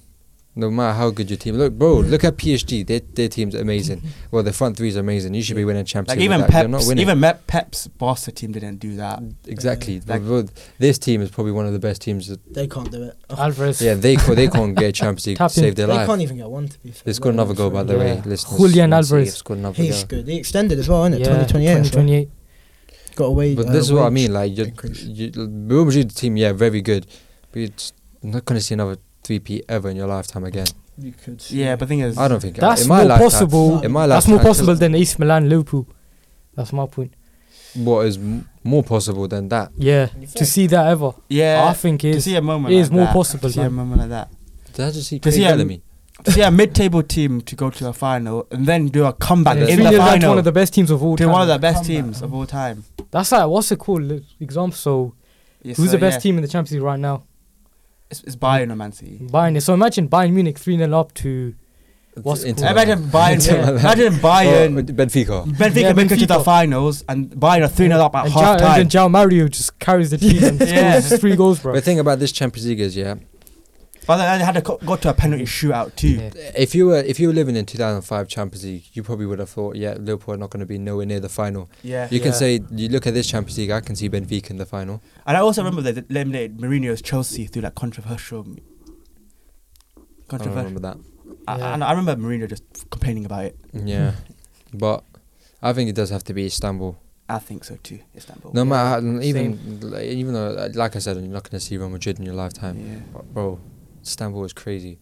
[SPEAKER 1] No matter how good your team, look, bro. Look at PSG. Their their team's amazing. Well, their front three is amazing. You should be winning Champions
[SPEAKER 3] Like
[SPEAKER 1] League.
[SPEAKER 3] even
[SPEAKER 1] with that. You're
[SPEAKER 3] Pep's,
[SPEAKER 1] not winning.
[SPEAKER 3] even Me- Pep's Barca team didn't do that.
[SPEAKER 1] exactly.
[SPEAKER 3] Like-
[SPEAKER 1] Bro, this team is probably one of the best teams. That,
[SPEAKER 4] They can't do it. Oh,
[SPEAKER 2] Alvarez.
[SPEAKER 1] yeah, they ca- they can't get Champions League to
[SPEAKER 2] Tap in.
[SPEAKER 1] save their
[SPEAKER 4] they
[SPEAKER 1] life.
[SPEAKER 4] can't even get one to be fair.
[SPEAKER 1] They scored
[SPEAKER 4] Let
[SPEAKER 1] another goal,
[SPEAKER 4] alone
[SPEAKER 1] by
[SPEAKER 4] three.
[SPEAKER 1] the way.
[SPEAKER 2] Yeah.
[SPEAKER 1] Listeners,
[SPEAKER 2] Julian
[SPEAKER 1] Man City
[SPEAKER 2] Alvarez.
[SPEAKER 1] have scored another
[SPEAKER 4] He's
[SPEAKER 1] goal.
[SPEAKER 4] good. He extended as well, isn't it?
[SPEAKER 2] yeah,
[SPEAKER 4] 2028.
[SPEAKER 2] 2028.
[SPEAKER 4] Got away. uh,
[SPEAKER 1] But this is what I mean. Like, you,
[SPEAKER 4] increase.
[SPEAKER 1] you, Real Madrid team, yeah, very good. But you're just not going to see another three P ever in your lifetime again.
[SPEAKER 4] You could.
[SPEAKER 3] Yeah, but thing is,
[SPEAKER 1] I don't think
[SPEAKER 2] That's
[SPEAKER 1] in my
[SPEAKER 2] more
[SPEAKER 1] lifetime,
[SPEAKER 2] possible.
[SPEAKER 1] In my
[SPEAKER 2] That's
[SPEAKER 1] lifetime,
[SPEAKER 2] more possible than East Milan Liverpool. That's my point.
[SPEAKER 1] What is m- more possible than that?
[SPEAKER 2] Yeah, to see that ever,
[SPEAKER 3] Yeah,
[SPEAKER 2] I think
[SPEAKER 3] to
[SPEAKER 2] is
[SPEAKER 3] see a moment
[SPEAKER 2] it
[SPEAKER 3] like
[SPEAKER 2] is more
[SPEAKER 3] that,
[SPEAKER 2] possible,
[SPEAKER 3] To see a
[SPEAKER 2] man.
[SPEAKER 3] moment like that.
[SPEAKER 1] Did I just see
[SPEAKER 3] To
[SPEAKER 1] Craig
[SPEAKER 3] see, um,
[SPEAKER 1] Bellamy?
[SPEAKER 3] To see a mid-table team to go to a final and then do a comeback
[SPEAKER 2] Yeah,
[SPEAKER 3] in
[SPEAKER 2] three
[SPEAKER 3] the
[SPEAKER 2] nil down to
[SPEAKER 3] final
[SPEAKER 2] one of the best teams of all
[SPEAKER 3] to
[SPEAKER 2] time.
[SPEAKER 3] one of the best
[SPEAKER 4] Comeback.
[SPEAKER 3] teams of all time.
[SPEAKER 2] That's like what's it called? Look, Example. So
[SPEAKER 3] Yes,
[SPEAKER 2] who's
[SPEAKER 3] so
[SPEAKER 2] the best
[SPEAKER 3] yeah.
[SPEAKER 2] team in the Champions League right now?
[SPEAKER 3] It's, it's Bayern or Man City.
[SPEAKER 2] Bayern. So imagine Bayern Munich three 0 up to what's it
[SPEAKER 1] Inter
[SPEAKER 2] called?
[SPEAKER 1] Milan.
[SPEAKER 3] Imagine Bayern.
[SPEAKER 2] Yeah.
[SPEAKER 3] Imagine
[SPEAKER 1] Oh,
[SPEAKER 3] Bayern.
[SPEAKER 1] Benfica.
[SPEAKER 3] Benfica
[SPEAKER 2] Yeah,
[SPEAKER 3] make it to the
[SPEAKER 2] Benfica.
[SPEAKER 3] finals and Bayern are three 0 up at
[SPEAKER 2] and Jao-
[SPEAKER 3] half time.
[SPEAKER 2] And then Jao Mario just carries the team and
[SPEAKER 3] Yeah.
[SPEAKER 2] scores three goals,
[SPEAKER 1] But
[SPEAKER 2] bro.
[SPEAKER 1] the thing about this Champions League is, yeah,
[SPEAKER 3] But then they had to co- go to a penalty shootout too.
[SPEAKER 2] Yeah.
[SPEAKER 1] if you were if you were living in 2005 Champions League, you probably would have thought, yeah, Liverpool are not going to be nowhere near the final.
[SPEAKER 3] Yeah.
[SPEAKER 1] You
[SPEAKER 2] Yeah.
[SPEAKER 1] can say, you look at this Champions League, I can see Benfica in the final.
[SPEAKER 3] And I also remember they eliminated Mourinho's Chelsea through like controversial.
[SPEAKER 1] I don't
[SPEAKER 3] Controversial.
[SPEAKER 1] remember that.
[SPEAKER 3] I,
[SPEAKER 2] Yeah.
[SPEAKER 3] and I remember Mourinho just complaining about it.
[SPEAKER 1] Yeah, but I think it does have to be Istanbul.
[SPEAKER 3] I think so too. Istanbul.
[SPEAKER 1] No matter how, even like, even though, uh, like I said, you're not going to see Real Madrid in your lifetime,
[SPEAKER 3] Yeah.
[SPEAKER 1] But bro. Istanbul is crazy,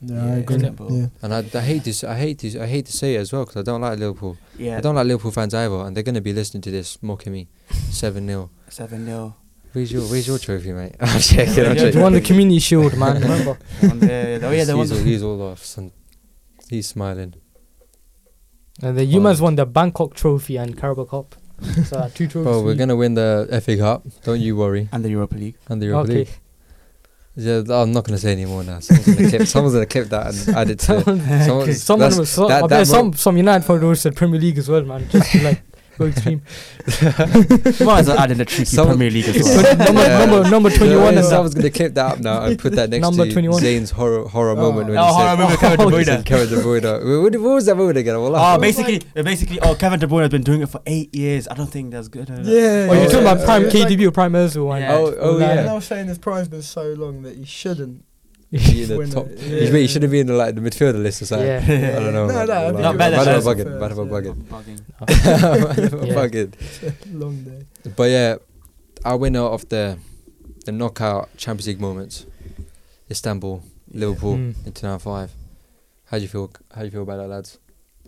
[SPEAKER 4] Yeah, I
[SPEAKER 3] Yeah,
[SPEAKER 4] agree.
[SPEAKER 3] Istanbul.
[SPEAKER 4] Yeah.
[SPEAKER 1] and I, I hate this. I hate this. I hate to say it as well because I don't like Liverpool.
[SPEAKER 3] Yeah.
[SPEAKER 1] I don't like Liverpool fans either, and they're going to be listening to this mocking me, seven 0
[SPEAKER 3] Seven 0
[SPEAKER 1] Where's your Where's your trophy, mate? I'm checking.
[SPEAKER 3] Yeah,
[SPEAKER 1] I'm
[SPEAKER 3] yeah,
[SPEAKER 2] Yeah,
[SPEAKER 1] checking.
[SPEAKER 2] you won the community shield, man. Remember?
[SPEAKER 3] Oh yeah, they
[SPEAKER 1] he's,
[SPEAKER 3] won.
[SPEAKER 1] he's, all, he's all off, and he's smiling.
[SPEAKER 2] And the Yumas won the Bangkok Trophy and Carabao Cup. So uh, two trophies.
[SPEAKER 1] Bro, we're
[SPEAKER 2] each.
[SPEAKER 1] gonna win the FA Cup. Don't you worry.
[SPEAKER 3] And the Europa League.
[SPEAKER 1] And the Europa
[SPEAKER 2] Okay.
[SPEAKER 1] League. Yeah, th- I'm not gonna say any more now. Someone's gonna clip. Someone's gonna clip that and add it to.
[SPEAKER 2] Okay.
[SPEAKER 1] someone's-
[SPEAKER 2] Someone
[SPEAKER 1] that's-
[SPEAKER 2] was so,
[SPEAKER 1] that-
[SPEAKER 2] I
[SPEAKER 1] that
[SPEAKER 2] bet
[SPEAKER 1] mo-
[SPEAKER 2] some some United followers said Premier League as well, man. Just to, like go extreme.
[SPEAKER 3] Might as well added a tricky
[SPEAKER 1] Some-
[SPEAKER 3] Premier League as
[SPEAKER 2] So
[SPEAKER 3] well.
[SPEAKER 2] number,
[SPEAKER 1] Yeah.
[SPEAKER 2] number number
[SPEAKER 1] Yeah,
[SPEAKER 2] twenty one
[SPEAKER 1] yeah,
[SPEAKER 2] and that.
[SPEAKER 1] someone's gonna clip that up now and put that next
[SPEAKER 2] Number
[SPEAKER 1] to
[SPEAKER 2] 21.
[SPEAKER 1] Zane's horror horror moment when
[SPEAKER 3] oh,
[SPEAKER 1] he
[SPEAKER 3] horror
[SPEAKER 1] said,
[SPEAKER 3] movie Kevin De
[SPEAKER 1] when he said
[SPEAKER 3] Bruyne.
[SPEAKER 1] Kevin De Bruyne. Wait, What, what was that moment again? Well,
[SPEAKER 3] Oh,
[SPEAKER 1] I-
[SPEAKER 3] basically, basically, oh, Kevin De Bruyne has been doing it for eight years. I don't think that's good.
[SPEAKER 4] Yeah.
[SPEAKER 2] Oh, you're talking about
[SPEAKER 1] Yeah.
[SPEAKER 2] Prime
[SPEAKER 1] Yeah.
[SPEAKER 2] KDB or Prime Özil one.
[SPEAKER 3] Yeah.
[SPEAKER 1] oh, oh
[SPEAKER 2] Yeah.
[SPEAKER 4] And I
[SPEAKER 1] yeah.
[SPEAKER 4] was saying his prime's been so long that he shouldn't.
[SPEAKER 1] Be in the
[SPEAKER 4] win
[SPEAKER 1] top-
[SPEAKER 4] it.
[SPEAKER 1] You should be- you should have been in like the midfielder list or something.
[SPEAKER 2] Yeah.
[SPEAKER 1] I don't know.
[SPEAKER 4] No, no, I think
[SPEAKER 1] Bad
[SPEAKER 3] you're
[SPEAKER 1] about
[SPEAKER 3] right. That's
[SPEAKER 1] bugging. Bad about bugging.
[SPEAKER 2] Yeah.
[SPEAKER 1] Fuck it.
[SPEAKER 4] Long day.
[SPEAKER 1] But yeah, our winner of the the knockout Champions League moments Istanbul,
[SPEAKER 3] Yeah.
[SPEAKER 1] Liverpool,
[SPEAKER 2] Mm.
[SPEAKER 1] International Five. How do you feel? How do you feel about that, lads?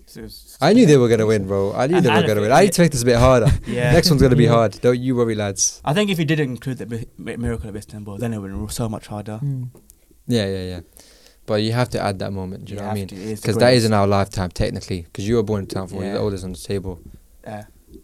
[SPEAKER 3] So it's-
[SPEAKER 1] I knew they were gonna win, bro. I knew they
[SPEAKER 3] And
[SPEAKER 1] were gonna
[SPEAKER 3] if
[SPEAKER 1] win.
[SPEAKER 3] it-
[SPEAKER 1] I expect this a bit harder.
[SPEAKER 3] Yeah.
[SPEAKER 1] Next one's gonna be
[SPEAKER 2] Yeah.
[SPEAKER 1] hard. Don't you worry, lads.
[SPEAKER 3] I think if you didn't include the mi- mi- miracle of Istanbul, then it would be so much harder.
[SPEAKER 2] Mm.
[SPEAKER 1] Yeah, yeah, yeah. But you have to add that moment. Do you know what I mean?
[SPEAKER 3] Because
[SPEAKER 1] Because that is in our lifetime, technically. Because you were born in town four. You're the
[SPEAKER 3] Yeah.
[SPEAKER 1] oldest on the table.
[SPEAKER 3] Yeah.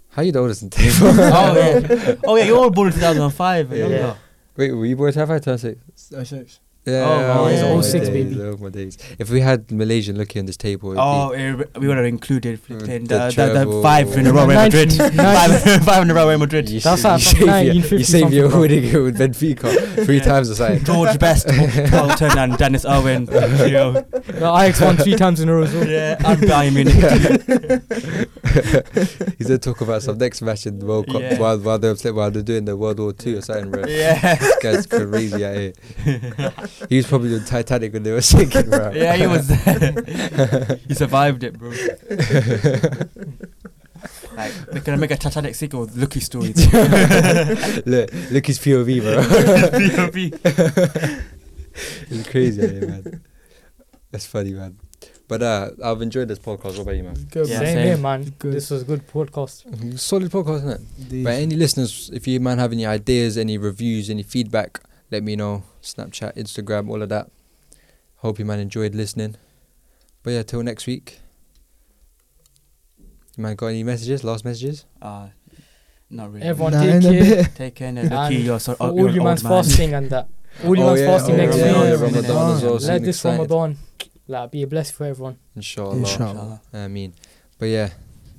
[SPEAKER 1] How are you the oldest on the table?
[SPEAKER 3] oh yeah. Oh yeah. You're all born in 2005.
[SPEAKER 1] Yeah.
[SPEAKER 3] Yeah. yeah.
[SPEAKER 1] Wait, were you born in town five? Town six?
[SPEAKER 4] Oh, six.
[SPEAKER 1] Yeah,
[SPEAKER 3] wow.
[SPEAKER 1] I was
[SPEAKER 3] Yeah.
[SPEAKER 1] on my days,
[SPEAKER 3] 06,
[SPEAKER 2] baby.
[SPEAKER 1] oh my days. If we had Malaysian looking on this table, it'd
[SPEAKER 3] Oh, eh, we would have included
[SPEAKER 1] Uh,
[SPEAKER 3] flipping
[SPEAKER 1] the
[SPEAKER 3] the, the, the
[SPEAKER 1] treble.
[SPEAKER 3] five in a row Real Madrid.
[SPEAKER 2] Nineteen-
[SPEAKER 3] five, five in a row Real Madrid.
[SPEAKER 1] be, you,
[SPEAKER 2] That's
[SPEAKER 1] sa-
[SPEAKER 2] how-
[SPEAKER 1] you save, your- you
[SPEAKER 2] 1950
[SPEAKER 1] save your
[SPEAKER 2] something, bro.
[SPEAKER 1] Rudiger with Benfica three
[SPEAKER 3] Yeah.
[SPEAKER 1] times the size.
[SPEAKER 3] George Best, Carlton, and Dennis Owen. You know,
[SPEAKER 2] The Ajax won three times in a row as well.
[SPEAKER 3] yeah, and Bayern Munich.
[SPEAKER 1] He's gonna talk about some next match in the World Cup
[SPEAKER 3] Yeah.
[SPEAKER 1] while while they're while they're doing the World War Two or something, bro.
[SPEAKER 3] Yeah.
[SPEAKER 1] This guy's crazy out here. He was probably on Titanic when they were sinking, bro.
[SPEAKER 3] Yeah, he was there. he survived it, bro. like, they're gonna make a Titanic sequel with Lucky stories.
[SPEAKER 1] look, look his POV, bro. it's crazy out here, man. That's funny, man. But uh, I've enjoyed this podcast. What about you, man?
[SPEAKER 4] Good.
[SPEAKER 3] Yeah,
[SPEAKER 2] same,
[SPEAKER 3] same.
[SPEAKER 2] here, man.
[SPEAKER 4] Good.
[SPEAKER 2] This was a good podcast.
[SPEAKER 1] Solid podcast, isn't it?
[SPEAKER 4] These-
[SPEAKER 1] But any listeners, if you man have any ideas, any reviews, any feedback, let me know. Snapchat, Instagram, all of that. Hope you man enjoyed listening. But yeah, till next week. You man got any messages? Last messages?
[SPEAKER 3] Uh, not really.
[SPEAKER 2] Everyone
[SPEAKER 4] Nah,
[SPEAKER 2] take
[SPEAKER 4] in a
[SPEAKER 2] care.
[SPEAKER 4] bit.
[SPEAKER 3] Take care, now,
[SPEAKER 2] And
[SPEAKER 3] Lucky. You're so
[SPEAKER 2] For
[SPEAKER 3] old,
[SPEAKER 2] all
[SPEAKER 3] Oh, you're
[SPEAKER 2] you
[SPEAKER 3] an
[SPEAKER 2] man's
[SPEAKER 3] old man.
[SPEAKER 2] fasting and that. All you
[SPEAKER 1] Oh,
[SPEAKER 2] man's
[SPEAKER 1] yeah,
[SPEAKER 2] fasting
[SPEAKER 1] oh,
[SPEAKER 2] next
[SPEAKER 1] Ramadan,
[SPEAKER 2] week.
[SPEAKER 1] yeah,
[SPEAKER 4] Ramadan
[SPEAKER 1] Ramadan as well, so
[SPEAKER 2] Let
[SPEAKER 1] I'm
[SPEAKER 2] this
[SPEAKER 1] excited.
[SPEAKER 2] Ramadan like, be a blessing for everyone.
[SPEAKER 1] Inshallah.
[SPEAKER 4] Inshallah.
[SPEAKER 3] Inshallah.
[SPEAKER 1] I mean, but yeah,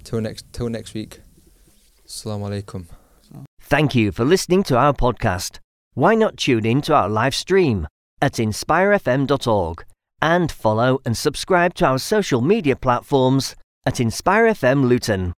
[SPEAKER 1] till next till next week. Assalamu alaikum.
[SPEAKER 6] Thank you for listening to our podcast. Why not tune in to our live stream at inspirefm.org and follow and subscribe to our social media platforms at InspireFM Luton.